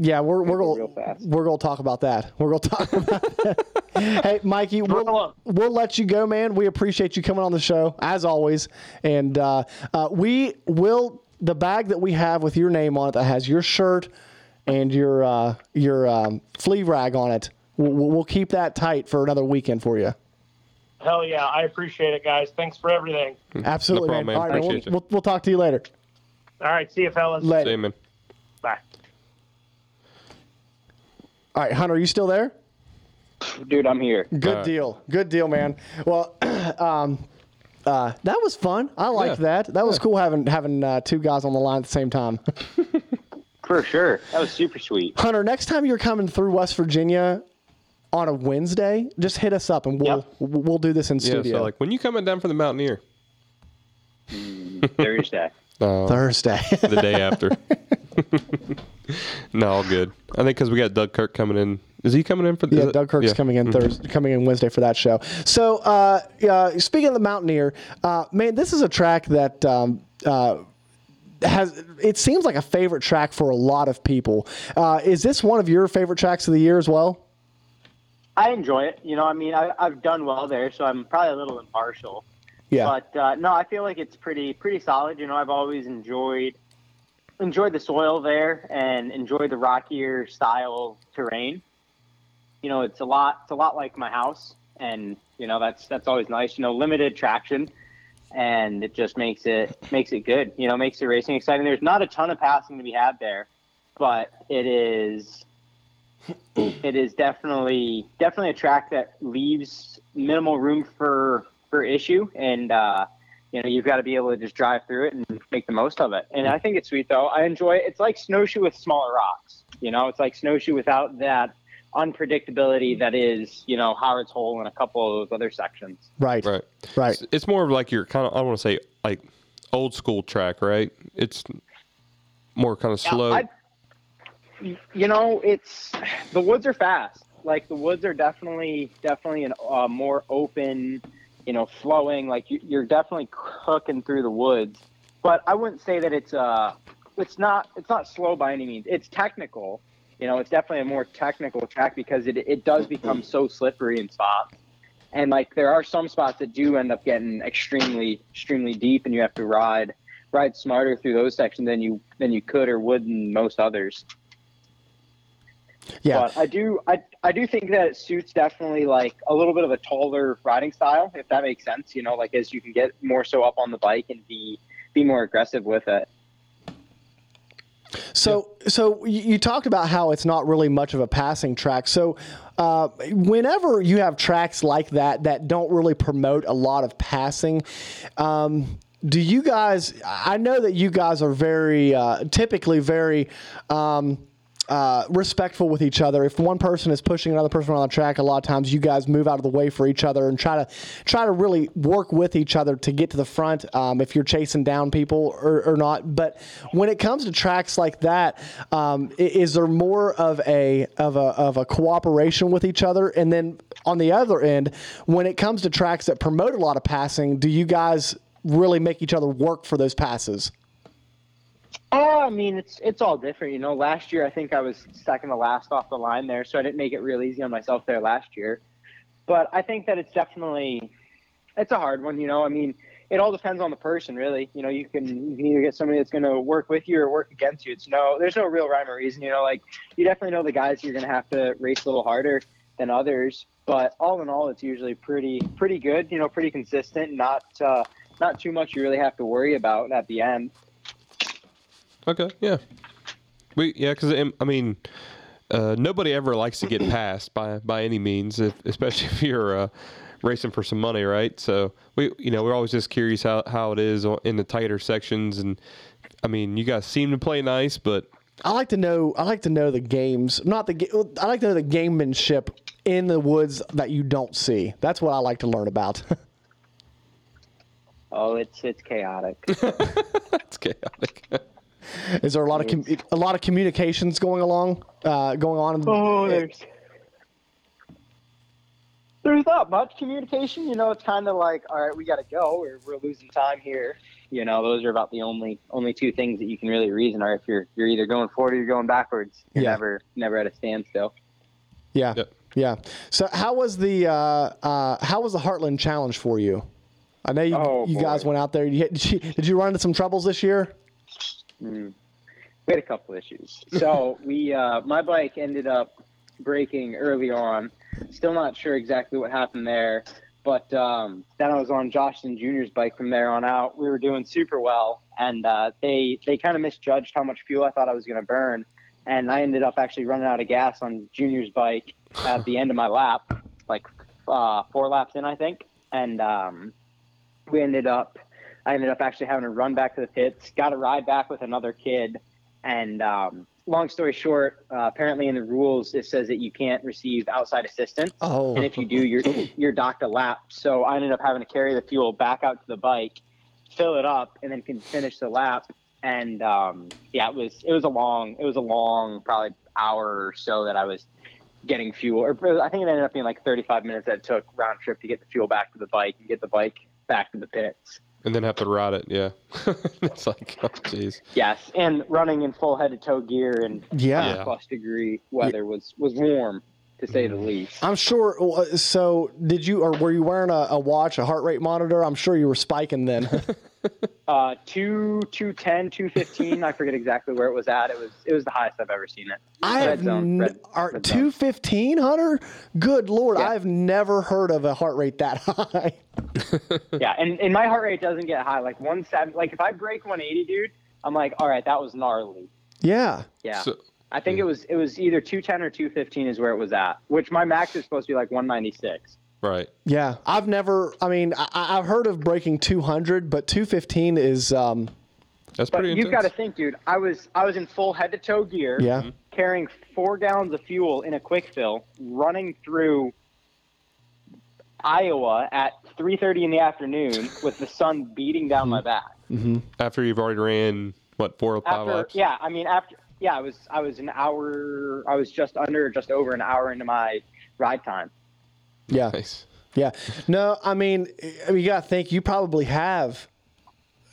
Speaker 4: Yeah, we're we're
Speaker 7: go
Speaker 4: gonna
Speaker 7: real fast.
Speaker 4: we're gonna talk about that. We're gonna talk about that. hey, Mikey,
Speaker 6: Roll
Speaker 4: we'll,
Speaker 6: up.
Speaker 4: we'll let you go, man. We appreciate you coming on the show as always, and uh, uh, we will the bag that we have with your name on it that has your shirt and your uh, your um, flea rag on it. We'll, we'll keep that tight for another weekend for you.
Speaker 6: Hell yeah. I appreciate it, guys. Thanks for everything.
Speaker 4: Absolutely,
Speaker 5: Hmm. problem, man.
Speaker 4: All right, we'll,
Speaker 5: Appreciate you.
Speaker 4: we'll, we'll talk to you later.
Speaker 6: All right. See you, fellas.
Speaker 4: Later.
Speaker 5: See you, man.
Speaker 6: Bye.
Speaker 4: All right, Hunter, are you still there?
Speaker 7: Dude, I'm here.
Speaker 4: Good
Speaker 5: Alright.
Speaker 4: deal. Good deal, man. Well, um, uh, that was fun. I liked
Speaker 5: Yeah.
Speaker 4: that. That was cool having having uh, two guys on the line at the same time.
Speaker 7: For sure. That was super sweet.
Speaker 4: Hunter, next time you're coming through West Virginia on a Wednesday, just hit us up and we'll we'll we'll do this in
Speaker 5: Yeah,
Speaker 4: studio
Speaker 5: so like when you coming down from the Mountaineer?
Speaker 7: Thursday.
Speaker 5: No,
Speaker 4: Thursday.
Speaker 5: the day after. no, all good. I think because we got Doug Kirk coming in. Is he coming in for?
Speaker 4: yeah,
Speaker 5: is it-
Speaker 4: Doug Kirk's
Speaker 5: yeah. Mm-hmm.
Speaker 4: coming in Thursday, coming in Wednesday for that show. So, uh, uh, speaking of the Mountaineer, uh, man, this is a track that um, uh, has it seems like a favorite track for a lot of people. Uh, is this one of your favorite tracks of the year as well?
Speaker 7: I enjoy it. You know, I mean, I, I've done well there, so I'm probably a little impartial.
Speaker 4: Yeah,
Speaker 7: But uh, no, I feel like it's pretty pretty solid. You know, I've always enjoyed enjoyed the soil there and enjoyed the rockier style terrain. You know, it's a lot it's a lot like my house, and you know that's that's always nice. You know, limited traction, and it just makes it makes it good. You know, makes the racing exciting. There's not a ton of passing to be had there, but it is it is definitely definitely a track that leaves minimal room for for issue and uh you know you've got to be able to just drive through it and make the most of it and i think it's sweet though i enjoy it it's like snowshoe with smaller rocks you know it's like snowshoe without that unpredictability that is you know howard's hole and a couple of those other sections
Speaker 4: right, right.
Speaker 5: Right. It's, it's more of like your kind of I want to say like old school track, right? It's more kind of slow.
Speaker 7: I- you know it's the woods are fast like the woods are definitely definitely an uh, more open you know flowing like you, you're definitely cooking through the woods but i wouldn't say that it's uh it's not it's not slow by any means it's technical you know it's definitely a more technical track because it, it does become so slippery in spots and like there are some spots that do end up getting extremely extremely deep and you have to ride ride smarter through those sections than you than you could or would in most others
Speaker 4: yeah.
Speaker 7: but I do I, I do think that it suits definitely like a little bit of a taller riding style, if that makes sense. You know, like as you can get more so up on the bike and be be more aggressive with it.
Speaker 4: So, so you you talked about how it's not really much of a passing track. So, uh, whenever you have tracks like that that don't really promote a lot of passing, um, do you guys? I know that you guys are very uh, typically very. Um, uh, respectful with each other. If one person is pushing another person on the track, a lot of times you guys move out of the way for each other and try to try to really work with each other to get to the front. Um, if you're chasing down people or, or not, but when it comes to tracks like that, um, i- is there more of a of a of a cooperation with each other? And then on the other end, when it comes to tracks that promote a lot of passing, do you guys really make each other work for those passes?
Speaker 7: Oh, I mean, it's it's all different, you know. Last year, I think I was second to last off the line there, so I didn't make it real easy on myself there last year. But I think that it's definitely it's a hard one, you know. I mean, it all depends on the person, really. You know, you can you can either get somebody that's going to work with you or work against you. It's no, there's no real rhyme or reason, you know. Like you definitely know the guys you're going to have to race a little harder than others, but all in all, it's usually pretty pretty good, you know, pretty consistent. Not uh, not too much you really have to worry about at the end.
Speaker 5: Okay, yeah. We yeah, because I mean, uh, nobody ever likes to get passed by by any means, if, especially if you're uh, racing for some money, right? So we you know we're always just curious how how it is on- in the tighter sections, and I mean, you guys seem to play nice, but
Speaker 4: I like to know. I like to know the games, not the. ga- I like to know the gamemanship in the woods that you don't see. That's what I like to learn about.
Speaker 7: Oh, it's it's chaotic.
Speaker 5: it's chaotic.
Speaker 4: Is there a lot of com- a lot of communications going along, uh, going on? in-
Speaker 7: Oh, there's there's not much communication. You know, it's kind of like, all right, we got to go. We're, we're losing time here. You know, those are about the only only two things that you can really reason are if you're you're either going forward or you're going backwards. You're
Speaker 4: Yeah.
Speaker 7: never never at a standstill.
Speaker 4: yeah,
Speaker 5: Yep.
Speaker 4: yeah. So how was the uh, uh, how was the Heartland Challenge for you? I know you,
Speaker 7: Oh,
Speaker 4: you
Speaker 7: boy.
Speaker 4: guys went out there. You, did, you, did you run into some troubles this year?
Speaker 7: Mm-hmm. we had a couple issues. So we, uh, my bike ended up breaking early on. Still not sure exactly what happened there, but um, then I was on Joshton Jr.'s bike from there on out. We were doing super well, and uh, they they kind of misjudged how much fuel I thought I was going to burn, and I ended up actually running out of gas on Junior's bike at the end of my lap, like uh, four laps in, I think, and um, we ended up. I ended up actually having to run back to the pits, got a ride back with another kid, and um, long story short, uh, apparently in the rules it says that you can't receive outside assistance,
Speaker 4: Oh,
Speaker 7: and if you do, you're you're docked a lap. So I ended up having to carry the fuel back out to the bike, fill it up, and then can finish the lap. And um, yeah, it was it was a long it was a long probably hour or so that I was getting fuel. Or I think it ended up being like 35 minutes that it took round trip to get the fuel back to the bike and get the bike back to the pits.
Speaker 5: And then have to ride it, yeah. it's like, oh, jeez.
Speaker 7: Yes, and running in full head to toe gear and
Speaker 4: Yeah.
Speaker 5: Yeah.
Speaker 7: plus degree weather was was warm to say the least.
Speaker 4: I'm sure. well, uh, So did you or were you wearing a, a watch, a heart rate monitor? I'm sure you were spiking then.
Speaker 7: Uh, two two ten two fifteen. I forget exactly where it was at. It was it was the highest I've ever seen it.
Speaker 4: I
Speaker 7: Red
Speaker 4: have
Speaker 7: zone,
Speaker 4: n-
Speaker 7: red-
Speaker 4: are
Speaker 7: red zone.
Speaker 4: 215, Hunter? Good lord,
Speaker 7: Yeah.
Speaker 4: I've never heard of a heart rate that high.
Speaker 7: Yeah, and, and my heart rate doesn't get high. Like one seven. Like if I break one eighty, dude, I'm like, all right, that was gnarly.
Speaker 4: yeah.
Speaker 7: Yeah.
Speaker 5: So,
Speaker 7: I think it was it was either two ten or two fifteen is where it was at. Which my max is supposed to be like one ninety six.
Speaker 5: right.
Speaker 4: Yeah. I've never I mean, I, I- I've heard of breaking 200, but 215 is um
Speaker 5: That's
Speaker 7: But
Speaker 5: pretty
Speaker 7: you got to
Speaker 5: intense.
Speaker 7: think, dude. I was I was in full head to toe gear.
Speaker 4: yeah.
Speaker 7: carrying four gallons of fuel in a quick fill, running through Iowa at 3:30 in the afternoon with the sun beating down my back.
Speaker 5: After you've already ran, what, four or five
Speaker 7: After
Speaker 5: laps?
Speaker 7: yeah, I mean after yeah, I was I was an hour, I was just under, just over an hour into my ride time.
Speaker 4: Yeah.
Speaker 5: Nice.
Speaker 4: Yeah. No, I mean, I mean, you got to think you probably have.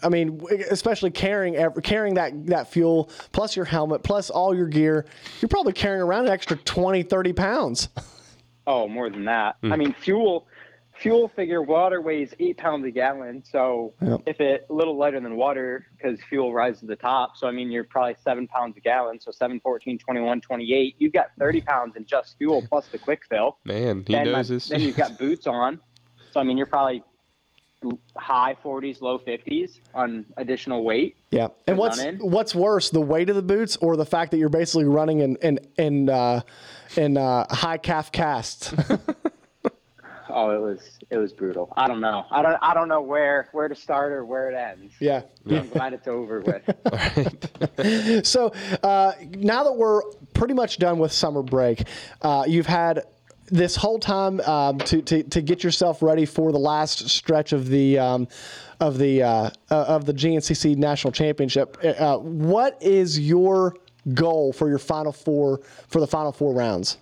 Speaker 4: I mean, w- especially carrying ev- carrying that that fuel plus your helmet plus all your gear, you're probably carrying around an extra 20, 30 pounds.
Speaker 7: Oh, more than that. I mean fuel. Fuel figure water weighs eight pounds a gallon, so
Speaker 4: Yep.
Speaker 7: if it a little lighter than water because fuel rises to the top. So I mean, you're probably seven pounds a gallon, so 7, 14, 21, 28. You've got 30 pounds in just fuel plus the quick fill.
Speaker 5: Man, he
Speaker 7: Then, my-
Speaker 5: knows this.
Speaker 7: then you've got boots on, so I mean, you're probably high 40s, low 50s on additional weight.
Speaker 4: Yeah, and
Speaker 7: Run
Speaker 4: what's
Speaker 7: in.
Speaker 4: what's worse, the weight of the boots or the fact that you're basically running in in in uh, in uh, high calf casts?
Speaker 7: Oh, it was it was brutal. I don't know. I don't I don't know where where to start or where it ends.
Speaker 4: yeah.
Speaker 7: I'm glad it's over with.
Speaker 5: All right.
Speaker 4: So uh, now that we're pretty much done with summer break. Uh, you've had this whole time um, to, to, to get yourself ready for the last stretch of the um, of the uh, uh, of the GNCC National Championship. Uh, what is your goal for your final four for the final four rounds?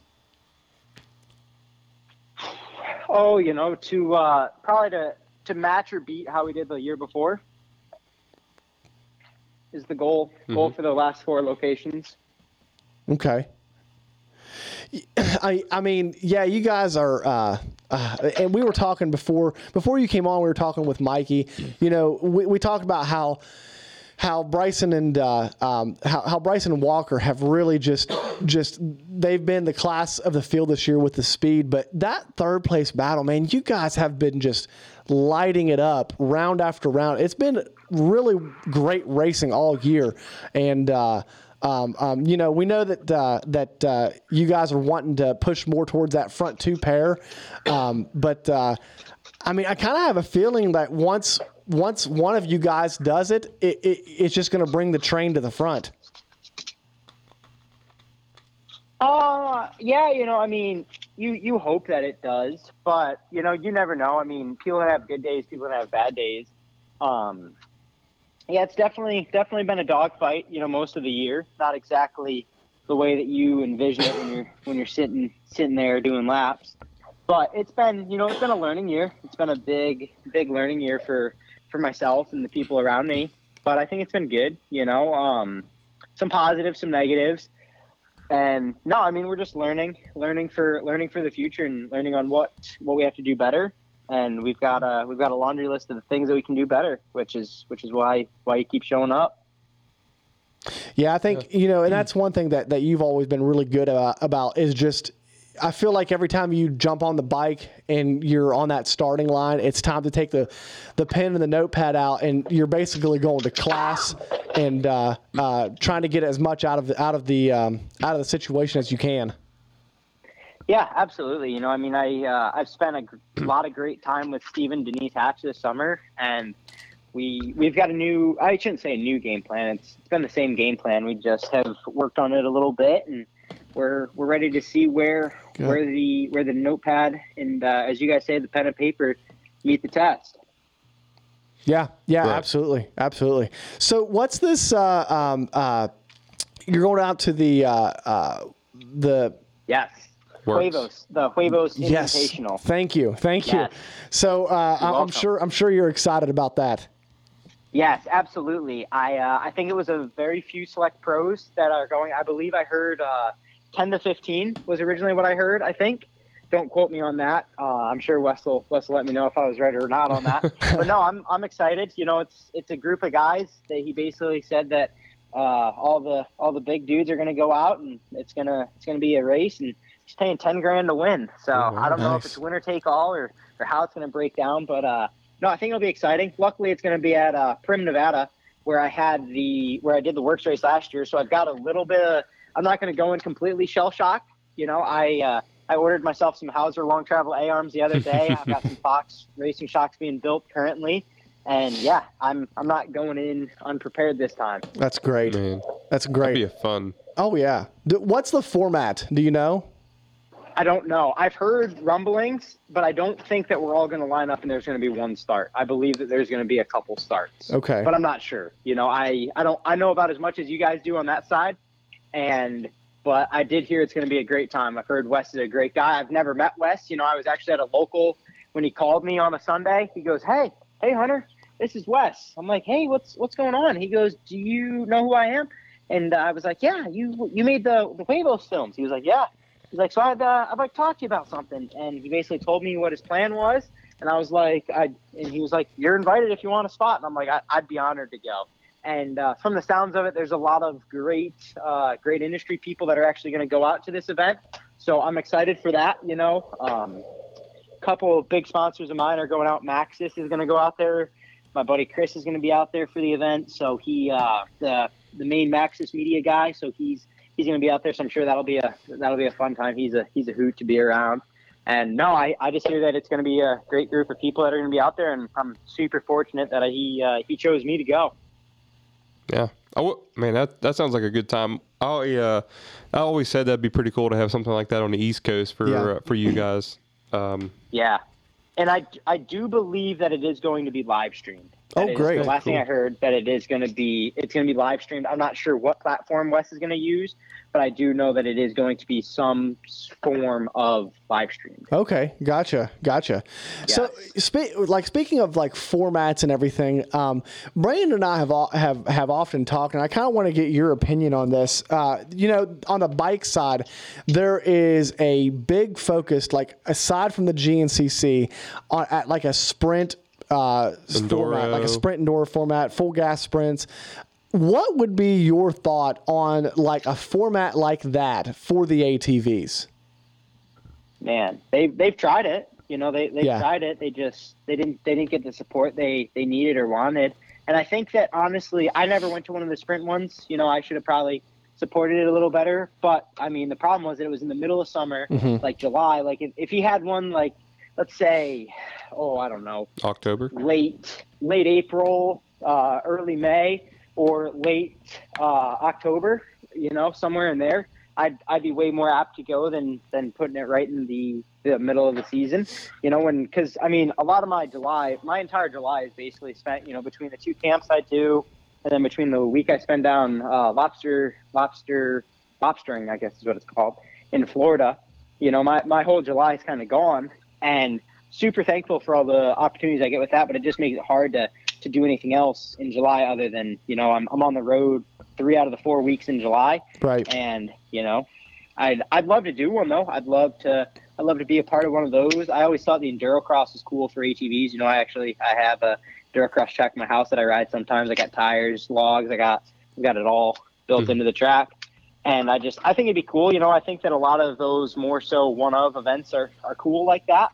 Speaker 8: Oh, you know, to uh, probably to to match or beat how we did the year before is the goal goal for the last four locations.
Speaker 4: Okay. I I mean, yeah, you guys are. Uh, uh, and we were talking before before you came on. We were talking with Mikey. You know, we, we talked about how how Bryson and uh, um, how, how Bryson and Walker have really just just they've been the class of the field this year with the speed. But that third place battle, man, you guys have been just lighting it up round after round. It's been really great racing all year, and. Uh, um, um, you know, we know that uh, that uh, you guys are wanting to push more towards that front two pair, um, but uh, I mean, I kind of have a feeling that once once one of you guys does it, it, it it's just going to bring the train to the front.
Speaker 8: Uh, yeah, you know, I mean, you you hope that it does, but you know, you never know. I mean, people that have good days, people that have bad days. Um, yeah, it's definitely definitely been a dogfight. You know, most of the year, not exactly the way that you envision it when you're when you're sitting sitting there doing laps. But it's been you know it's been a learning year. It's been a big big learning year for for myself and the people around me. But I think it's been good. You know, um, some positives, some negatives and no i mean we're just learning learning for learning for the future and learning on what what we have to do better and we've got a we've got a laundry list of the things that we can do better which is which is why why you keep showing up
Speaker 4: Yeah, I think you know, and that's one thing that that you've always been really good about, about is just. I feel like every time you jump on the bike and you're on that starting line, it's time to take the, the pen and the notepad out, and you're basically going to class and uh, uh, trying to get as much out of the, out of the um, out of the situation as you can.
Speaker 8: Yeah, absolutely. You know, I mean, I uh, I've spent a gr- lot of great time with Steven Denise Hatch this summer, and we we've got a new. I shouldn't say a new game plan. It's, it's been the same game plan. We just have worked on it a little bit, and we're we're ready to see where where the where the notepad and uh, as you guys say, the pen and paper meet the test.
Speaker 4: Yeah, yeah,
Speaker 5: Right.
Speaker 4: absolutely, absolutely. So, what's this? Uh, um, uh, you're going out to the uh, uh, the
Speaker 8: Yes,
Speaker 5: Works.
Speaker 8: Huevos, the Huevos Invitational.
Speaker 4: Thank you. Thank
Speaker 8: Yes.
Speaker 4: you. So uh, I- I'm
Speaker 8: welcome.
Speaker 4: sure I'm sure you're excited about that.
Speaker 8: Yes, absolutely. I uh, I think it was a very few select pros that are going. I believe I heard uh, ten to fifteen was originally what I heard. I think. Don't quote me on that. Uh, I'm sure Wes will, Wes will let me know if I was right or not on that. but no, I'm I'm excited. You know, it's it's a group of guys that he basically said that uh, all the all the big dudes are going to go out and it's gonna it's gonna be a race and he's paying ten grand to win. So I don't know if
Speaker 4: nice.
Speaker 8: it's winner take all or or how it's going to break down, but. Uh, no, I think it'll be exciting. Luckily, it's going to be at uh, Prim, Nevada, where I had the where I did the works race last year. So I've got a little bit of. I'm not going to go in completely shell shocked. You know, I uh, I ordered myself some Hauser long travel A arms the other day. I've got some Fox racing shocks being built currently, and yeah, I'm I'm not going in unprepared this time.
Speaker 4: That's great.
Speaker 5: Man,
Speaker 4: That's
Speaker 5: that'd be
Speaker 4: great.
Speaker 5: a fun.
Speaker 4: Oh yeah. D- What's the format? Do you know?
Speaker 8: I don't know. I've heard rumblings, but I don't think that we're all going to line up and there's going to be one start. I believe that there's going to be a couple starts.
Speaker 4: Okay.
Speaker 8: But I'm not sure. You know, I I don't I know about as much as you guys do on that side, and but I did hear it's going to be a great time. I've heard Wes is a great guy. I've never met Wes. You know, I was actually at a local when he called me on a Sunday. He goes, "Hey, hey, Hunter, this is Wes." I'm like, "Hey, what's what's going on?" He goes, "Do you know who I am?" And uh, I was like, "Yeah, you you made the the Huevos films." He was like, "Yeah." He's like, "So I'd uh, I'd like to talk to you about something," and he basically told me what his plan was. And I was like, I and he was like, "You're invited if you want a spot." And I'm like, I, "I'd be honored to go." And uh, from the sounds of it, there's a lot of great, uh, great industry people that are actually going to go out to this event. So I'm excited for that. You know, um, couple of big sponsors of mine are going out. Maxis is going to go out there. My buddy Chris is going to be out there for the event. So he, uh, the the main Maxis media guy. So he's he's going to be out there. So I'm sure that'll be a that'll be a fun time. He's a he's a hoot to be around. And no, I, I just hear that it's going to be a great group of people that are going to be out there, and I'm super fortunate that he uh, he chose me to go.
Speaker 5: Yeah, I w- man, that that sounds like a good time. Oh yeah, I always said that'd be pretty cool to have something like that on the East Coast for
Speaker 4: Yeah.
Speaker 5: uh, for you guys. Um,
Speaker 8: Yeah, and I I do believe that it is going to be live streamed. That
Speaker 4: Oh,
Speaker 8: is
Speaker 4: great.
Speaker 8: The last thing I heard that it is going to be it's going to be live streamed. I'm not sure what platform Wes is going to use, but I do know that it is going to be some s- form of live streamed.
Speaker 4: Okay, gotcha, gotcha. So, spe- like speaking of like formats and everything, um, Brandon and I have all, have have often talked, and I kind of want to get your opinion on this. Uh, you know, on the bike side, there is a big focus, like aside from the GNCC, on at like a sprint uh, format, like a
Speaker 5: Enduro.
Speaker 4: sprint indoor format, full gas sprints. What would be your thought on like a format like that for the ATVs?
Speaker 8: Man, they they've tried it. You know, they they
Speaker 4: Yeah.
Speaker 8: have tried it. They just they didn't they didn't get the support they they needed or wanted. And I think that honestly, I never went to one of the sprint ones. You know, I should have probably supported it a little better. But I mean, the problem was that it was in the middle of summer, like July. Like if, if he had one, like let's say, oh I don't know,
Speaker 5: October.
Speaker 8: late late April, uh, early May, or late uh, October. You know, somewhere in there, I'd I'd be way more apt to go than than putting it right in the the middle of the season. You know, when because I mean, a lot of my July, my entire July is basically spent. You know, between the two camps I do, and then between the week I spend down uh, lobster lobster lobstering, I guess is what it's called in Florida. You know, my my whole July is kind of gone, and super thankful for all the opportunities I get with that, but it just makes it hard to, to do anything else in July other than, you know, I'm, I'm on the road three out of the four weeks in July.
Speaker 4: Right.
Speaker 8: And, you know, I'd, I'd love to do one though. I'd love to, I'd love to be a part of one of those. I always thought the Endurocross was cool for ATVs. You know, I actually, I have a Endurocross track in my house that I ride sometimes. I got tires, logs, I got, we got it all built into the track. And I just, I think it'd be cool. You know, I think that a lot of those more so one of events are, are cool like that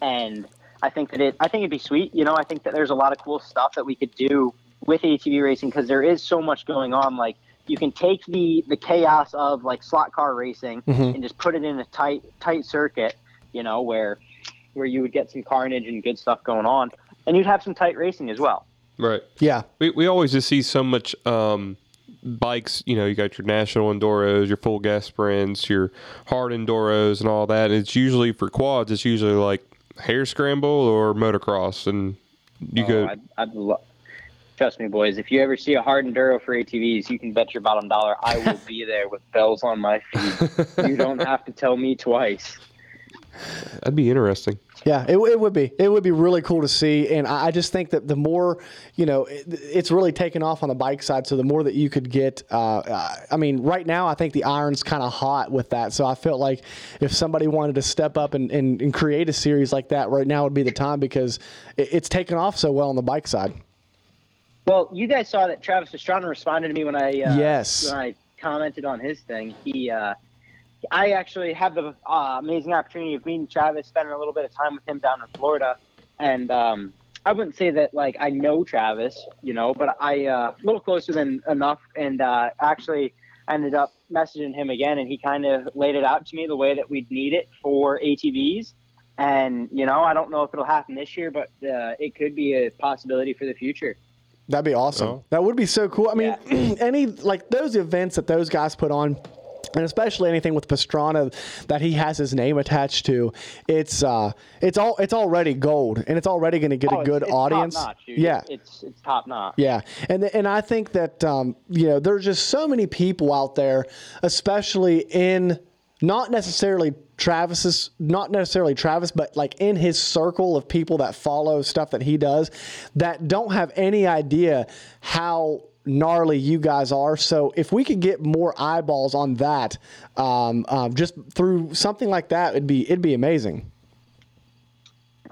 Speaker 8: and I think that it I think it'd be sweet. You know, I think that there's a lot of cool stuff that we could do with ATV racing because there is so much going on. Like you can take the the chaos of like slot car racing and just put it in a tight tight circuit. You know where where you would get some carnage and good stuff going on, and you'd have some tight racing as well.
Speaker 5: Right.
Speaker 4: Yeah.
Speaker 5: We, we always just see so much um, bikes. You know, you got your national enduros, your full gas sprints, your hard enduros, and all that. And it's usually for quads. It's usually like hair scramble or motocross, and you
Speaker 8: Oh,
Speaker 5: go.
Speaker 8: I'd, I'd lo- Trust me, boys. If you ever see a hard enduro for ATVs, you can bet your bottom dollar I will be there with bells on my feet. you don't have to tell me twice.
Speaker 5: that'd be interesting.
Speaker 4: Yeah, it, it would be. It would be really cool to see. And I, I just think that the more, you know, it, it's really taken off on the bike side. So the more that you could get, uh, uh, I mean, right now, I think the iron's kind of hot with that. So I felt like if somebody wanted to step up and, and, and create a series like that, right now would be the time because it, it's taken off so well on the bike side.
Speaker 8: Well, you guys saw that Travis Pastrana responded to me when I uh,
Speaker 4: Yes.
Speaker 8: when I commented on his thing. He uh, I actually had the uh, amazing opportunity of meeting Travis, spending a little bit of time with him down in Florida, and um, I wouldn't say that like I know Travis, you know, but I uh, a little closer than enough, and uh, actually I ended up messaging him again, and he kind of laid it out to me the way that we'd need it for ATVs. And you know, I don't know if it'll happen this year, but uh, it could be a possibility for the future.
Speaker 4: That'd be awesome.
Speaker 5: Oh.
Speaker 4: That would be so cool. I mean, any like those events that those guys put on, and especially anything with Pastrana that he has his name attached to, it's uh, it's all it's already gold, and it's already going to get
Speaker 8: Oh,
Speaker 4: a
Speaker 8: it's-
Speaker 4: good
Speaker 8: it's
Speaker 4: audience.
Speaker 8: top-notch, dude.
Speaker 4: yeah,
Speaker 8: it's it's top notch.
Speaker 4: yeah, and th- and I think that um, you know there's just so many people out there, especially in not necessarily Travis's, not necessarily Travis, but like in his circle of people that follow stuff that he does, that don't have any idea how gnarly you guys are. So if we could get more eyeballs on that, um, um, just through something like that, it'd be it'd be amazing.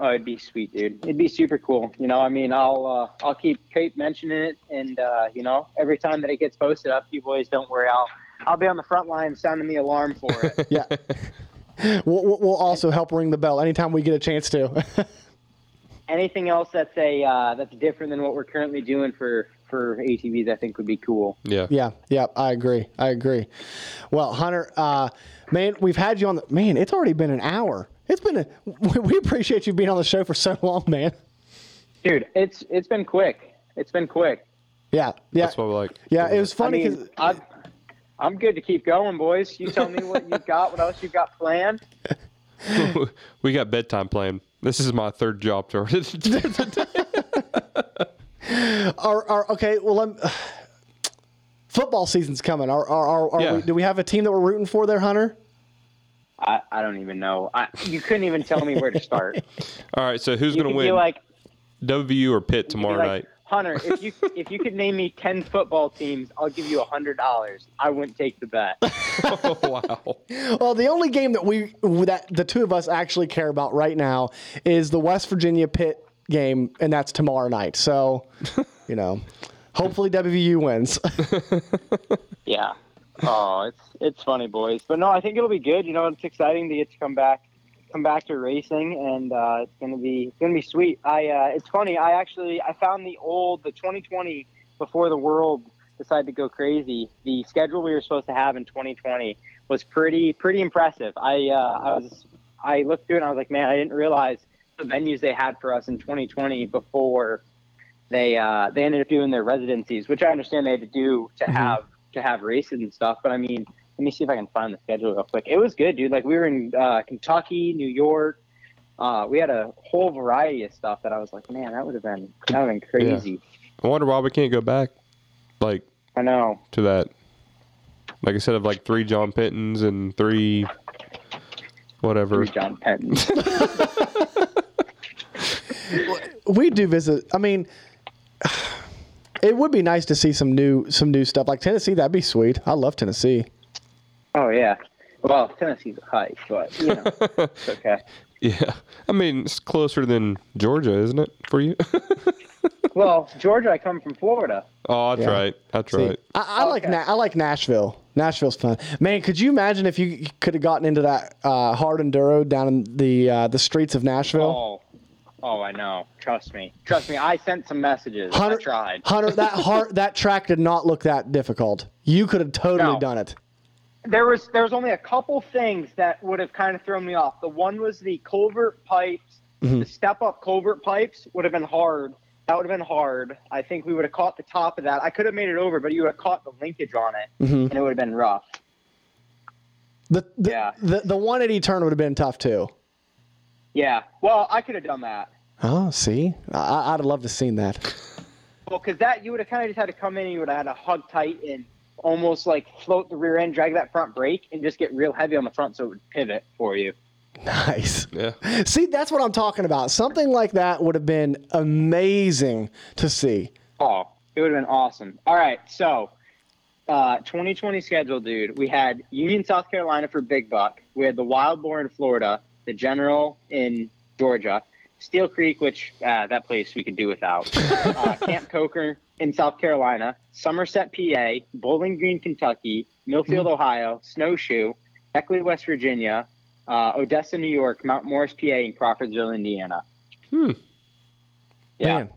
Speaker 8: Oh, it'd be sweet, dude. It'd be super cool. You know, I mean, I'll uh, I'll keep keep mentioning it, and uh, you know, every time that it gets posted up, you boys don't worry. I'll I'll be on the front line sounding the alarm for it.
Speaker 4: Yeah. We'll, we'll we'll also help ring the bell anytime we get a chance to.
Speaker 8: Anything else that's a uh, that's different than what we're currently doing for for ATVs, I think would be cool.
Speaker 5: Yeah.
Speaker 4: Yeah, yeah, I agree. I agree. Well, Hunter, uh, man, we've had you on the man. It's already been an hour. It's been a. we- We appreciate you being on the show for so long, man.
Speaker 8: Dude, it's it's been quick. It's been quick.
Speaker 4: Yeah, yeah,
Speaker 5: That's what I like.
Speaker 4: yeah. It was
Speaker 8: I
Speaker 4: funny because
Speaker 8: mean, I'm, I'm good to keep going, boys. You tell me what you've got, what else you've got planned.
Speaker 5: we got bedtime plan. This is my third job to
Speaker 4: our, our okay. Well, I'm, football season's coming. Are are, are, are
Speaker 5: Yeah.
Speaker 4: we, do we have a team that we're rooting for there, Hunter?
Speaker 8: I, I don't even know. I, you couldn't even tell me where to start.
Speaker 5: All right, so who's
Speaker 8: You
Speaker 5: going
Speaker 8: could
Speaker 5: to
Speaker 8: be
Speaker 5: win?
Speaker 8: like,
Speaker 5: W or Pitt
Speaker 8: be
Speaker 5: tomorrow
Speaker 8: like,
Speaker 5: night?
Speaker 8: Hunter, if you if you could name me ten football teams, I'll give you a hundred dollars. I wouldn't take the bet.
Speaker 5: Oh, wow.
Speaker 4: Well, the only game that we that the two of us actually care about right now is the West Virginia Pitt game, and that's tomorrow night. So, you know, hopefully WVU wins.
Speaker 8: Yeah. Oh, it's it's funny, boys. But no, I think it'll be good. You know, it's exciting to get to come back, come back to racing, and uh, it's gonna be it's gonna be sweet. I uh, it's funny. I actually I found the old the 2020 before the world decided to go crazy. The schedule we were supposed to have in 2020 was pretty pretty impressive. I uh, I was I looked through it and I was like, man, I didn't realize the venues they had for us in 2020 before they uh, they ended up doing their residencies, which I understand they had to do to have to have races and stuff. But I mean, let me see if I can find the schedule real quick. It was good, dude. Like we were in uh, Kentucky, New York. Uh, we had a whole variety of stuff that I was like, man, that would have been that would have been
Speaker 5: Yeah.
Speaker 8: crazy.
Speaker 5: I wonder why we can't go back, like
Speaker 8: I know.
Speaker 5: to that. Like I said, of like three John Pittons and three whatever.
Speaker 8: Screw John Penton.
Speaker 4: we do visit. I mean, it would be nice to see some new some new stuff like Tennessee. That'd be sweet. I love Tennessee.
Speaker 8: oh yeah. Well, Tennessee's a hike, but you know, it's okay.
Speaker 5: Yeah, I mean it's closer than Georgia, isn't it for you?
Speaker 8: Well, Georgia, I come from Florida.
Speaker 5: oh, that's
Speaker 4: Yeah.
Speaker 5: right. That's
Speaker 4: See,
Speaker 5: right.
Speaker 4: I, I like Na- I like Nashville. Nashville's fun. Man, could you imagine if you could have gotten into that uh, hard enduro down in the uh, the streets of Nashville?
Speaker 8: Oh, oh, I know. Trust me. Trust me. I sent some messages. I tried.
Speaker 4: Hunter, that heart that track did not look that difficult. You could have totally
Speaker 8: No.
Speaker 4: done it.
Speaker 8: there was there was only a couple things that would have kind of thrown me off. The one was the culvert pipes, the step up culvert pipes would have been hard. That would have been hard. I think we would have caught the top of that. I could have made it over, but you would have caught the linkage on it, and it would have been rough.
Speaker 4: The the,
Speaker 8: Yeah.
Speaker 4: the the 180 turn would have been tough too.
Speaker 8: Yeah. Well, I could have done that.
Speaker 4: Oh, see, I, I'd have loved to have seen that.
Speaker 8: Well, because that you would have kind of just had to come in and you would have had to hug tight and almost like float the rear end, drag that front brake, and just get real heavy on the front so it would pivot for you.
Speaker 4: Nice.
Speaker 5: Yeah,
Speaker 4: See, that's what I'm talking about. Something like that would have been amazing to see.
Speaker 8: Oh, it would have been awesome. All right, so uh, 2020 schedule, dude. We had Union, South Carolina for Big Buck. We had the Wild Boar in Florida, the General in Georgia, Steel Creek, which uh, that place we could do without, uh, Camp Coker in South Carolina, Somerset, PA, Bowling Green, Kentucky, Millfield, Ohio, Snowshoe, Beckley, West Virginia, uh, Odessa, New York, Mount Morris, PA, and Crawfordsville, Indiana.
Speaker 5: Hmm.
Speaker 8: Yeah.
Speaker 4: Man,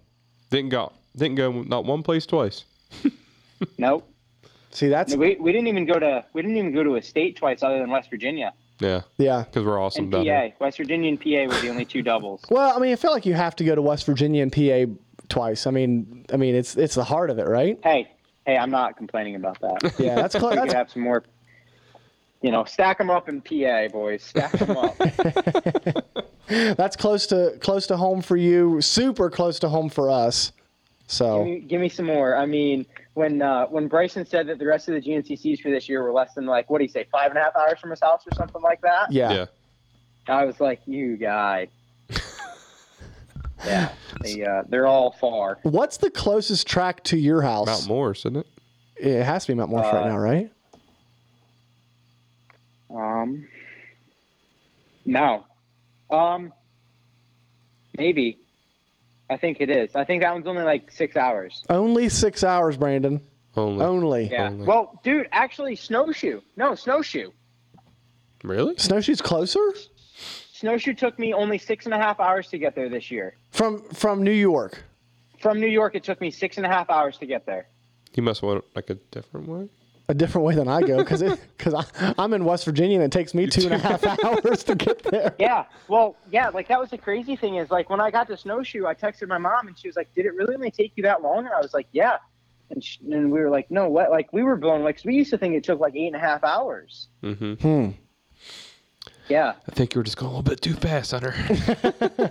Speaker 5: didn't go. Didn't go. Not one place twice.
Speaker 8: Nope.
Speaker 4: see, that's
Speaker 8: No, we, we didn't even go to we didn't even go to a state twice other than West Virginia
Speaker 5: Yeah,
Speaker 4: yeah.
Speaker 5: because we're awesome
Speaker 8: and
Speaker 5: down
Speaker 8: PA.
Speaker 5: here.
Speaker 8: West Virginia and PA were the only two doubles.
Speaker 4: Well, I mean, I feel like you have to go to West Virginia and PA twice. I mean, I mean, it's it's the heart of it, right?
Speaker 8: Hey, hey, I'm not complaining about that.
Speaker 4: Yeah, that's close.
Speaker 8: we could
Speaker 4: That's,
Speaker 8: have some more. You know, stack them up in PA, boys. Stack them up.
Speaker 4: that's close to close to home for you. Super close to home for us.
Speaker 8: give,
Speaker 4: So
Speaker 8: me, give me some more. I mean, when uh, when Bryson said that the rest of the GNCCs for this year were less than like what do you say, five and a half hours from his house or something like that.
Speaker 4: yeah,
Speaker 5: Yeah.
Speaker 8: I was like, you guy. yeah, they uh, they're all far.
Speaker 4: What's the closest track to your house?
Speaker 5: Mount Morris, isn't it?
Speaker 4: It has to be Mount Morris right
Speaker 8: Uh,
Speaker 4: now, right?
Speaker 8: Um, no. Um, maybe. I think it is. I think that one's only like six hours.
Speaker 4: Only six hours, Brandon.
Speaker 5: Only.
Speaker 4: Only.
Speaker 8: Yeah.
Speaker 5: Only.
Speaker 8: Well, dude, actually, snowshoe. No, snowshoe.
Speaker 5: Really?
Speaker 4: Snowshoe's closer
Speaker 8: Snowshoe took me only six and a half hours to get there this year.
Speaker 4: from from New York.
Speaker 8: From New York, it took me six and a half hours to get there.
Speaker 5: You must want like a different way.
Speaker 4: a different way than I go because because I'm in West Virginia and it takes me two and a half hours to get there.
Speaker 8: Yeah. Well, yeah. Like that was the crazy thing is like when I got to snowshoe, I texted my mom and she was like, "Did it really only take you that long?" And I was like, "Yeah." And, sh- and we were like, no, what? Like, we were blown away 'cause we used to think it took like eight and a half hours.
Speaker 5: hmm
Speaker 4: Hmm.
Speaker 8: Yeah.
Speaker 5: I think you were just going a little bit too fast, Hunter.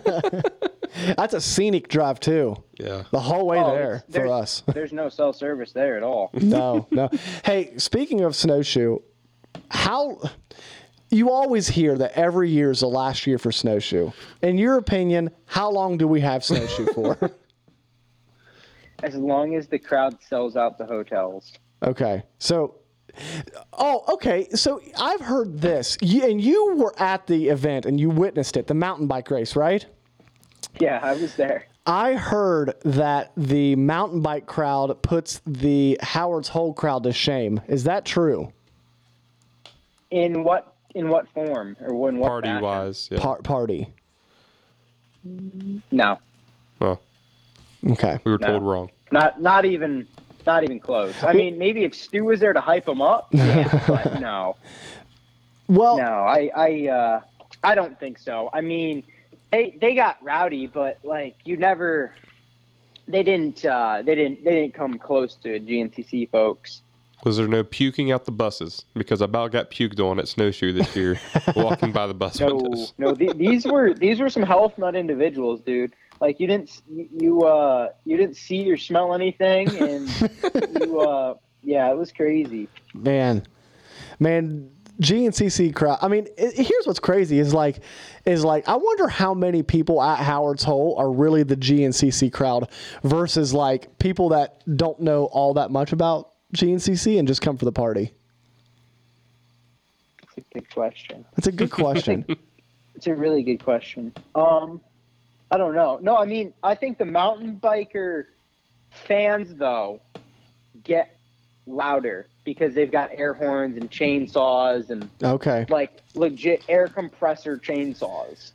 Speaker 4: That's a scenic drive too.
Speaker 5: yeah.
Speaker 4: The whole way
Speaker 8: Oh,
Speaker 4: there
Speaker 8: it's-
Speaker 4: for
Speaker 8: there's-
Speaker 4: us.
Speaker 8: There's no cell service there at all.
Speaker 4: no, no. Hey, speaking of snowshoe, how you always hear that every year is the last year for snowshoe. In your opinion, how long do we have snowshoe for?
Speaker 8: As long as the crowd sells out the hotels.
Speaker 4: okay, so. Oh, okay. So I've heard this, you, and you were at the event and you witnessed it—the mountain bike race, right?
Speaker 8: Yeah, I was there.
Speaker 4: I heard that the mountain bike crowd puts the Howard's Hole crowd to shame. Is that true?
Speaker 8: In what in what form or in what
Speaker 5: Party
Speaker 8: fashion?
Speaker 5: wise. Yeah.
Speaker 4: Par- party.
Speaker 8: No,
Speaker 5: well,
Speaker 4: Okay.
Speaker 5: we were
Speaker 8: No.
Speaker 5: told wrong.
Speaker 8: not not even not even close. I mean, maybe if Stu was there to hype him up, yeah, but no,
Speaker 4: Well,
Speaker 8: no, I I uh, I don't think so. I mean, they they got rowdy, but like you never, they didn't uh, they didn't they didn't come close to GNCC folks.
Speaker 5: Was there no puking out the buses? Because I about got puked on at Snowshoe this year, walking by the bus
Speaker 8: No,
Speaker 5: windows.
Speaker 8: no, the, these were these were some health nut individuals, dude. Like you didn't you- you uh you didn't see or smell anything, and you uh yeah, it was crazy.
Speaker 4: man man GNCC crowd. I mean, it, here's what's crazy is like, is like I wonder how many people at Howard's Hole are really the GNCC crowd versus like people that don't know all that much about GNCC and just come for the party.
Speaker 8: It's a good question.
Speaker 4: That's a good question.
Speaker 8: It's a really good question. Um, I don't know. No, I mean, I think the mountain biker fans though get louder because they've got air horns and chainsaws and
Speaker 4: okay.
Speaker 8: like legit air compressor chainsaws.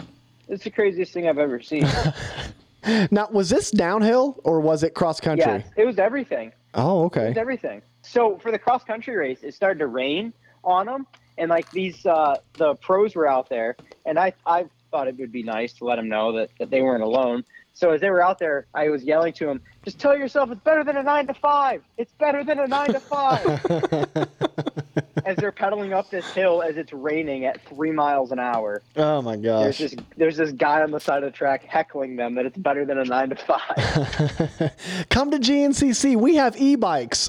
Speaker 8: It's the craziest thing I've ever seen.
Speaker 4: Now, was this downhill or was it cross country?
Speaker 8: Yes, it was everything.
Speaker 4: Oh,
Speaker 8: It
Speaker 4: okay.
Speaker 8: was everything. So for the cross country race, it started to rain on them, and like these, uh, the pros were out there, and I, I thought it would be nice to let them know that, that they weren't alone. So as they were out there, I was yelling to them, "Just tell yourself it's better than a nine to five. It's better than a nine to five. as they're pedaling up this hill as it's raining at three miles an hour.
Speaker 4: Oh my
Speaker 8: There's
Speaker 4: gosh.
Speaker 8: this there's this guy on the side of the track heckling them that it's better than a nine to five.
Speaker 4: Come to GNCC. We have e-bikes.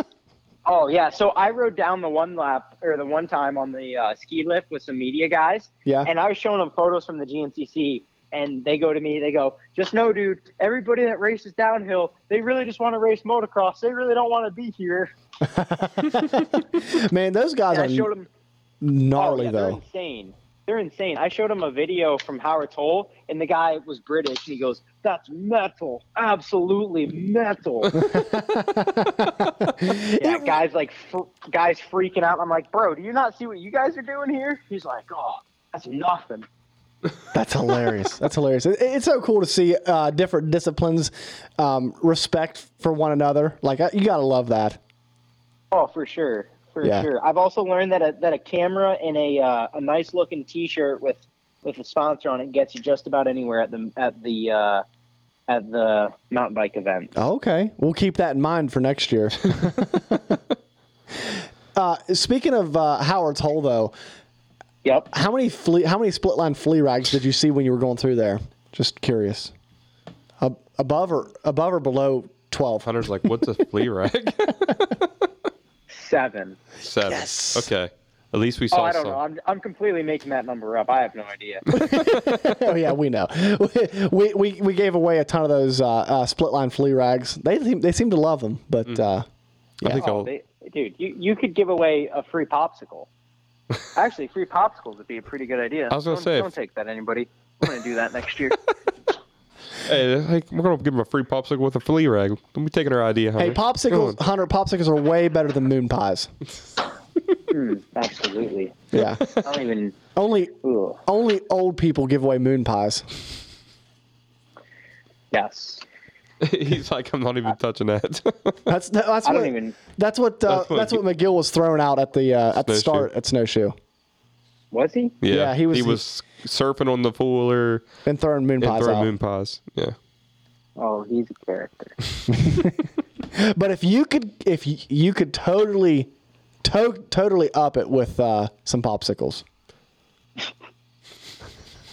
Speaker 8: oh yeah, so I rode down the one lap or the one time on the uh, ski lift with some media guys,
Speaker 4: yeah.
Speaker 8: and I was showing them photos from the GNCC, and they go to me, they go, just know, dude, everybody that races downhill, they really just want to race motocross. They really don't want to be here.
Speaker 4: man, those guys
Speaker 8: And I
Speaker 4: are
Speaker 8: showed them oh,
Speaker 4: gnarly
Speaker 8: yeah, They're
Speaker 4: though.
Speaker 8: insane. They're insane. I showed him a video from Howard Toll, and the guy was British, and he goes, "That's metal, absolutely metal." yeah, guys like fr- guys freaking out. I'm like, "Bro, do you not see what you guys are doing here?" He's like, "Oh, that's nothing."
Speaker 4: That's hilarious. That's hilarious. It, it's so cool to see uh, different disciplines um, respect for one another. Like I- you gotta love that.
Speaker 8: Oh, for sure, for
Speaker 4: Yeah.
Speaker 8: sure. I've also learned that a that a camera and a uh, a nice looking T-shirt with with a sponsor on it gets you just about anywhere at the at the uh, at the mountain bike event.
Speaker 4: Okay, we'll keep that in mind for next year. uh, speaking of uh, Howard's Hole, though,
Speaker 8: Yep.
Speaker 4: how many flea, how many split line flea rags did you see when you were going through there? Just curious. Ab- above or above or below twelve?
Speaker 5: Hunter's like, what's a flea rag?
Speaker 8: Seven.
Speaker 5: Seven.
Speaker 4: Yes.
Speaker 5: Okay. At least we saw
Speaker 8: Oh, I don't
Speaker 5: some.
Speaker 8: know. I'm, I'm completely making that number up. I have no idea.
Speaker 4: oh yeah, we know. We, we we gave away a ton of those uh, uh, split line flea rags. They seem, they seem to love them, but uh,
Speaker 5: I think I'll,
Speaker 8: They- dude, you, you could give away a free popsicle. Actually, free popsicles would be a pretty good idea.
Speaker 5: I was gonna
Speaker 8: don't,
Speaker 5: say-
Speaker 8: don't take that, anybody. I'm gonna do that next year.
Speaker 5: hey, that's like, we're going to give him a free popsicle with a flea rag. Don't be taking our idea, Hunter.
Speaker 4: Hey, popsicles, Hunter, popsicles are way better than moon pies.
Speaker 8: Hmm, absolutely.
Speaker 4: Yeah.
Speaker 8: I don't even.
Speaker 4: only
Speaker 8: Ugh.
Speaker 4: only old people give away moon pies.
Speaker 8: Yes.
Speaker 5: He's like, I'm not even touching that.
Speaker 4: That's that's
Speaker 8: I
Speaker 4: what
Speaker 8: don't even.
Speaker 4: that's what uh,
Speaker 5: That's
Speaker 4: that's
Speaker 5: what
Speaker 4: what,
Speaker 5: he-
Speaker 4: McGill was throwing out at the uh, at the
Speaker 5: Snowshoe.
Speaker 4: start at snowshoe
Speaker 8: Was he?
Speaker 5: yeah,
Speaker 4: Yeah, he was-
Speaker 5: He was surfing on the fooler
Speaker 4: and throwing moon
Speaker 5: and
Speaker 4: pies
Speaker 5: throwing
Speaker 4: out.
Speaker 5: moon pies. Yeah.
Speaker 8: Oh, he's a character.
Speaker 4: But if you could, if you, you could totally, to, totally up it with uh, some popsicles.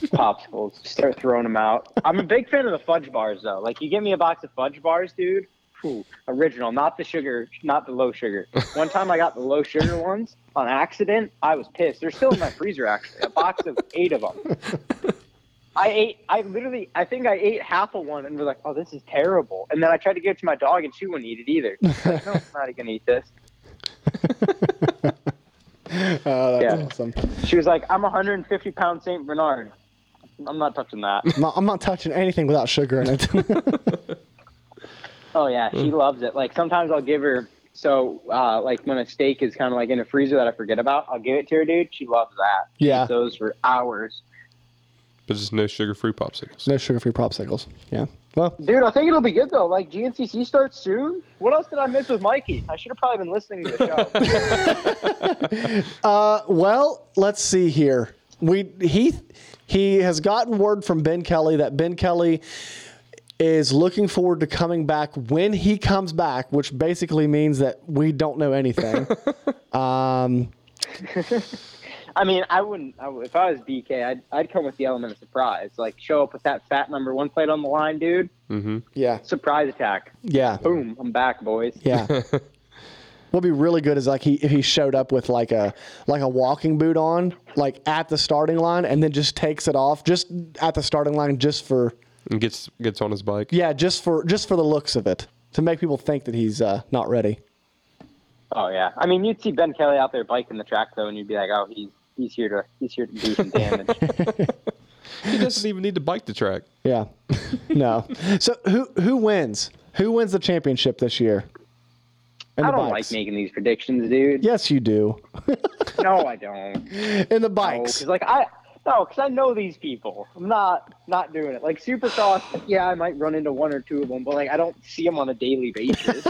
Speaker 8: popsicles. Just Start throwing them out. I'm a big fan of the fudge bars though. Like you give me a box of fudge bars, dude. Phew, original, not the sugar, not the low sugar. One time I got the low sugar ones on accident. I was pissed. They're still in my freezer actually. A box of eight of them. I ate. I literally. I think I ate half of one and was like, "Oh, this is terrible." And then I tried to give it to my dog, and she wouldn't eat it either. She's Like, no, I'm not gonna eat this.
Speaker 4: Oh, that's
Speaker 8: Yeah.
Speaker 4: awesome.
Speaker 8: She was like, "I'm a 150 pound Saint Bernard. I'm not touching that."
Speaker 4: I'm not, I'm not touching anything without sugar in it.
Speaker 8: Oh yeah,
Speaker 4: Hmm.
Speaker 8: she loves it. Like sometimes I'll give her so uh, like when a steak is kind of like in a freezer that I forget about, I'll give it to her, dude. She loves that. She
Speaker 4: Yeah.
Speaker 8: eats those for hours,
Speaker 5: But just no sugar free popsicles.
Speaker 4: no sugar-free popsicles. Yeah. Well,
Speaker 8: dude. I think it'll be good though. Like GNCC starts soon. What else did I miss with Mikey? I should have probably been listening to the show.
Speaker 4: well, let's see here. We he he has gotten word from Ben Kelly that Ben Kelly is looking forward to coming back when he comes back, which basically means that we don't know anything.
Speaker 8: I mean, I wouldn't. I, would- if I was BK, I'd, I'd come with the element of surprise. Like show up with that fat number one plate on the line, dude.
Speaker 4: yeah.
Speaker 8: Surprise attack.
Speaker 4: Yeah.
Speaker 8: Boom! I'm back, boys.
Speaker 4: Yeah. What'd be really good is like he if he showed up with like a like a walking boot on, like at the starting line, and then just takes it off just at the starting line just for
Speaker 5: And gets gets on his bike.
Speaker 4: yeah, just for just for the looks of it. To make people think that he's uh, not ready.
Speaker 8: Oh yeah, I mean, you'd see Ben Kelly out there biking the track though, and you'd be like, "Oh, he's he's here to he's here to do some damage."
Speaker 5: He doesn't even need to bike the track.
Speaker 4: Yeah. No. so who who wins? Who wins the championship this year? In the
Speaker 8: I don't
Speaker 4: bikes.
Speaker 8: like making these predictions, dude.
Speaker 4: Yes, you do.
Speaker 8: No, I don't.
Speaker 4: In the
Speaker 8: No, 'cause,
Speaker 4: bikes.
Speaker 8: like I no, because I know these people. I'm not not doing it. Like Supercross, yeah, I might run into one or two of them, but like I don't see them on a daily basis.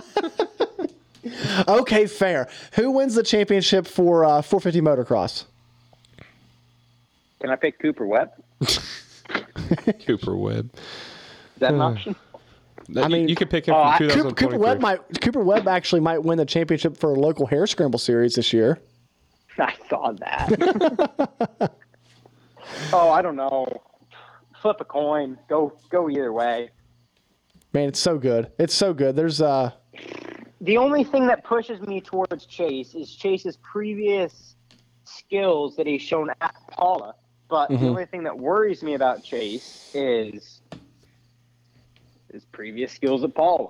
Speaker 4: Okay, fair. Who wins the championship for uh, 450 motocross?
Speaker 8: Can I pick Cooper Webb? Is
Speaker 5: Cooper Webb.
Speaker 8: that an option?
Speaker 5: I
Speaker 4: mean-
Speaker 5: mean, you could pick him
Speaker 8: Oh,
Speaker 5: from
Speaker 8: I-
Speaker 4: Coop-
Speaker 5: 2023.
Speaker 4: Cooper Webb might Cooper Webb actually might win the championship for local hair scramble series this year.
Speaker 8: I saw that. oh, I don't know. Flip a coin. Go go either way.
Speaker 4: Man, it's so good. It's so good. There's uh
Speaker 8: the only thing that pushes me towards Chase is Chase's previous skills that he's shown at Paula. But the only thing that worries me about Chase is his previous skills at Paula.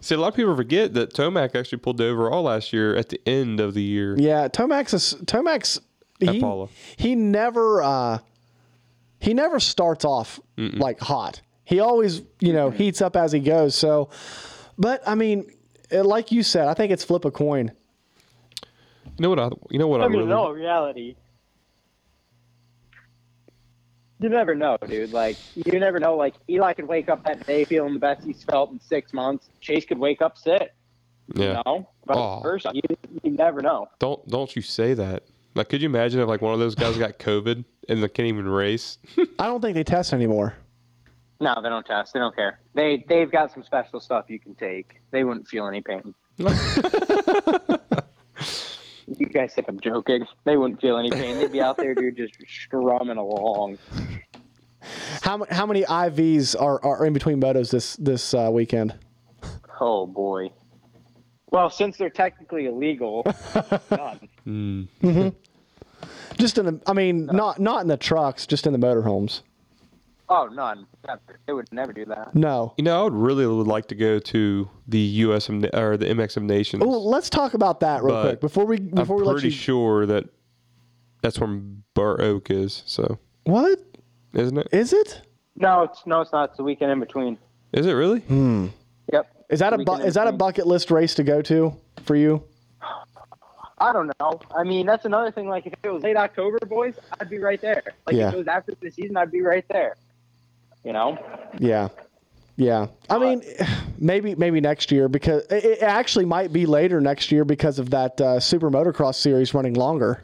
Speaker 5: See, a lot of people forget that Tomac actually pulled the overall last year at the end of the year.
Speaker 4: yeah, Tomax is Tomax he,
Speaker 5: Apollo.
Speaker 4: he never uh he never starts off like hot. He always, you know, heats up as he goes. So but I mean, eh, like you said, I think it's flip a coin.
Speaker 5: You know what I? You know what I,
Speaker 8: I mean,
Speaker 5: really?
Speaker 8: no reality. You never know, dude. Like, you never know. Like, Eli could wake up that day feeling the best he's felt in six months. Chase could wake up sick.
Speaker 5: Yeah.
Speaker 8: You know, vice
Speaker 5: Aw.
Speaker 8: versa. You, you never know.
Speaker 5: Don't don't you say that. Like, could you imagine if like one of those guys got COVID and they can't even race?
Speaker 4: I don't think they test anymore.
Speaker 8: No, they don't test. They don't care. They they've got some special stuff you can take. They wouldn't feel any pain. you guys think I'm joking? They wouldn't feel any pain. They'd be out there, dude, just strumming along.
Speaker 4: How mu- how many IVs are, are in between motos this this uh, weekend?
Speaker 8: Oh boy. Well, since they're technically illegal, none.
Speaker 4: Just in the, I mean, not not in the trucks, just in the motorhomes.
Speaker 8: Oh, none. Never. They would never do that.
Speaker 4: No.
Speaker 5: You know, I would really would like to go to the U.S. of, Na- or the MX of Nations.
Speaker 4: Oh, Well, let's talk about that real
Speaker 5: But
Speaker 4: quick before we
Speaker 5: I'm
Speaker 4: before we let
Speaker 5: pretty
Speaker 4: you.
Speaker 5: sure that that's where Burr Oak is. So,
Speaker 4: What
Speaker 5: isn't it?
Speaker 4: is it?
Speaker 8: No, it's no, it's not. It's the weekend in between.
Speaker 5: Is it really?
Speaker 8: Yep.
Speaker 4: Is that a
Speaker 8: The
Speaker 4: bu-
Speaker 8: weekend in
Speaker 4: is that a
Speaker 8: between.
Speaker 4: bucket list race to go to for you?
Speaker 8: I don't know. I mean, that's another thing. Like, if it was late October, boys, I'd be right there. Like,
Speaker 4: Yeah.
Speaker 8: if it was after the season, I'd be right there. You know?
Speaker 4: Yeah, yeah.
Speaker 8: Uh,
Speaker 4: I mean, maybe maybe next year because it, it actually might be later next year because of that uh, Super Motocross series running longer.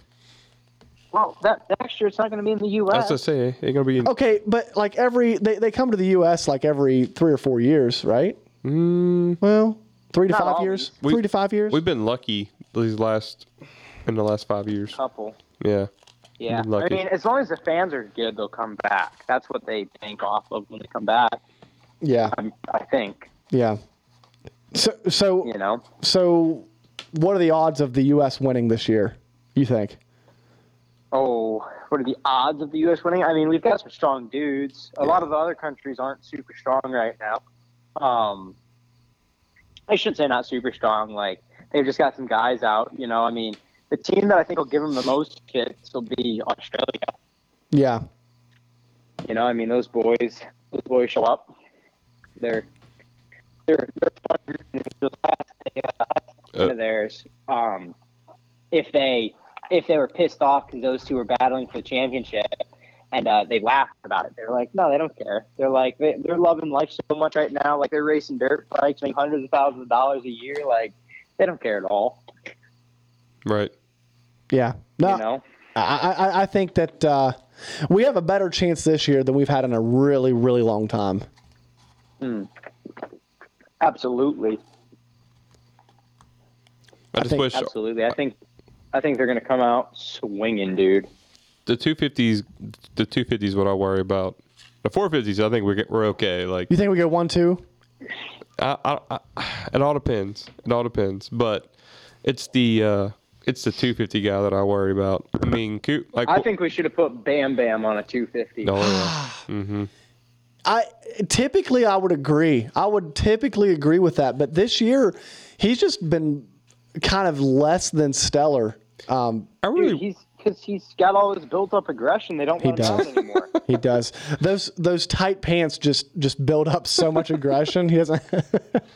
Speaker 8: Well, that next year it's not going to be in the
Speaker 5: That's what
Speaker 8: U.S.
Speaker 5: I say. eh?
Speaker 4: Oh,
Speaker 5: Ain't gonna be.
Speaker 4: Okay, but like every they, they come to the U.S. like every three or four years, right?
Speaker 5: mm.
Speaker 4: Well, three to
Speaker 8: Not
Speaker 4: five
Speaker 8: always.
Speaker 4: years.
Speaker 5: We-
Speaker 4: three to five years.
Speaker 5: We've been lucky these last in the last five years.
Speaker 8: Couple.
Speaker 5: Yeah.
Speaker 8: Yeah.
Speaker 5: You're
Speaker 8: I
Speaker 5: lucky.
Speaker 8: mean, as long as the fans are good, they'll come back. That's what they bank off of when they come back.
Speaker 4: yeah,
Speaker 8: I'm, I think.
Speaker 4: yeah. So, so,
Speaker 8: You know.
Speaker 4: so, what are the odds of the U.S. winning this year? You think?
Speaker 8: Oh, what are the odds of the U.S. winning? I mean, we've got some strong dudes. A lot of the other countries aren't super strong right now. Um, I should say not super strong. Like they've just got some guys out. You know, I mean, the team that I think will give them the most hits will be Australia.
Speaker 4: Yeah,
Speaker 8: You know, I mean, those boys, those boys show up. They're they're they're fun. The last thing
Speaker 5: Uh,
Speaker 8: of theirs. Um, if they if they were pissed off because those two were battling for the championship, and uh, they laughed about it, they're like, no, they don't care. They're like, they, they're loving life so much right now. Like they're racing dirt bikes, making hundreds of thousands of dollars a year. Like they don't care at all.
Speaker 5: right.
Speaker 4: yeah. No,
Speaker 8: You know,
Speaker 4: I, I, I think that uh, we have a better chance this year than we've had in a really, really long time.
Speaker 8: absolutely.
Speaker 5: I just
Speaker 4: think-
Speaker 5: wish
Speaker 8: Absolutely. I think I think they're gonna come out swinging, dude.
Speaker 5: the two fifties. The two fifties. What I worry about. The four fifties. I think we're get- we're okay. Like
Speaker 4: You think we go one, two?
Speaker 5: I, I, I, it all depends. It all depends. But it's the uh, it's the two fifty guy that I worry about. I mean, Coop. Like
Speaker 8: I think we should have put Bam Bam on a 250.
Speaker 5: No, yeah.
Speaker 4: I typically I would agree. I would typically agree with that, but this year he's just been kind of less than stellar. Um,
Speaker 5: I
Speaker 8: Dude,
Speaker 5: really.
Speaker 8: he's because he's got all this built-up aggression. They don't
Speaker 4: He
Speaker 8: want him out
Speaker 4: does.
Speaker 8: anymore.
Speaker 4: he does those those tight pants just just build up so much aggression. He doesn't.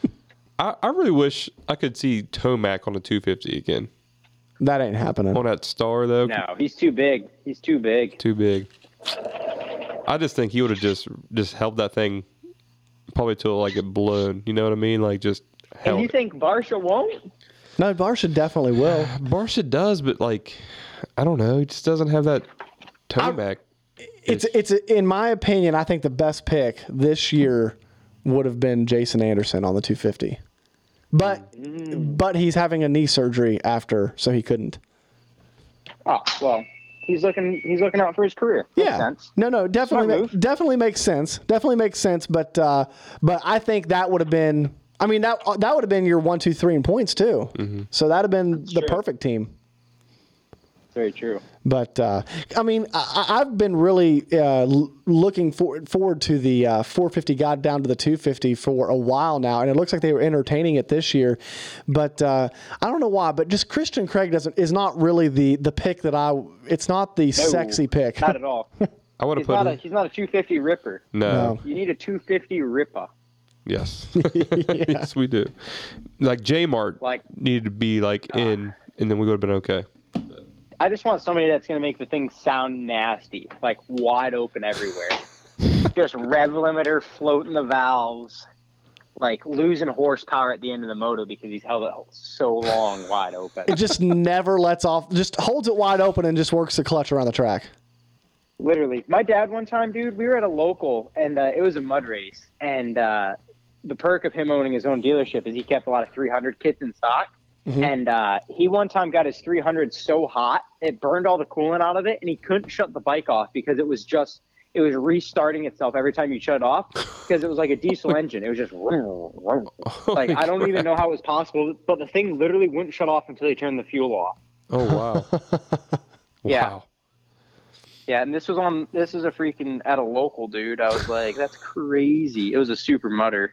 Speaker 5: I, I really wish I could see Tomac on a two fifty again.
Speaker 4: that ain't happening.
Speaker 5: On that star though,
Speaker 8: No, he's too big. He's too big.
Speaker 5: too big. I just think he would have just just held that thing probably till like it blown. You know what I mean? Like just held.
Speaker 8: And you think Barsha won't?
Speaker 4: No, Barsha definitely will.
Speaker 5: Barca does, but like I don't know. He just doesn't have that Tomac.
Speaker 4: It's it's in my opinion, I think the best pick this year would have been Jason Anderson on the 250. But but he's having a knee surgery after, so he couldn't.
Speaker 8: Oh well, he's looking. He's looking out for his career. Makes
Speaker 4: yeah.
Speaker 8: sense.
Speaker 4: No, no, definitely ma-
Speaker 8: move.
Speaker 4: definitely makes sense. Definitely makes sense, but uh but I think that would have been I mean that that would have been your one, two, three in points too. So that'd have been the
Speaker 8: true.
Speaker 4: perfect team.
Speaker 8: Very true.
Speaker 4: But uh, I mean, I, I- I've been really uh, l- looking for- forward to the uh, 450 guide down to the 250 for a while now, and it looks like they were entertaining it this year. But uh, I don't know why. But just Christian Craig doesn't is not really the the pick that I. It's not the sexy pick.
Speaker 8: Not at all.
Speaker 5: I would have
Speaker 8: He's
Speaker 5: put
Speaker 8: not a.
Speaker 5: him.
Speaker 8: He's not a 250 ripper.
Speaker 5: no.
Speaker 4: No.
Speaker 8: You need a 250 ripper.
Speaker 5: Yes. yes, we do. Like J Mart
Speaker 8: Like- Ah.
Speaker 5: needed to be like in, and then we would have been okay.
Speaker 8: I just want somebody that's going to make the thing sound nasty, like wide open everywhere. just rev limiter floating the valves, like losing horsepower at the end of the motor because he's held it so long wide open.
Speaker 4: It just never lets off. Just holds it wide open and just works the clutch around the track.
Speaker 8: Literally, my dad one time, dude, we were at a local, and uh, it was a mud race. And uh, the perk of him owning his own dealership is he kept a lot of 300 kits in stock. And uh, he one time got his 300 so hot it burned all the coolant out of it, and he couldn't shut the bike off because it was just it was restarting itself every time you shut it off because it was like a diesel engine. It was just like I don't even know how it was possible, but the thing literally wouldn't shut off until he turned the fuel off.
Speaker 5: Oh wow.
Speaker 8: Yeah.
Speaker 5: Wow.
Speaker 8: Yeah, and this was on this is a freaking at a local dude. I was like, that's crazy. It was a super mutter.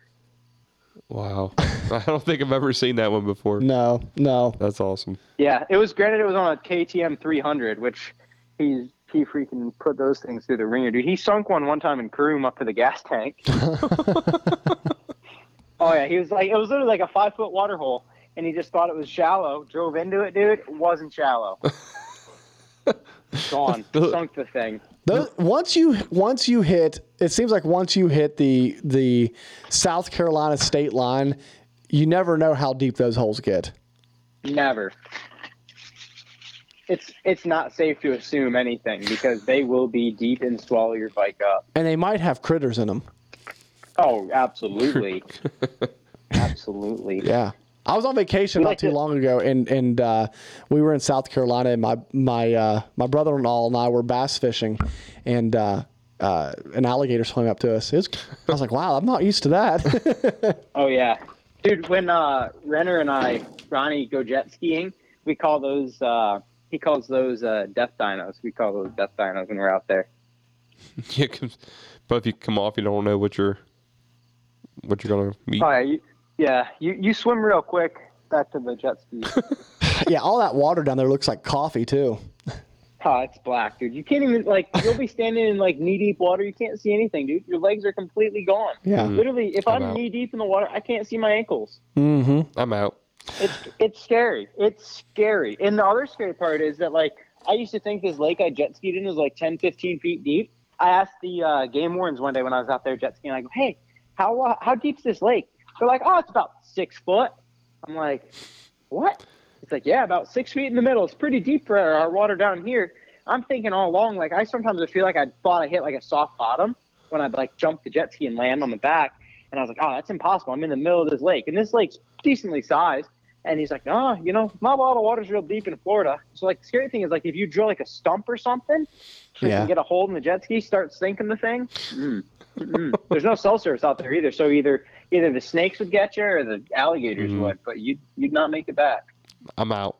Speaker 5: Wow. I don't think I've ever seen that one before.
Speaker 4: No, no.
Speaker 5: That's awesome.
Speaker 8: Yeah, it was granted it was on a KTM 300, which he's he freaking put those things through the ringer, dude. He sunk one one time in Croom up to the gas tank. oh yeah, he was like it was literally like a five foot water hole, and he just thought it was shallow. Drove into it, dude. It wasn't shallow. Gone. Sunk the thing.
Speaker 4: Those, once you once you hit, it seems like once you hit the the South Carolina state line, you never know how deep those holes get.
Speaker 8: Never. It's it's not safe to assume anything because they will be deep and swallow your bike up.
Speaker 4: and they might have critters in them.
Speaker 8: Oh, absolutely.
Speaker 7: Absolutely.
Speaker 4: Yeah. I was on vacation
Speaker 7: We
Speaker 4: not
Speaker 7: like
Speaker 4: too
Speaker 7: to-
Speaker 4: long ago, and and uh, we were in South Carolina, and my my uh, my brother-in-law and I were bass fishing, and uh, uh, an alligator swam up to us. It was, I was like, wow, I'm not used to that.
Speaker 7: Oh yeah, dude. When uh, Renner and I, Ronnie, go jet skiing, we call those. Uh, he calls those uh, death dinos. We call those death dinos when we're out there.
Speaker 5: You can- but if you come off, you don't know what you're what you're gonna meet.
Speaker 7: Oh yeah, you, yeah. You you swim real quick back to the jet ski.
Speaker 4: yeah, all that water down there looks like coffee too.
Speaker 7: oh, it's black, dude. You can't even like. You'll be standing in like knee deep water. You can't see anything, dude. Your legs are completely gone.
Speaker 4: Yeah.
Speaker 7: Literally, if
Speaker 5: I'm
Speaker 7: I'm
Speaker 5: out.
Speaker 7: knee deep in the water, I can't see my ankles.
Speaker 4: Mm-hmm.
Speaker 5: I'm out.
Speaker 7: It's it's scary. It's scary. And the other scary part is that like I used to think this lake I jet skied in was like 10, 15 feet deep. I asked the uh, game wardens one day when I was out there jet skiing. I go, hey, how uh, how deep's this lake? They're like, oh, it's about six foot. I'm like, what? It's like, yeah, about six feet in the middle. It's pretty deep for our water down here. I'm thinking all along, like I sometimes would feel like I thought I hit like a soft bottom when I'd like jump the jet ski and land on the back. And I was like, oh, that's impossible. I'm in the middle of this lake, and this lake's decently sized. And he's like, no, you know, not a lot of water's real deep in Florida. So like, the scary thing is like if you drill like a stump or something, so you
Speaker 4: Yeah.
Speaker 7: can get a hold in the jet ski, start sinking the thing. Mm. Mm-mm. There's no cell service out there either, so either either the snakes would get you or the alligators would, but you you'd not make it back.
Speaker 5: I'm out.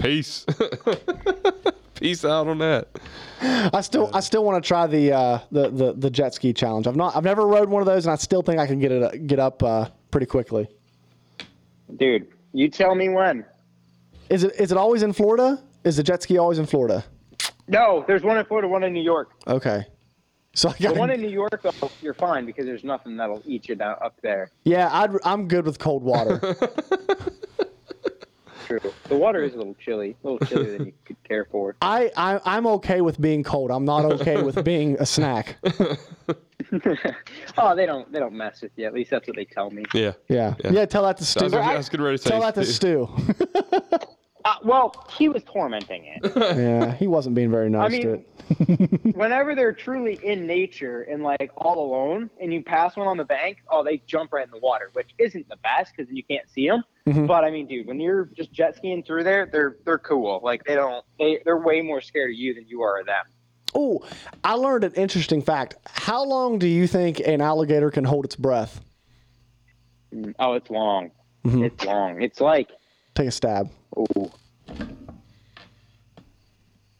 Speaker 5: Peace. Peace out on that.
Speaker 4: I still I still want to try the, uh, the the the jet ski challenge. I've not I've never rode one of those, and I still think I can get it get up uh, pretty quickly.
Speaker 7: Dude, you tell me when.
Speaker 4: Is it is it always in Florida? Is the jet ski always in Florida?
Speaker 7: No, there's one in Florida, one in New York.
Speaker 4: Okay. So I
Speaker 7: The
Speaker 4: got
Speaker 7: one in New York, though, you're fine because there's nothing that'll eat you down up there.
Speaker 4: Yeah, I'd, I'm good with cold water.
Speaker 7: True. The water is a little chilly, a little chillier than you could care for.
Speaker 4: I, I I'm okay with being cold. I'm not okay with being a snack.
Speaker 7: Oh, they don't they don't mess with you. At least that's what they tell me.
Speaker 5: Yeah.
Speaker 4: Yeah.
Speaker 5: Yeah.
Speaker 4: Yeah. tell that to
Speaker 5: I
Speaker 4: Stu.
Speaker 5: was, I was getting ready to say
Speaker 4: Tell that to
Speaker 5: Stu.
Speaker 4: Stu.
Speaker 7: Uh, well, he was tormenting it.
Speaker 4: yeah, he wasn't being very nice
Speaker 7: mean-
Speaker 4: to it.
Speaker 7: whenever they're truly in nature and like all alone and you pass one on the bank oh they jump right in the water which isn't the best because you can't see them
Speaker 4: Mm-hmm.
Speaker 7: but i mean dude when you're just jet skiing through there they're they're cool like they don't they, they're way more scared of you than you are of them
Speaker 4: Oh, I learned an interesting fact. How long do you think an alligator can hold its breath?
Speaker 7: oh it's long
Speaker 4: Mm-hmm.
Speaker 7: it's long it's like
Speaker 4: Take a stab.
Speaker 7: oh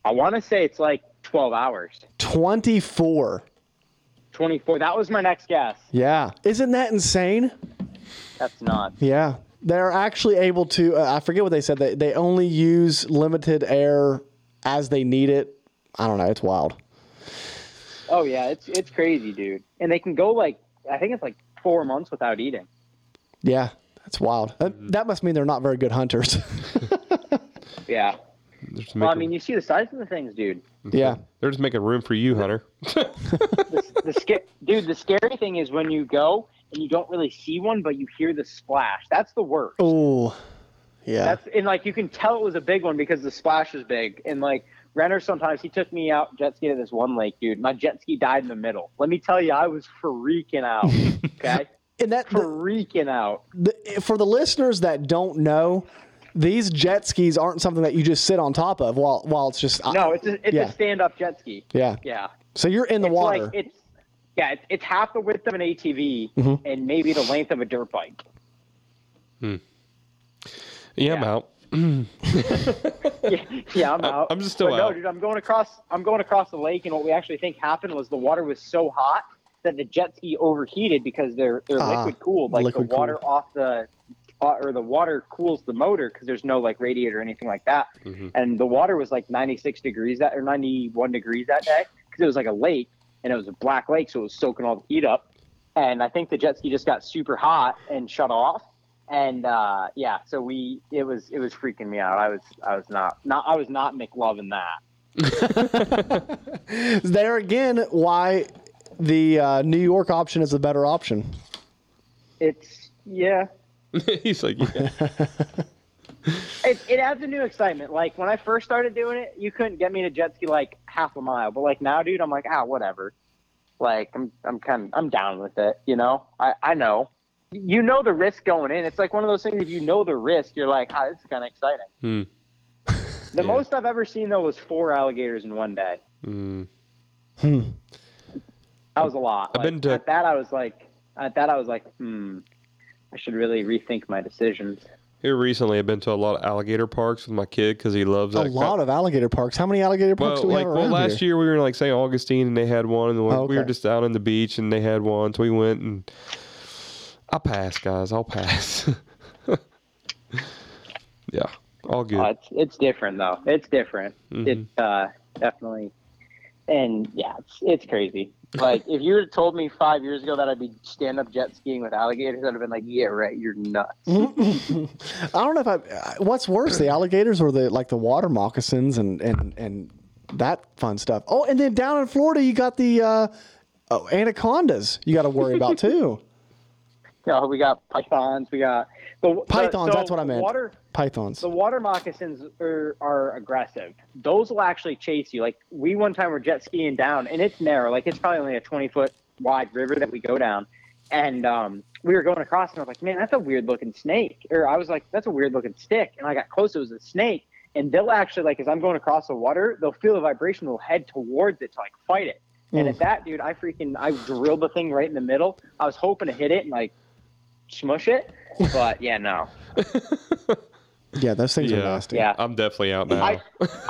Speaker 7: i want to say it's like 12 hours
Speaker 4: 24.
Speaker 7: 24 that was my next guess
Speaker 4: Yeah. Isn't that insane?
Speaker 7: that's not
Speaker 4: Yeah. They're actually able to, uh, I forget what they said, they, they only use limited air as they need it. I don't know. It's wild.
Speaker 7: oh yeah it's it's crazy dude and they can go like i think it's like four months without eating
Speaker 4: Yeah. That's wild. That,
Speaker 7: Mm-hmm.
Speaker 4: that must mean they're not very good hunters.
Speaker 7: yeah
Speaker 5: They're just
Speaker 7: Well, I
Speaker 5: making-
Speaker 7: mean, you see the size of the things, dude.
Speaker 4: yeah.
Speaker 5: they're just making room for you, Hunter.
Speaker 7: The, the sca- dude, the scary thing is when you go and you don't really see one, but you hear the splash. That's the worst.
Speaker 4: Oh, yeah.
Speaker 7: That's and like you can tell it was a big one because the splash is big. And like Renner, sometimes he took me out jet ski to this one lake, dude. My jet ski died in the middle. Let me tell you, I was freaking out. Okay,
Speaker 4: and that the,
Speaker 7: freaking out.
Speaker 4: the, for the listeners that don't know, these jet skis aren't something that you just sit on top of while while it's just
Speaker 7: No, it's a, it's
Speaker 4: yeah.
Speaker 7: a stand-up jet ski.
Speaker 4: yeah.
Speaker 7: Yeah.
Speaker 4: So you're in the
Speaker 7: it's
Speaker 4: water.
Speaker 7: like it's yeah, it's, it's half the width of an ATV
Speaker 4: Mm-hmm.
Speaker 7: and maybe the length of a dirt bike.
Speaker 5: Yeah, I'm out.
Speaker 7: Yeah, I'm out.
Speaker 5: I'm just still
Speaker 7: But
Speaker 5: out.
Speaker 7: No, dude, I'm going across. I'm going across the lake, and what we actually think happened was the water was so hot that the jet ski overheated because they're they're
Speaker 4: Ah,
Speaker 7: liquid cooled. Like
Speaker 4: liquid
Speaker 7: the water
Speaker 4: cooled.
Speaker 7: off the uh, or the water cools the motor because there's no like radiator or anything like that.
Speaker 4: Mm-hmm.
Speaker 7: And the water was like 96 degrees that or 91 degrees that day because it was like a lake and it was a black lake, so it was soaking all the heat up. And I think the jet ski just got super hot and shut off. And uh, yeah, so we it was it was freaking me out. I was I was not not I was not McLovin that.
Speaker 4: there again, why the uh, New York option is the better option.
Speaker 7: It's yeah.
Speaker 5: He's like, yeah.
Speaker 7: It, it adds a new excitement. Like when I first started doing it, you couldn't get me to jet ski like half a mile. But like now, dude, I'm like ah whatever. Like I'm I'm kind of I'm down with it. You know I I know you know the risk going in. It's like one of those things. If you know the risk, you're like, ah, this is kind of exciting.
Speaker 5: Hmm.
Speaker 7: The most I've ever seen though was four alligators in one day.
Speaker 5: Mm.
Speaker 7: That was a lot.
Speaker 5: I've
Speaker 7: Like,
Speaker 5: been to-
Speaker 7: at that. I was like, at that I was like, hmm, I should really rethink my decisions.
Speaker 5: Here recently, I've been to a lot of alligator parks with my kid because he loves
Speaker 4: A
Speaker 5: that
Speaker 4: lot
Speaker 5: kind-
Speaker 4: of alligator parks. How many alligator parks do
Speaker 5: uh, Well,
Speaker 4: we
Speaker 5: like
Speaker 4: have
Speaker 5: well,
Speaker 4: around
Speaker 5: last
Speaker 4: here?
Speaker 5: year we were in like St. Augustine and they had one, and we
Speaker 4: Oh,
Speaker 5: we were
Speaker 4: okay.
Speaker 5: just out on the beach and they had one, so we went and I pass, guys. I'll pass. yeah, all good.
Speaker 7: Uh, it's, it's different though. It's different. It's uh, definitely, and yeah, it's, it's crazy. Like if you had told me five years ago that I'd be stand up jet skiing with alligators, I'd have been like, yeah, right, you're nuts.
Speaker 4: Mm-hmm. I don't know if I. What's worse, the alligators or the like the water moccasins and and and that fun stuff. Oh, and then down in Florida, you got the uh, oh, anacondas. You got to worry about too.
Speaker 7: You know, we got pythons. We got the the-
Speaker 4: Pythons,
Speaker 7: so
Speaker 4: that's what I meant.
Speaker 7: Water.
Speaker 4: Pythons.
Speaker 7: The water moccasins are, are aggressive. Those will actually chase you. Like we one time were jet skiing down, and it's narrow. Like it's probably only a twenty foot wide river that we go down, and um, we were going across, and I was like, "Man, that's a weird looking snake." Or I was like, "That's a weird looking stick," and I got close. It was a snake, and they'll actually like as I'm going across the water, they'll feel a vibration, they'll head towards it to like fight it. And at that, dude, I freaking I drilled the thing right in the middle. I was hoping to hit it and like smush it, but yeah, no.
Speaker 4: yeah, those things
Speaker 5: Yeah.
Speaker 4: are nasty.
Speaker 7: Yeah.
Speaker 5: I'm definitely out now.
Speaker 7: I,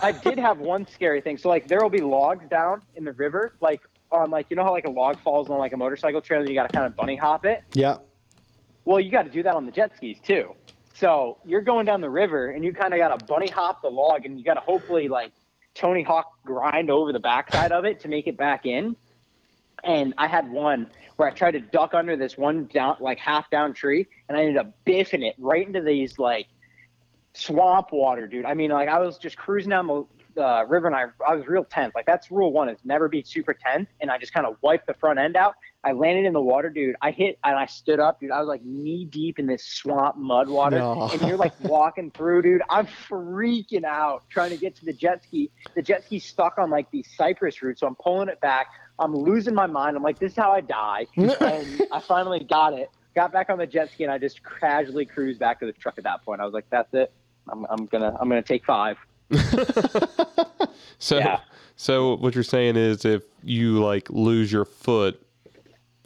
Speaker 7: I did have one scary thing. So like there will be logs down in the river, like on like you know how like a log falls on like a motorcycle trail and you gotta kinda bunny hop it?
Speaker 4: Yeah.
Speaker 7: Well you gotta do that on the jet skis too. So you're going down the river and you kinda gotta bunny hop the log and you gotta hopefully like Tony Hawk grind over the backside of it to make it back in. And I had one where I tried to duck under this one down like half down tree and I ended up biffing it right into these like swamp water, dude. I mean, like I was just cruising down the uh, river and I, I was real tense. Like that's rule one is never be super tense. And I just kind of wiped the front end out. I landed in the water, dude. I hit and I stood up, dude. I was like knee deep in this swamp mud water,
Speaker 4: No.
Speaker 7: and you're like walking through, dude. I'm freaking out trying to get to the jet ski. The jet ski's stuck on like these cypress roots, so I'm pulling it back. I'm losing my mind. I'm like, this is how I die. and I finally got it. Got back on the jet ski and I just casually cruised back to the truck at that point. I was like, that's it. I'm, I'm gonna I'm gonna take five.
Speaker 5: so,
Speaker 7: yeah.
Speaker 5: so what you're saying is, if you like lose your foot,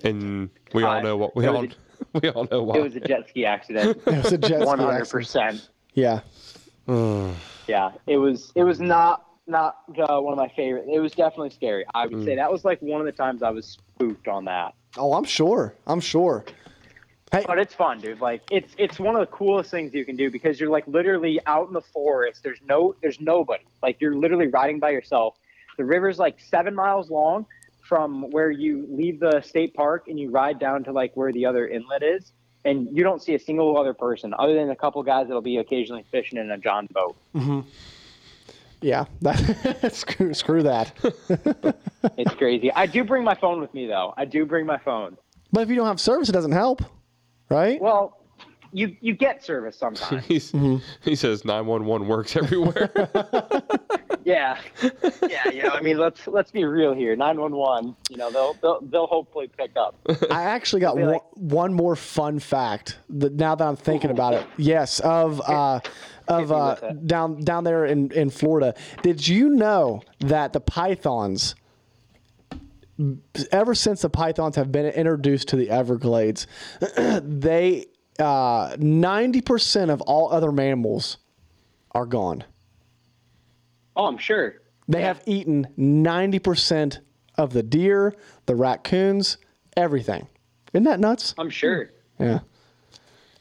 Speaker 5: and we all
Speaker 7: I-
Speaker 5: know what we
Speaker 7: it
Speaker 5: all
Speaker 7: was
Speaker 5: we all know why.
Speaker 7: It was a jet ski accident.
Speaker 4: It was a jet ski
Speaker 7: One hundred
Speaker 4: accident.
Speaker 7: percent.
Speaker 4: Yeah.
Speaker 7: Yeah. It was it was not not uh, one of my favorite. It was definitely scary. I would say that was like one of the times I was spooked on that.
Speaker 4: Oh, I'm sure. I'm sure.
Speaker 7: But it's fun, dude. Like it's it's one of the coolest things you can do because you're like literally out in the forest. There's no there's nobody. Like you're literally riding by yourself. The river's like seven miles long from where you leave the state park and you ride down to like where the other inlet is, and you don't see a single other person other than a couple guys that'll be occasionally fishing in a john boat.
Speaker 4: Yeah. That, screw, screw that.
Speaker 7: It's crazy. I do bring my phone with me though. I do bring my phone.
Speaker 4: But if you don't have service, it doesn't help, right?
Speaker 7: Well, you you get service sometimes.
Speaker 5: He's,
Speaker 4: Mm-hmm.
Speaker 5: He says 911 works everywhere.
Speaker 7: Yeah, yeah. You know, I mean, let's let's be real here. Nine one one. You know, they'll they'll they'll hopefully pick up.
Speaker 4: I actually got
Speaker 7: Be
Speaker 4: one,
Speaker 7: like-
Speaker 4: one more fun fact that now that I'm thinking about it. Yes, of uh, of
Speaker 7: me
Speaker 4: uh,
Speaker 7: with it.
Speaker 4: down down there in in Florida. Did you know that the pythons ever since the pythons have been introduced to the Everglades, they uh 90% of all other mammals are gone.
Speaker 7: Oh, I'm sure.
Speaker 4: They have eaten 90% of the deer, the raccoons, everything. Isn't that nuts?
Speaker 7: I'm sure.
Speaker 4: Yeah.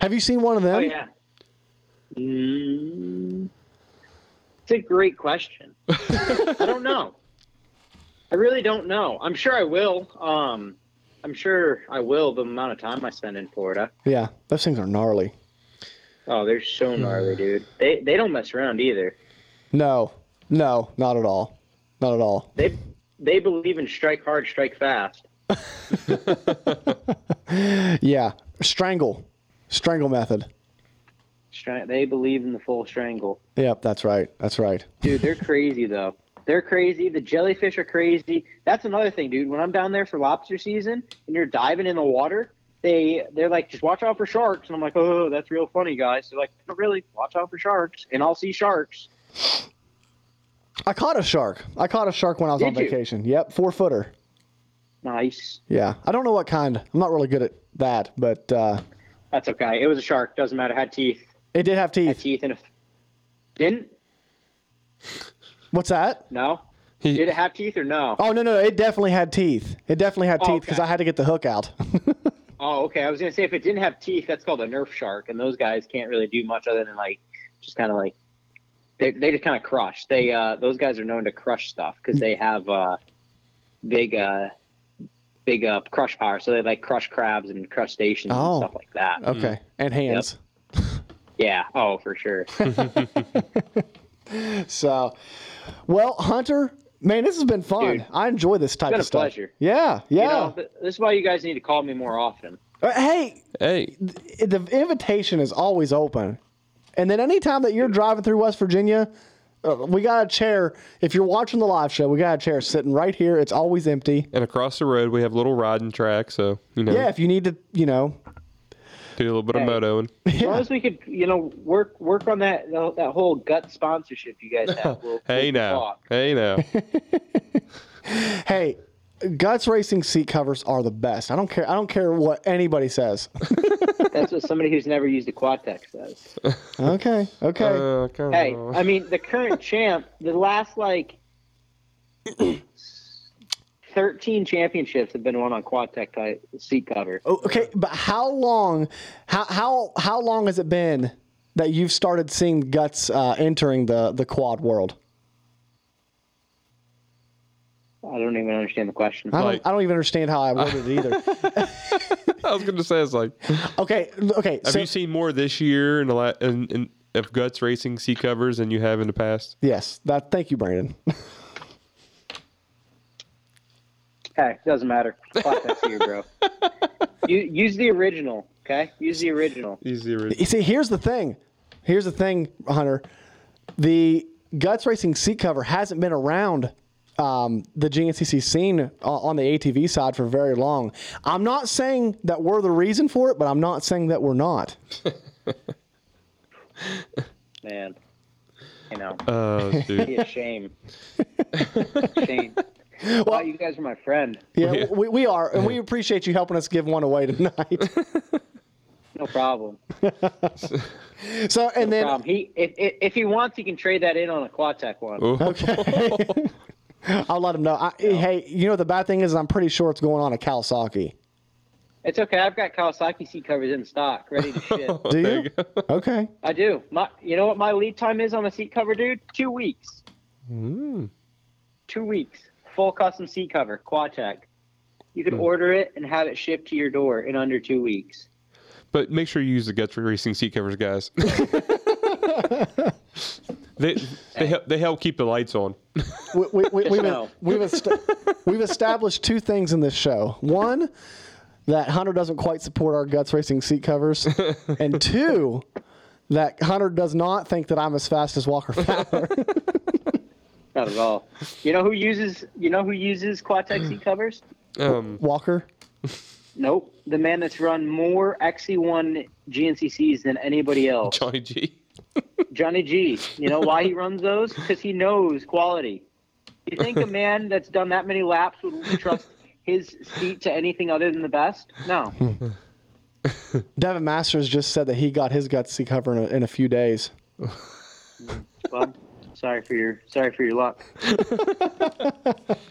Speaker 4: Have you seen one of them?
Speaker 7: Oh yeah. Mm, it's a great question. I don't know. I really don't know. I'm sure I will. Um, I'm sure I will. The amount of time I spend in Florida.
Speaker 4: Yeah, Those things are gnarly.
Speaker 7: Oh, they're so gnarly, dude. They they don't mess around either.
Speaker 4: No, no, not at all. Not at all.
Speaker 7: They they believe in strike hard, strike fast.
Speaker 4: Yeah. Strangle. Strangle method.
Speaker 7: Stri- they believe in the full strangle.
Speaker 4: Yep, that's right. That's right.
Speaker 7: Dude, they're crazy though. They're crazy. The jellyfish are crazy. That's another thing, dude. When I'm down there for lobster season and you're diving in the water, they they're like, just watch out for sharks, and I'm like, oh, that's real funny, guys. They're like, no, really, watch out for sharks, and I'll see sharks.
Speaker 4: I caught a shark. I caught a shark when I was
Speaker 7: Did
Speaker 4: on
Speaker 7: you?
Speaker 4: vacation. Yep, four footer.
Speaker 7: Nice.
Speaker 4: Yeah, I don't know what kind. I'm not really good at that, but uh,
Speaker 7: That's okay. It was a shark. Doesn't matter. Had teeth.
Speaker 4: it did have
Speaker 7: Had
Speaker 4: teeth.
Speaker 7: teeth and a. Didn't?
Speaker 4: What's that?
Speaker 7: e- No.
Speaker 5: He-
Speaker 7: Did it have teeth or no?
Speaker 4: Oh no, no, it definitely had teeth. It definitely had
Speaker 7: Oh,
Speaker 4: teeth because
Speaker 7: okay.
Speaker 4: I had to get the hook out.
Speaker 7: Oh, okay. I was gonna say if it didn't have teeth, that's called a Nerf shark, and those guys can't really do much other than like just kind of like they, they just kind of crush. They uh, those guys are known to crush stuff because they have uh, big uh, big uh, crush power, so they like crush crabs and crustaceans
Speaker 4: Oh.
Speaker 7: and stuff like that.
Speaker 4: okay, and hands.
Speaker 7: Yeah. Oh, for sure.
Speaker 4: So, well, Hunter, man, this has been fun.
Speaker 7: Dude,
Speaker 4: I enjoy this type
Speaker 7: been
Speaker 4: of
Speaker 7: a
Speaker 4: stuff.
Speaker 7: pleasure.
Speaker 4: Yeah, yeah.
Speaker 7: You know, th- this is why you guys need to call me more often.
Speaker 4: Uh, Hey,
Speaker 5: Hey,
Speaker 4: the invitation is always open. And then anytime that you're driving through West Virginia, uh, we got a chair. If you're watching the live show, we got a chair sitting right here. It's always empty.
Speaker 5: and across the road we have a little riding track, so you know,
Speaker 4: Yeah, if you need to, you know,
Speaker 5: do a little bit of motoing.
Speaker 7: As long as we could, you know, work work on that that whole gut sponsorship you guys have. We'll,
Speaker 5: Hey
Speaker 7: we'll
Speaker 5: now,
Speaker 7: talk.
Speaker 5: hey now.
Speaker 4: hey, Guts Racing seat covers are the best. I don't care. I don't care what anybody says.
Speaker 7: That's what somebody who's never used a Quatex says.
Speaker 4: okay, okay.
Speaker 5: Uh, come
Speaker 7: Hey,
Speaker 5: on.
Speaker 7: I mean, the current champ, the last like 13 championships have been won on quad tech type seat cover.
Speaker 4: Oh, okay, but how long? How how how long has it been that you've started seeing Guts uh, entering the the quad world?
Speaker 7: I don't even understand the question.
Speaker 4: I don't,
Speaker 5: Like-
Speaker 4: I don't even understand how I worded it either.
Speaker 5: I was gonna say it's like, have
Speaker 4: Okay, okay. so-
Speaker 5: you seen more this year in the la- in, in, of guts racing sea covers than you have in the past?
Speaker 4: Yes, that. Thank you, Brandon.
Speaker 7: Hey, doesn't matter. Quad tech's here, bro. You, use the original, okay? Use the original.
Speaker 5: He's the original.
Speaker 4: You see, here's the thing. Here's the thing, Hunter. The Guts Racing seat cover hasn't been around um, the GNCC scene uh, on the ATV side for very long. I'm not saying that we're the reason for it, but I'm not saying that we're not.
Speaker 7: Man, you know,
Speaker 5: Uh, dude.
Speaker 7: be a shame. shame. Well, you guys are my friend.
Speaker 4: Yeah, we, we are, and we appreciate you helping us give one away tonight.
Speaker 7: No problem.
Speaker 4: so, and then
Speaker 7: Problem. He, if, if, if he wants, he can trade that in on a quad tech one.
Speaker 4: I'll let him know. I, Hey, you know the bad thing is I'm pretty sure it's going on at Kawasaki.
Speaker 7: It's okay. I've got Kawasaki seat covers in stock, ready to ship.
Speaker 5: Oh.
Speaker 4: Do you? Okay.
Speaker 7: I do. My, you know what my lead time is on a seat cover, dude? Two weeks. Two weeks. Full custom seat cover, quad tech. You can order it and have it shipped to your door in under two weeks.
Speaker 5: But make sure you use the guts racing seat covers, guys. they they help they help keep the lights on.
Speaker 4: we, we, we,
Speaker 7: Just
Speaker 4: we've,
Speaker 7: know.
Speaker 4: we've, est- we've established two things in this show. One, that Hunter doesn't quite support our guts racing seat covers, and two, that Hunter does not think that I'm as fast as Walker Fowler.
Speaker 7: Not at all. You know who uses? You know who uses quad tech seat covers?
Speaker 5: Um,
Speaker 4: Walker,
Speaker 7: Nope. The man that's run more E XC1 GNCCs than anybody else,
Speaker 5: Johnny G.
Speaker 7: Johnny G. You know why he runs those? Because he knows quality. You think a man that's done that many laps would trust his seat to anything other than the best? No.
Speaker 4: Devin Masters just said that he got his guts seat cover in a, in a few days.
Speaker 7: Well, sorry for your sorry for your luck.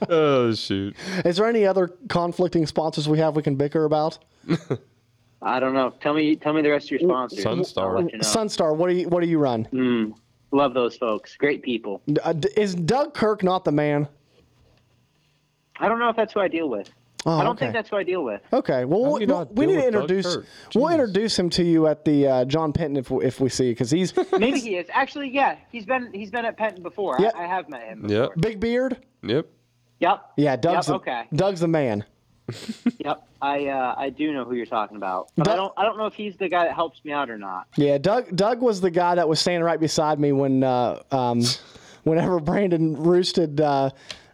Speaker 5: Oh shoot.
Speaker 4: Is there any other conflicting sponsors we have we can bicker about?
Speaker 7: I don't know. Tell me tell me the rest of your sponsors.
Speaker 5: Sunstar.
Speaker 7: I'll let you know. Mm.
Speaker 4: Sunstar, what do you what do you run?
Speaker 7: Love those folks. Great people.
Speaker 4: Uh, d- is Doug Kirk not the man?
Speaker 7: I don't know if that's who I deal with.
Speaker 4: Oh,
Speaker 7: I don't
Speaker 4: okay.
Speaker 7: think that's who I deal with.
Speaker 4: Okay. Well,
Speaker 5: do
Speaker 4: we,
Speaker 5: you
Speaker 4: we'll-
Speaker 5: not
Speaker 4: we
Speaker 5: deal
Speaker 4: need to
Speaker 5: with Doug
Speaker 4: introduce.
Speaker 5: Kirk?
Speaker 4: We'll
Speaker 5: Jeez.
Speaker 4: introduce him to you at the uh, John Penton if we, if we see you because he's
Speaker 7: Maybe he is. Actually, yeah, he's been he's been at Penton before.
Speaker 4: Yep.
Speaker 7: I, I have met him.
Speaker 5: Yep.
Speaker 4: big beard.
Speaker 5: Yep.
Speaker 7: Yep.
Speaker 4: Yeah, Doug's
Speaker 7: Yep,
Speaker 4: the,
Speaker 7: okay.
Speaker 4: Doug's the man.
Speaker 7: Yep. I uh, I do know who you're talking about. But
Speaker 4: That-
Speaker 7: I don't I don't know if he's the guy that helps me out or not.
Speaker 4: Yeah, Doug. Doug was the guy that was standing right beside me when uh, um, whenever Brandon roosted uh,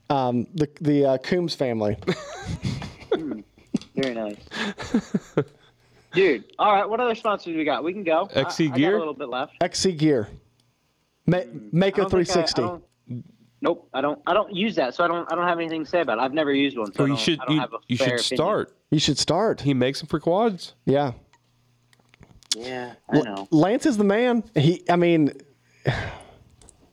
Speaker 4: um, the the uh, Coombs family.
Speaker 7: Very nice. Dude, all right. What other sponsors we got? We can go. I-
Speaker 5: XC
Speaker 7: I got
Speaker 5: E Gear?
Speaker 7: a little bit left.
Speaker 4: XC Gear. Ma-
Speaker 7: I
Speaker 4: Maker
Speaker 7: don't think Oh I-
Speaker 4: 360.
Speaker 7: I don't- Nope, I don't. I don't use that, so I don't. I don't have anything to say about it. I've never used one. So
Speaker 5: Oh,
Speaker 7: I
Speaker 5: you
Speaker 7: don't-
Speaker 5: should
Speaker 7: I don't
Speaker 5: you,
Speaker 7: have a
Speaker 5: you
Speaker 7: fair
Speaker 5: should
Speaker 7: opinion.
Speaker 5: start.
Speaker 4: you should start.
Speaker 5: He makes them for quads.
Speaker 4: yeah.
Speaker 7: Yeah, I know.
Speaker 4: Lance is the man. He, I mean,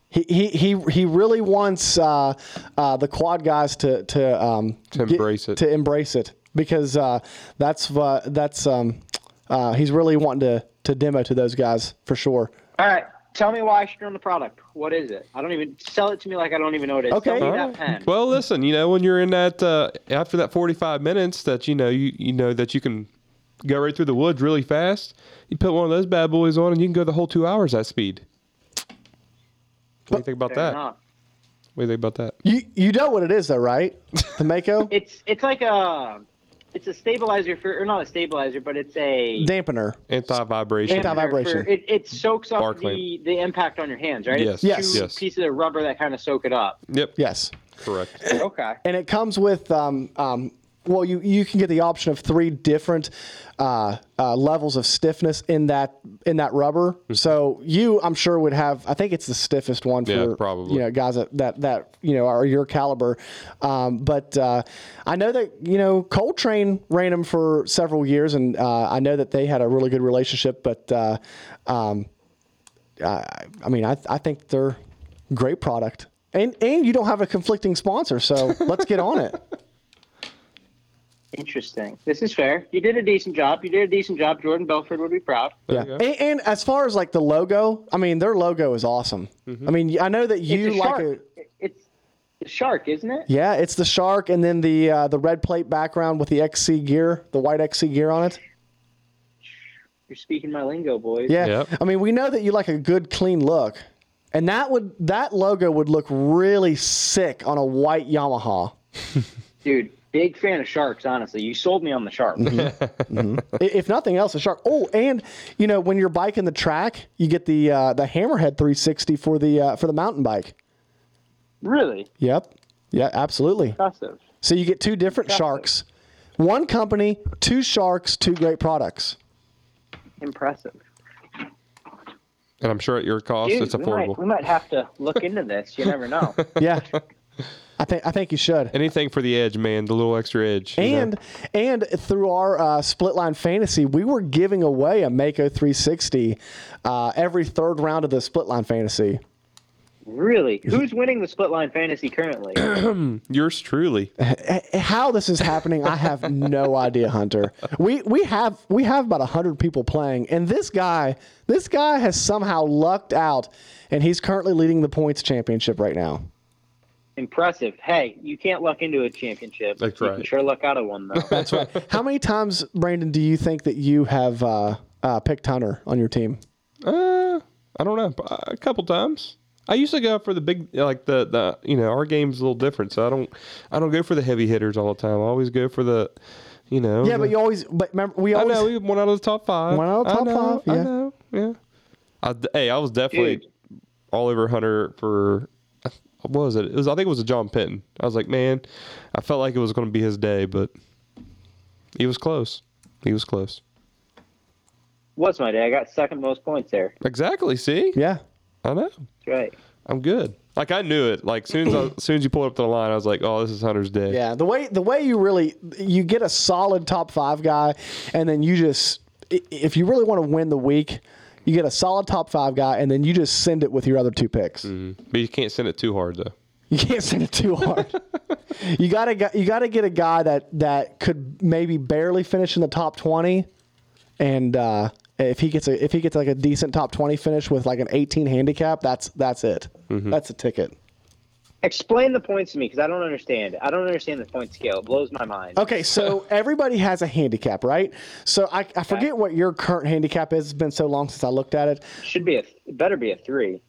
Speaker 4: he he he, he really wants uh, uh, the quad guys to to um,
Speaker 5: To embrace it.
Speaker 4: to embrace it because uh, that's what that's um, uh, he's really wanting to to demo to those guys for sure.
Speaker 7: All right, tell me why I should own the product. What is it? I don't even sell it to me like I don't even know what it is.
Speaker 4: Okay.
Speaker 7: Sell me
Speaker 5: All
Speaker 7: that
Speaker 5: right.
Speaker 7: pen.
Speaker 5: Well, listen, you know when you're in that uh, after that 45 minutes that you know you you know that you can go right through the woods really fast. You put one of those bad boys on and you can go the whole two hours at speed. What do you think about
Speaker 7: Fair
Speaker 5: that?
Speaker 7: enough.
Speaker 5: What do you think about that?
Speaker 4: You you know what it is though, right? The Mako
Speaker 7: It's it's like a it's a stabilizer for or not a stabilizer, but it's a
Speaker 4: dampener.
Speaker 5: Anti vibration.
Speaker 4: Anti- Anti-vibration.
Speaker 7: for- It, it soaks up
Speaker 5: Barclay.
Speaker 7: the, the impact on your hands, right?
Speaker 5: Yes.
Speaker 7: It's
Speaker 4: Yes.
Speaker 7: Two
Speaker 5: Yes.
Speaker 7: pieces of rubber that kind of soak it up.
Speaker 5: Yep.
Speaker 4: Yes.
Speaker 5: Correct.
Speaker 7: Okay.
Speaker 4: and it comes with um, um, well you, you can get the option of three different uh, uh, levels of stiffness in that in that rubber
Speaker 5: Mm-hmm.
Speaker 4: so you i'm sure would have i think it's the stiffest one for
Speaker 5: Yeah, probably.
Speaker 4: you know guys that that, that you know are your caliber um, but uh, i know that you know coltrane ran them for several years and uh, i know that they had a really good relationship but uh, um, I, I mean I, I think they're great product and and you don't have a conflicting sponsor so let's get on it
Speaker 7: Interesting. This is fair. You did a decent job. You did a decent job. Jordan Belford would be proud.
Speaker 4: Yeah.
Speaker 5: you
Speaker 4: And,
Speaker 5: go.
Speaker 4: and as far as like the logo, I mean, their logo is awesome. I mean, I know that you
Speaker 7: it's a
Speaker 4: like
Speaker 7: shark.
Speaker 4: it.
Speaker 7: It's a shark, isn't it?
Speaker 4: Yeah, it's the shark and then the uh, the red plate background with the XC gear, the white XC gear on it.
Speaker 7: You're speaking my lingo, boys.
Speaker 4: Yeah.
Speaker 5: Yep.
Speaker 4: I mean, we know that you like a good clean look. And that would that logo would look really sick on a white Yamaha.
Speaker 7: Dude, big fan of sharks, honestly. You sold me on the shark.
Speaker 4: I- if nothing else, a shark. Oh, and you know, when you're biking the track, you get the uh, the Hammerhead 360 for the uh, for the mountain bike.
Speaker 7: really?
Speaker 4: Yep. Yeah, absolutely.
Speaker 7: Impressive.
Speaker 4: So you get two different sharks, one company, two sharks, two great products.
Speaker 7: Impressive.
Speaker 5: And I'm sure at your cost,
Speaker 7: Dude,
Speaker 5: it's
Speaker 7: we, might,
Speaker 5: affordable.
Speaker 7: we might have to look into this. You never know.
Speaker 4: Yeah, I think I think you should.
Speaker 5: Anything for the edge, man. The little extra edge. you know?
Speaker 4: And and through our uh, split line fantasy, we were giving away a Mako 360 uh, every third round of the split line fantasy.
Speaker 7: really? Who's winning the split line fantasy currently?
Speaker 5: yours truly.
Speaker 4: How this is happening, I have no idea, Hunter. We we have we have about hundred people playing, and this guy this guy has somehow lucked out, and he's currently leading the points championship right now.
Speaker 7: Impressive. Hey, you can't luck into a championship.
Speaker 5: That's
Speaker 7: you Can
Speaker 5: right.
Speaker 7: sure luck out of one though.
Speaker 4: That's right. How many times, Brandon, do you think that you have uh, uh, picked Hunter on your team?
Speaker 5: Uh, I don't know. but A couple times. I used to go for the big, like the the you know our game's a little different, so I don't I don't go for the heavy hitters all the time. I always go for the, you know.
Speaker 4: Yeah,
Speaker 5: the-
Speaker 4: but you always. But remember, we
Speaker 5: I
Speaker 4: always.
Speaker 5: know we one out of the top five.
Speaker 4: One out of the
Speaker 5: I
Speaker 4: top
Speaker 5: know,
Speaker 4: five,
Speaker 5: I
Speaker 4: yeah.
Speaker 5: know. Yeah. I d hey, I was definitely
Speaker 7: Dude.
Speaker 5: all over Hunter for. What was it? It was I think it was a John Penton. I was like, man, I felt like it was going to be his day, but he was close. He was close.
Speaker 7: Was my day. I got second most points there.
Speaker 5: Exactly. See,
Speaker 4: Yeah.
Speaker 5: I know.
Speaker 7: That's right.
Speaker 5: I'm good. Like I knew it. Like soon as I, soon as you pulled up to the line, I was like, "Oh, this is Hunter's day."
Speaker 4: Yeah. The way the way you really you get a solid top five guy, and then you just i- if you really want to win the week, you get a solid top five guy, and then you just send it with your other two picks.
Speaker 5: But you can't send it too hard though.
Speaker 4: You can't send it too hard. you gotta get- you gotta get a guy that that could maybe barely finish in the top twenty, and uh, if he gets a if he gets like a decent top twenty finish with like an eighteen handicap, that's that's it. That's a ticket.
Speaker 7: Explain the points to me because I don't understand. I don't understand the point scale. It blows my mind.
Speaker 4: Okay, so everybody has a handicap, right? So I, I forget what your current handicap is. It's been so long since I looked at it.
Speaker 7: Should be a it better be a three.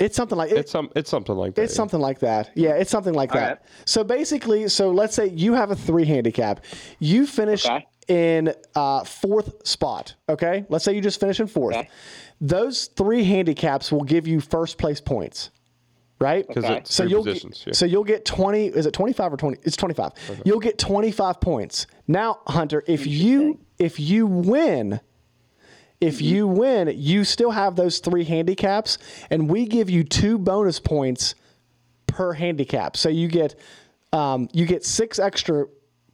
Speaker 4: It's something like it-
Speaker 5: It's some. It's something like that.
Speaker 4: It's something like that. Yeah, it's something like that.
Speaker 7: right.
Speaker 4: So basically, so let's say you have a three handicap. You finish
Speaker 7: Okay.
Speaker 4: in uh, fourth spot. Okay. Let's say you just finish in fourth.
Speaker 7: Okay.
Speaker 4: Those three handicaps will give you first place points, right?
Speaker 5: because
Speaker 7: Okay.
Speaker 5: it's
Speaker 4: So
Speaker 5: three
Speaker 4: you'll
Speaker 5: positions.
Speaker 4: get,
Speaker 5: yeah.
Speaker 4: so you'll get twenty. Is it twenty five or twenty? It's twenty five. You'll get twenty five points. Now, Hunter, if you If you win, if you win, you still have those three handicaps, and we give you two bonus points per handicap. So you get um, you get six extra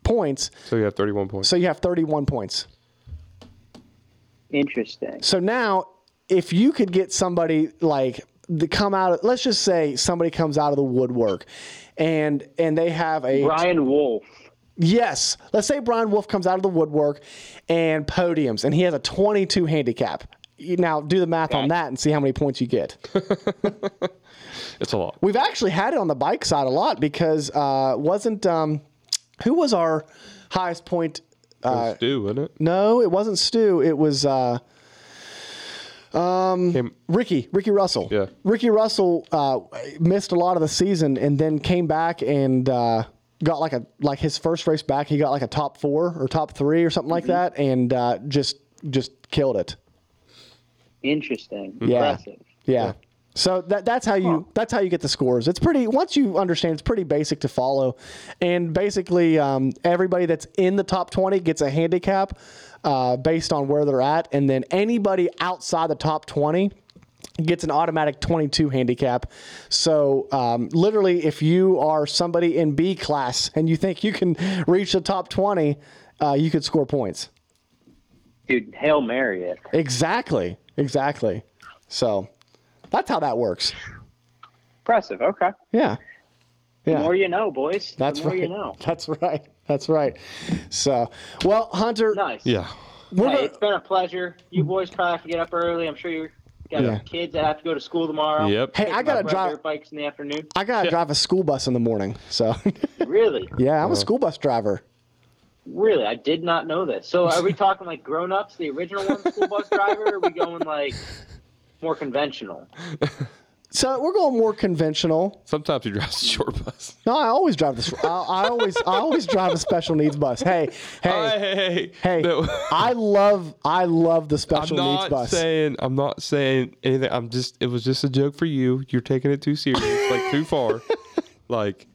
Speaker 4: points.
Speaker 5: So you have 31 points.
Speaker 4: So you have 31 points.
Speaker 7: Interesting.
Speaker 4: So now, if you could get somebody like to come out, of, let's just say somebody comes out of the woodwork, and and they have a
Speaker 7: Brian Wolf.
Speaker 4: yes, let's say Brian Wolf comes out of the woodwork and podiums, and he has a 22 handicap. You- Now do the math on that and see how many points you get.
Speaker 5: it's a lot.
Speaker 4: We've actually had it on the bike side a lot because uh, wasn't um, who was our highest point?
Speaker 5: Uh, Stu, wasn't it?
Speaker 4: No, it wasn't Stu. It was. Uh, Mm-hmm.
Speaker 5: Came-
Speaker 4: Ricky, Ricky Russell.
Speaker 5: Yeah.
Speaker 4: Ricky Russell uh, missed a lot of the season and then came back and uh, got like a like his first race back. He got like a top four or top three or something like
Speaker 7: Mm-hmm.
Speaker 4: that, and uh, just just killed it.
Speaker 7: Interesting.
Speaker 4: Yeah.
Speaker 7: Impressive.
Speaker 4: Yeah. So that that's how you that's how you get the scores. It's pretty once you understand it's pretty basic to follow, and basically um, everybody that's in the top twenty gets a handicap uh, based on where they're at, and then anybody outside the top twenty gets an automatic 22 handicap. So um, literally, if you are somebody in B class and you think you can reach the top 20, uh, you could score points.
Speaker 7: Dude, Hail Mary it.
Speaker 4: Exactly. Exactly. So that's how that works.
Speaker 7: Impressive. Okay.
Speaker 4: Yeah. Yeah.
Speaker 7: The more you know, boys.
Speaker 4: That's
Speaker 7: the more
Speaker 4: right.
Speaker 7: you know.
Speaker 4: That's right. That's right. So, well, Hunter,
Speaker 7: Nice.
Speaker 5: Yeah.
Speaker 4: we're
Speaker 7: Hey,
Speaker 4: gonna-
Speaker 7: it's been a pleasure. You boys probably have to get up early. I'm sure you got
Speaker 4: Yeah.
Speaker 7: kids that have to go to school tomorrow.
Speaker 5: Yep.
Speaker 4: hey, I gotta
Speaker 7: My brother
Speaker 4: drive.
Speaker 7: bikes in the afternoon.
Speaker 4: I gotta drive a school bus in the morning. So,
Speaker 7: Really,
Speaker 4: yeah, I'm a school bus driver.
Speaker 7: really, I did not know this. So, are we talking like grown-ups, the original one school bus driver? Or are we going like more conventional?
Speaker 4: So we're going more conventional.
Speaker 5: Sometimes he drives a short bus.
Speaker 4: No, I always drive this. I, I always, I always drive a special needs bus. Hey, hey,
Speaker 5: Hey.
Speaker 4: hey!
Speaker 5: No.
Speaker 4: I love, I love the
Speaker 5: I'm
Speaker 4: special needs
Speaker 5: not
Speaker 4: bus.
Speaker 5: saying I'm not saying anything. I'm just it was just a joke for you. You're taking it too serious, like too far. Like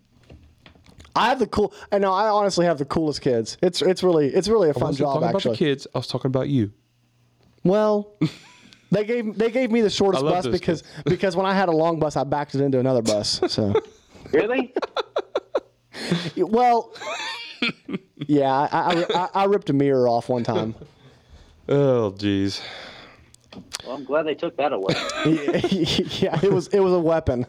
Speaker 4: I have the cool. I know. I honestly have the coolest kids. It's, it's really, it's really a
Speaker 5: I
Speaker 4: fun
Speaker 5: wasn't
Speaker 4: job
Speaker 5: talking about the
Speaker 4: actually.
Speaker 5: kids. I was talking about you.
Speaker 4: Well, they gave they gave me the shortest
Speaker 5: I love
Speaker 4: bus
Speaker 5: those
Speaker 4: because because when I had a long bus, I backed it into another bus. So,
Speaker 7: Really?
Speaker 4: well, yeah, I, I, I, I ripped a mirror off one time.
Speaker 5: Oh jeez.
Speaker 7: Well, I'm glad they took that away.
Speaker 4: yeah, it was it was a weapon.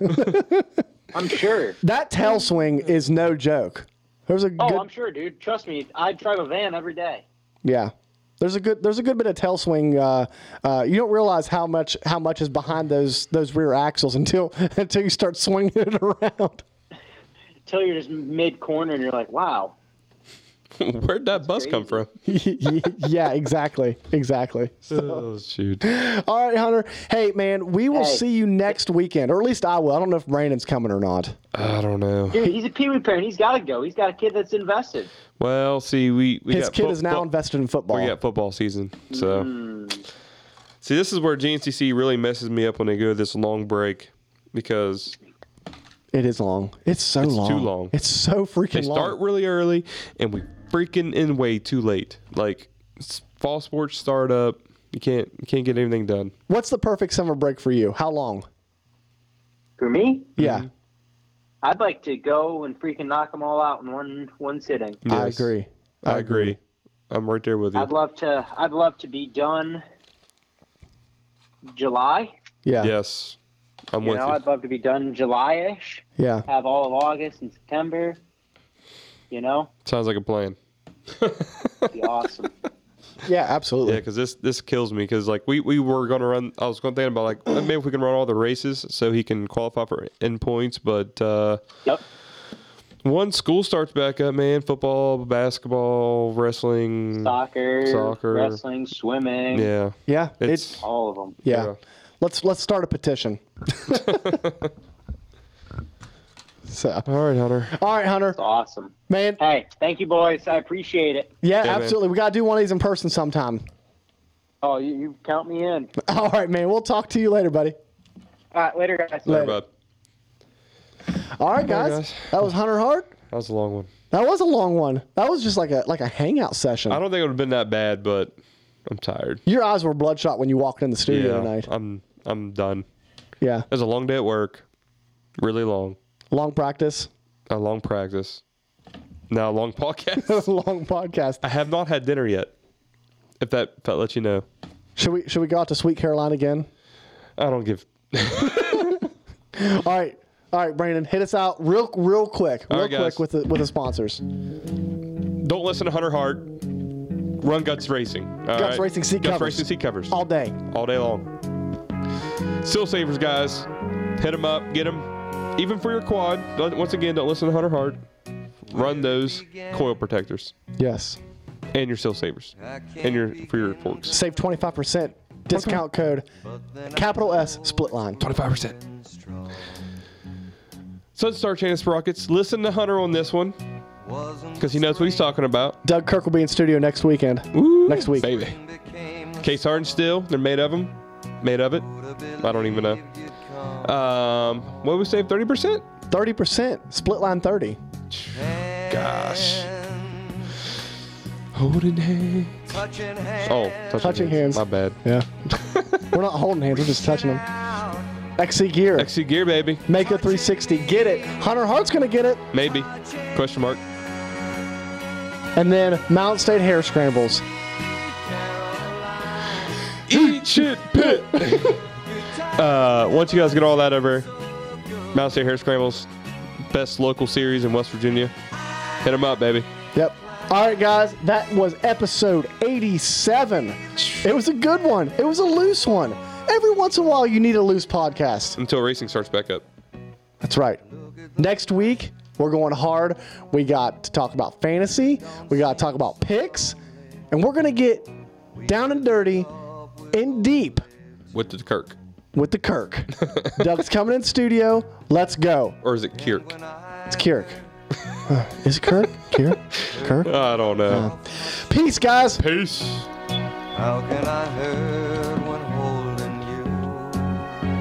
Speaker 7: I'm sure.
Speaker 4: that tail swing is no joke. There's a
Speaker 7: Oh,
Speaker 4: good
Speaker 7: I'm sure, dude. Trust me, I drive a van every day.
Speaker 4: yeah. There's a good there's a good bit of tail swing. Uh, uh, you don't realize how much how much is behind those those rear axles until until you start swinging it around.
Speaker 7: Until you're just mid corner and you're like, wow.
Speaker 5: Where'd that bus come from?
Speaker 4: yeah, exactly, exactly.
Speaker 5: Oh shoot.
Speaker 4: All right, Hunter. Hey, man, we will
Speaker 7: Hey.
Speaker 4: see you next weekend, or at least I will. I don't know if Brandon's coming or not.
Speaker 5: I don't know.
Speaker 7: Dude, he's a Pee Wee parent. He's got to go. He's got a kid that's invested.
Speaker 5: Well, see, we we
Speaker 4: His
Speaker 5: got
Speaker 4: kid
Speaker 5: fo-
Speaker 4: is now
Speaker 5: fo-
Speaker 4: invested in football.
Speaker 5: We got football season, so.
Speaker 7: Hmm.
Speaker 5: See, this is where GNCC really messes me up when they go this long break, because
Speaker 4: It is long. It's so
Speaker 5: It's too
Speaker 4: long.
Speaker 5: long.
Speaker 4: It's so freaking
Speaker 5: They
Speaker 4: long.
Speaker 5: start really early, and we freaking end way too late. Like s- fall sports start up, you can't you can't get anything done.
Speaker 4: What's the perfect summer break for you? How long?
Speaker 7: For me,
Speaker 5: Mm-hmm.
Speaker 4: Yeah,
Speaker 7: I'd like to go and freaking knock them all out in one one sitting.
Speaker 4: I
Speaker 5: Yes.
Speaker 4: agree.
Speaker 5: I agree. I'm right there with you.
Speaker 7: I'd love to. I'd love to be done. July,
Speaker 4: Yeah, yeah,
Speaker 5: yes, I'm
Speaker 7: you
Speaker 5: with
Speaker 7: know,
Speaker 5: you.
Speaker 7: I'd love to be done July-ish.
Speaker 4: yeah.
Speaker 7: Have all of August and September. You know,
Speaker 5: Sounds like a plan.
Speaker 7: It'd be awesome.
Speaker 5: Yeah,
Speaker 4: absolutely.
Speaker 5: because this this kills me. Because like we, we were gonna run. I was gonna think about like uh, maybe if we can run all the races so he can qualify for end points. But uh,
Speaker 7: yep.
Speaker 5: once school starts back up, man, football, basketball, wrestling,
Speaker 7: Soccer,
Speaker 5: Soccer.
Speaker 7: wrestling, swimming,
Speaker 5: yeah,
Speaker 4: Yeah,
Speaker 5: it's
Speaker 4: it's
Speaker 7: all of them.
Speaker 4: yeah.
Speaker 5: yeah.
Speaker 4: Let's let's start a petition. so,
Speaker 5: all right, Hunter.
Speaker 4: all right, Hunter,
Speaker 7: It's awesome.
Speaker 4: man.
Speaker 7: Hey, thank you, boys. I appreciate it.
Speaker 4: Yeah,
Speaker 5: man.
Speaker 4: absolutely. We gotta do one of these in person sometime.
Speaker 7: Oh, you, you count me in.
Speaker 4: All right, man. We'll talk to you later, buddy.
Speaker 7: All right, later, guys.
Speaker 5: Sorry,
Speaker 4: Later.
Speaker 5: bud.
Speaker 4: All right,
Speaker 5: All right,
Speaker 4: guys.
Speaker 5: guys.
Speaker 4: That was Hunter Hart.
Speaker 5: That was a long one.
Speaker 4: That was a long one. That was just like a like a hangout session.
Speaker 5: I don't think it would have been that bad, but I'm tired.
Speaker 4: Your eyes were bloodshot when you walked in the studio tonight.
Speaker 5: I'm I'm done. It
Speaker 4: Yeah,
Speaker 5: was a long day at work, really long,
Speaker 4: long practice,
Speaker 5: a long practice, now a long podcast.
Speaker 4: long podcast.
Speaker 5: I have not had dinner yet. If that if that lets you know,
Speaker 4: Should we should we go out to Sweet Caroline again?
Speaker 5: I don't give.
Speaker 4: All right, all right, Brandon, hit us out real real quick, real
Speaker 5: right, guys.
Speaker 4: quick with the with the sponsors.
Speaker 5: Don't listen to Hunter Hard. Run guts racing. All
Speaker 4: Guts Racing seat
Speaker 5: guts
Speaker 4: covers.
Speaker 5: racing seat covers.
Speaker 4: all day.
Speaker 5: all day long. Seal savers, guys. Hit them up, get them. Even for your quad. don't- Once again, don't listen to Hunter Hart. Run those coil protectors
Speaker 4: Yes,
Speaker 5: and your seal savers and your for your forks.
Speaker 4: save twenty five percent discount code, capital S split line.
Speaker 5: Twenty five percent. Sunstar Chain of Sprockets. Listen to Hunter on this one because he knows what he's talking about.
Speaker 4: Doug Kirk will be in studio next weekend.
Speaker 5: Woo,
Speaker 4: Next week.
Speaker 5: baby. Case Orange Steel. They're made of them. Made of it. I don't even know. Um, what we save? Thirty percent.
Speaker 4: Thirty percent split line thirty.
Speaker 5: Gosh. Holding hands. Oh, touching,
Speaker 4: Touching hands.
Speaker 5: My bad.
Speaker 4: Yeah, we're not holding hands. We're just touching them. XC Gear.
Speaker 5: XC gear, baby.
Speaker 4: Make a 360. Get it. Hunter Hart's going to get it.
Speaker 5: Maybe. Question mark.
Speaker 4: And then Mountain State Hair Scrambles.
Speaker 5: Eat shit pit. uh, once you guys get all that over, Mount State Hair Scrambles, best local series in West Virginia. Hit them up, baby.
Speaker 4: Yep. All right, guys. That was episode 87. It was a good one. It was a loose one. Every once in a while, you need a loose podcast.
Speaker 5: Until racing starts back up.
Speaker 4: That's right. Next week, we're going hard. We got to talk about fantasy. We got to talk about picks. And we're going to get down and dirty and deep
Speaker 5: With the Kirk.
Speaker 4: with the Kirk. Doug's coming in studio. Let's go.
Speaker 5: Or is it Kirk?
Speaker 4: It's Kirk. Uh, is it Kirk? Kirk? Kirk?
Speaker 5: I don't know.
Speaker 4: Peace, guys.
Speaker 5: Peace.
Speaker 9: How can I hurt when holding you?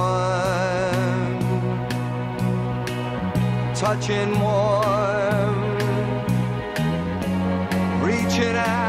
Speaker 9: Warm, touching warm, reaching out.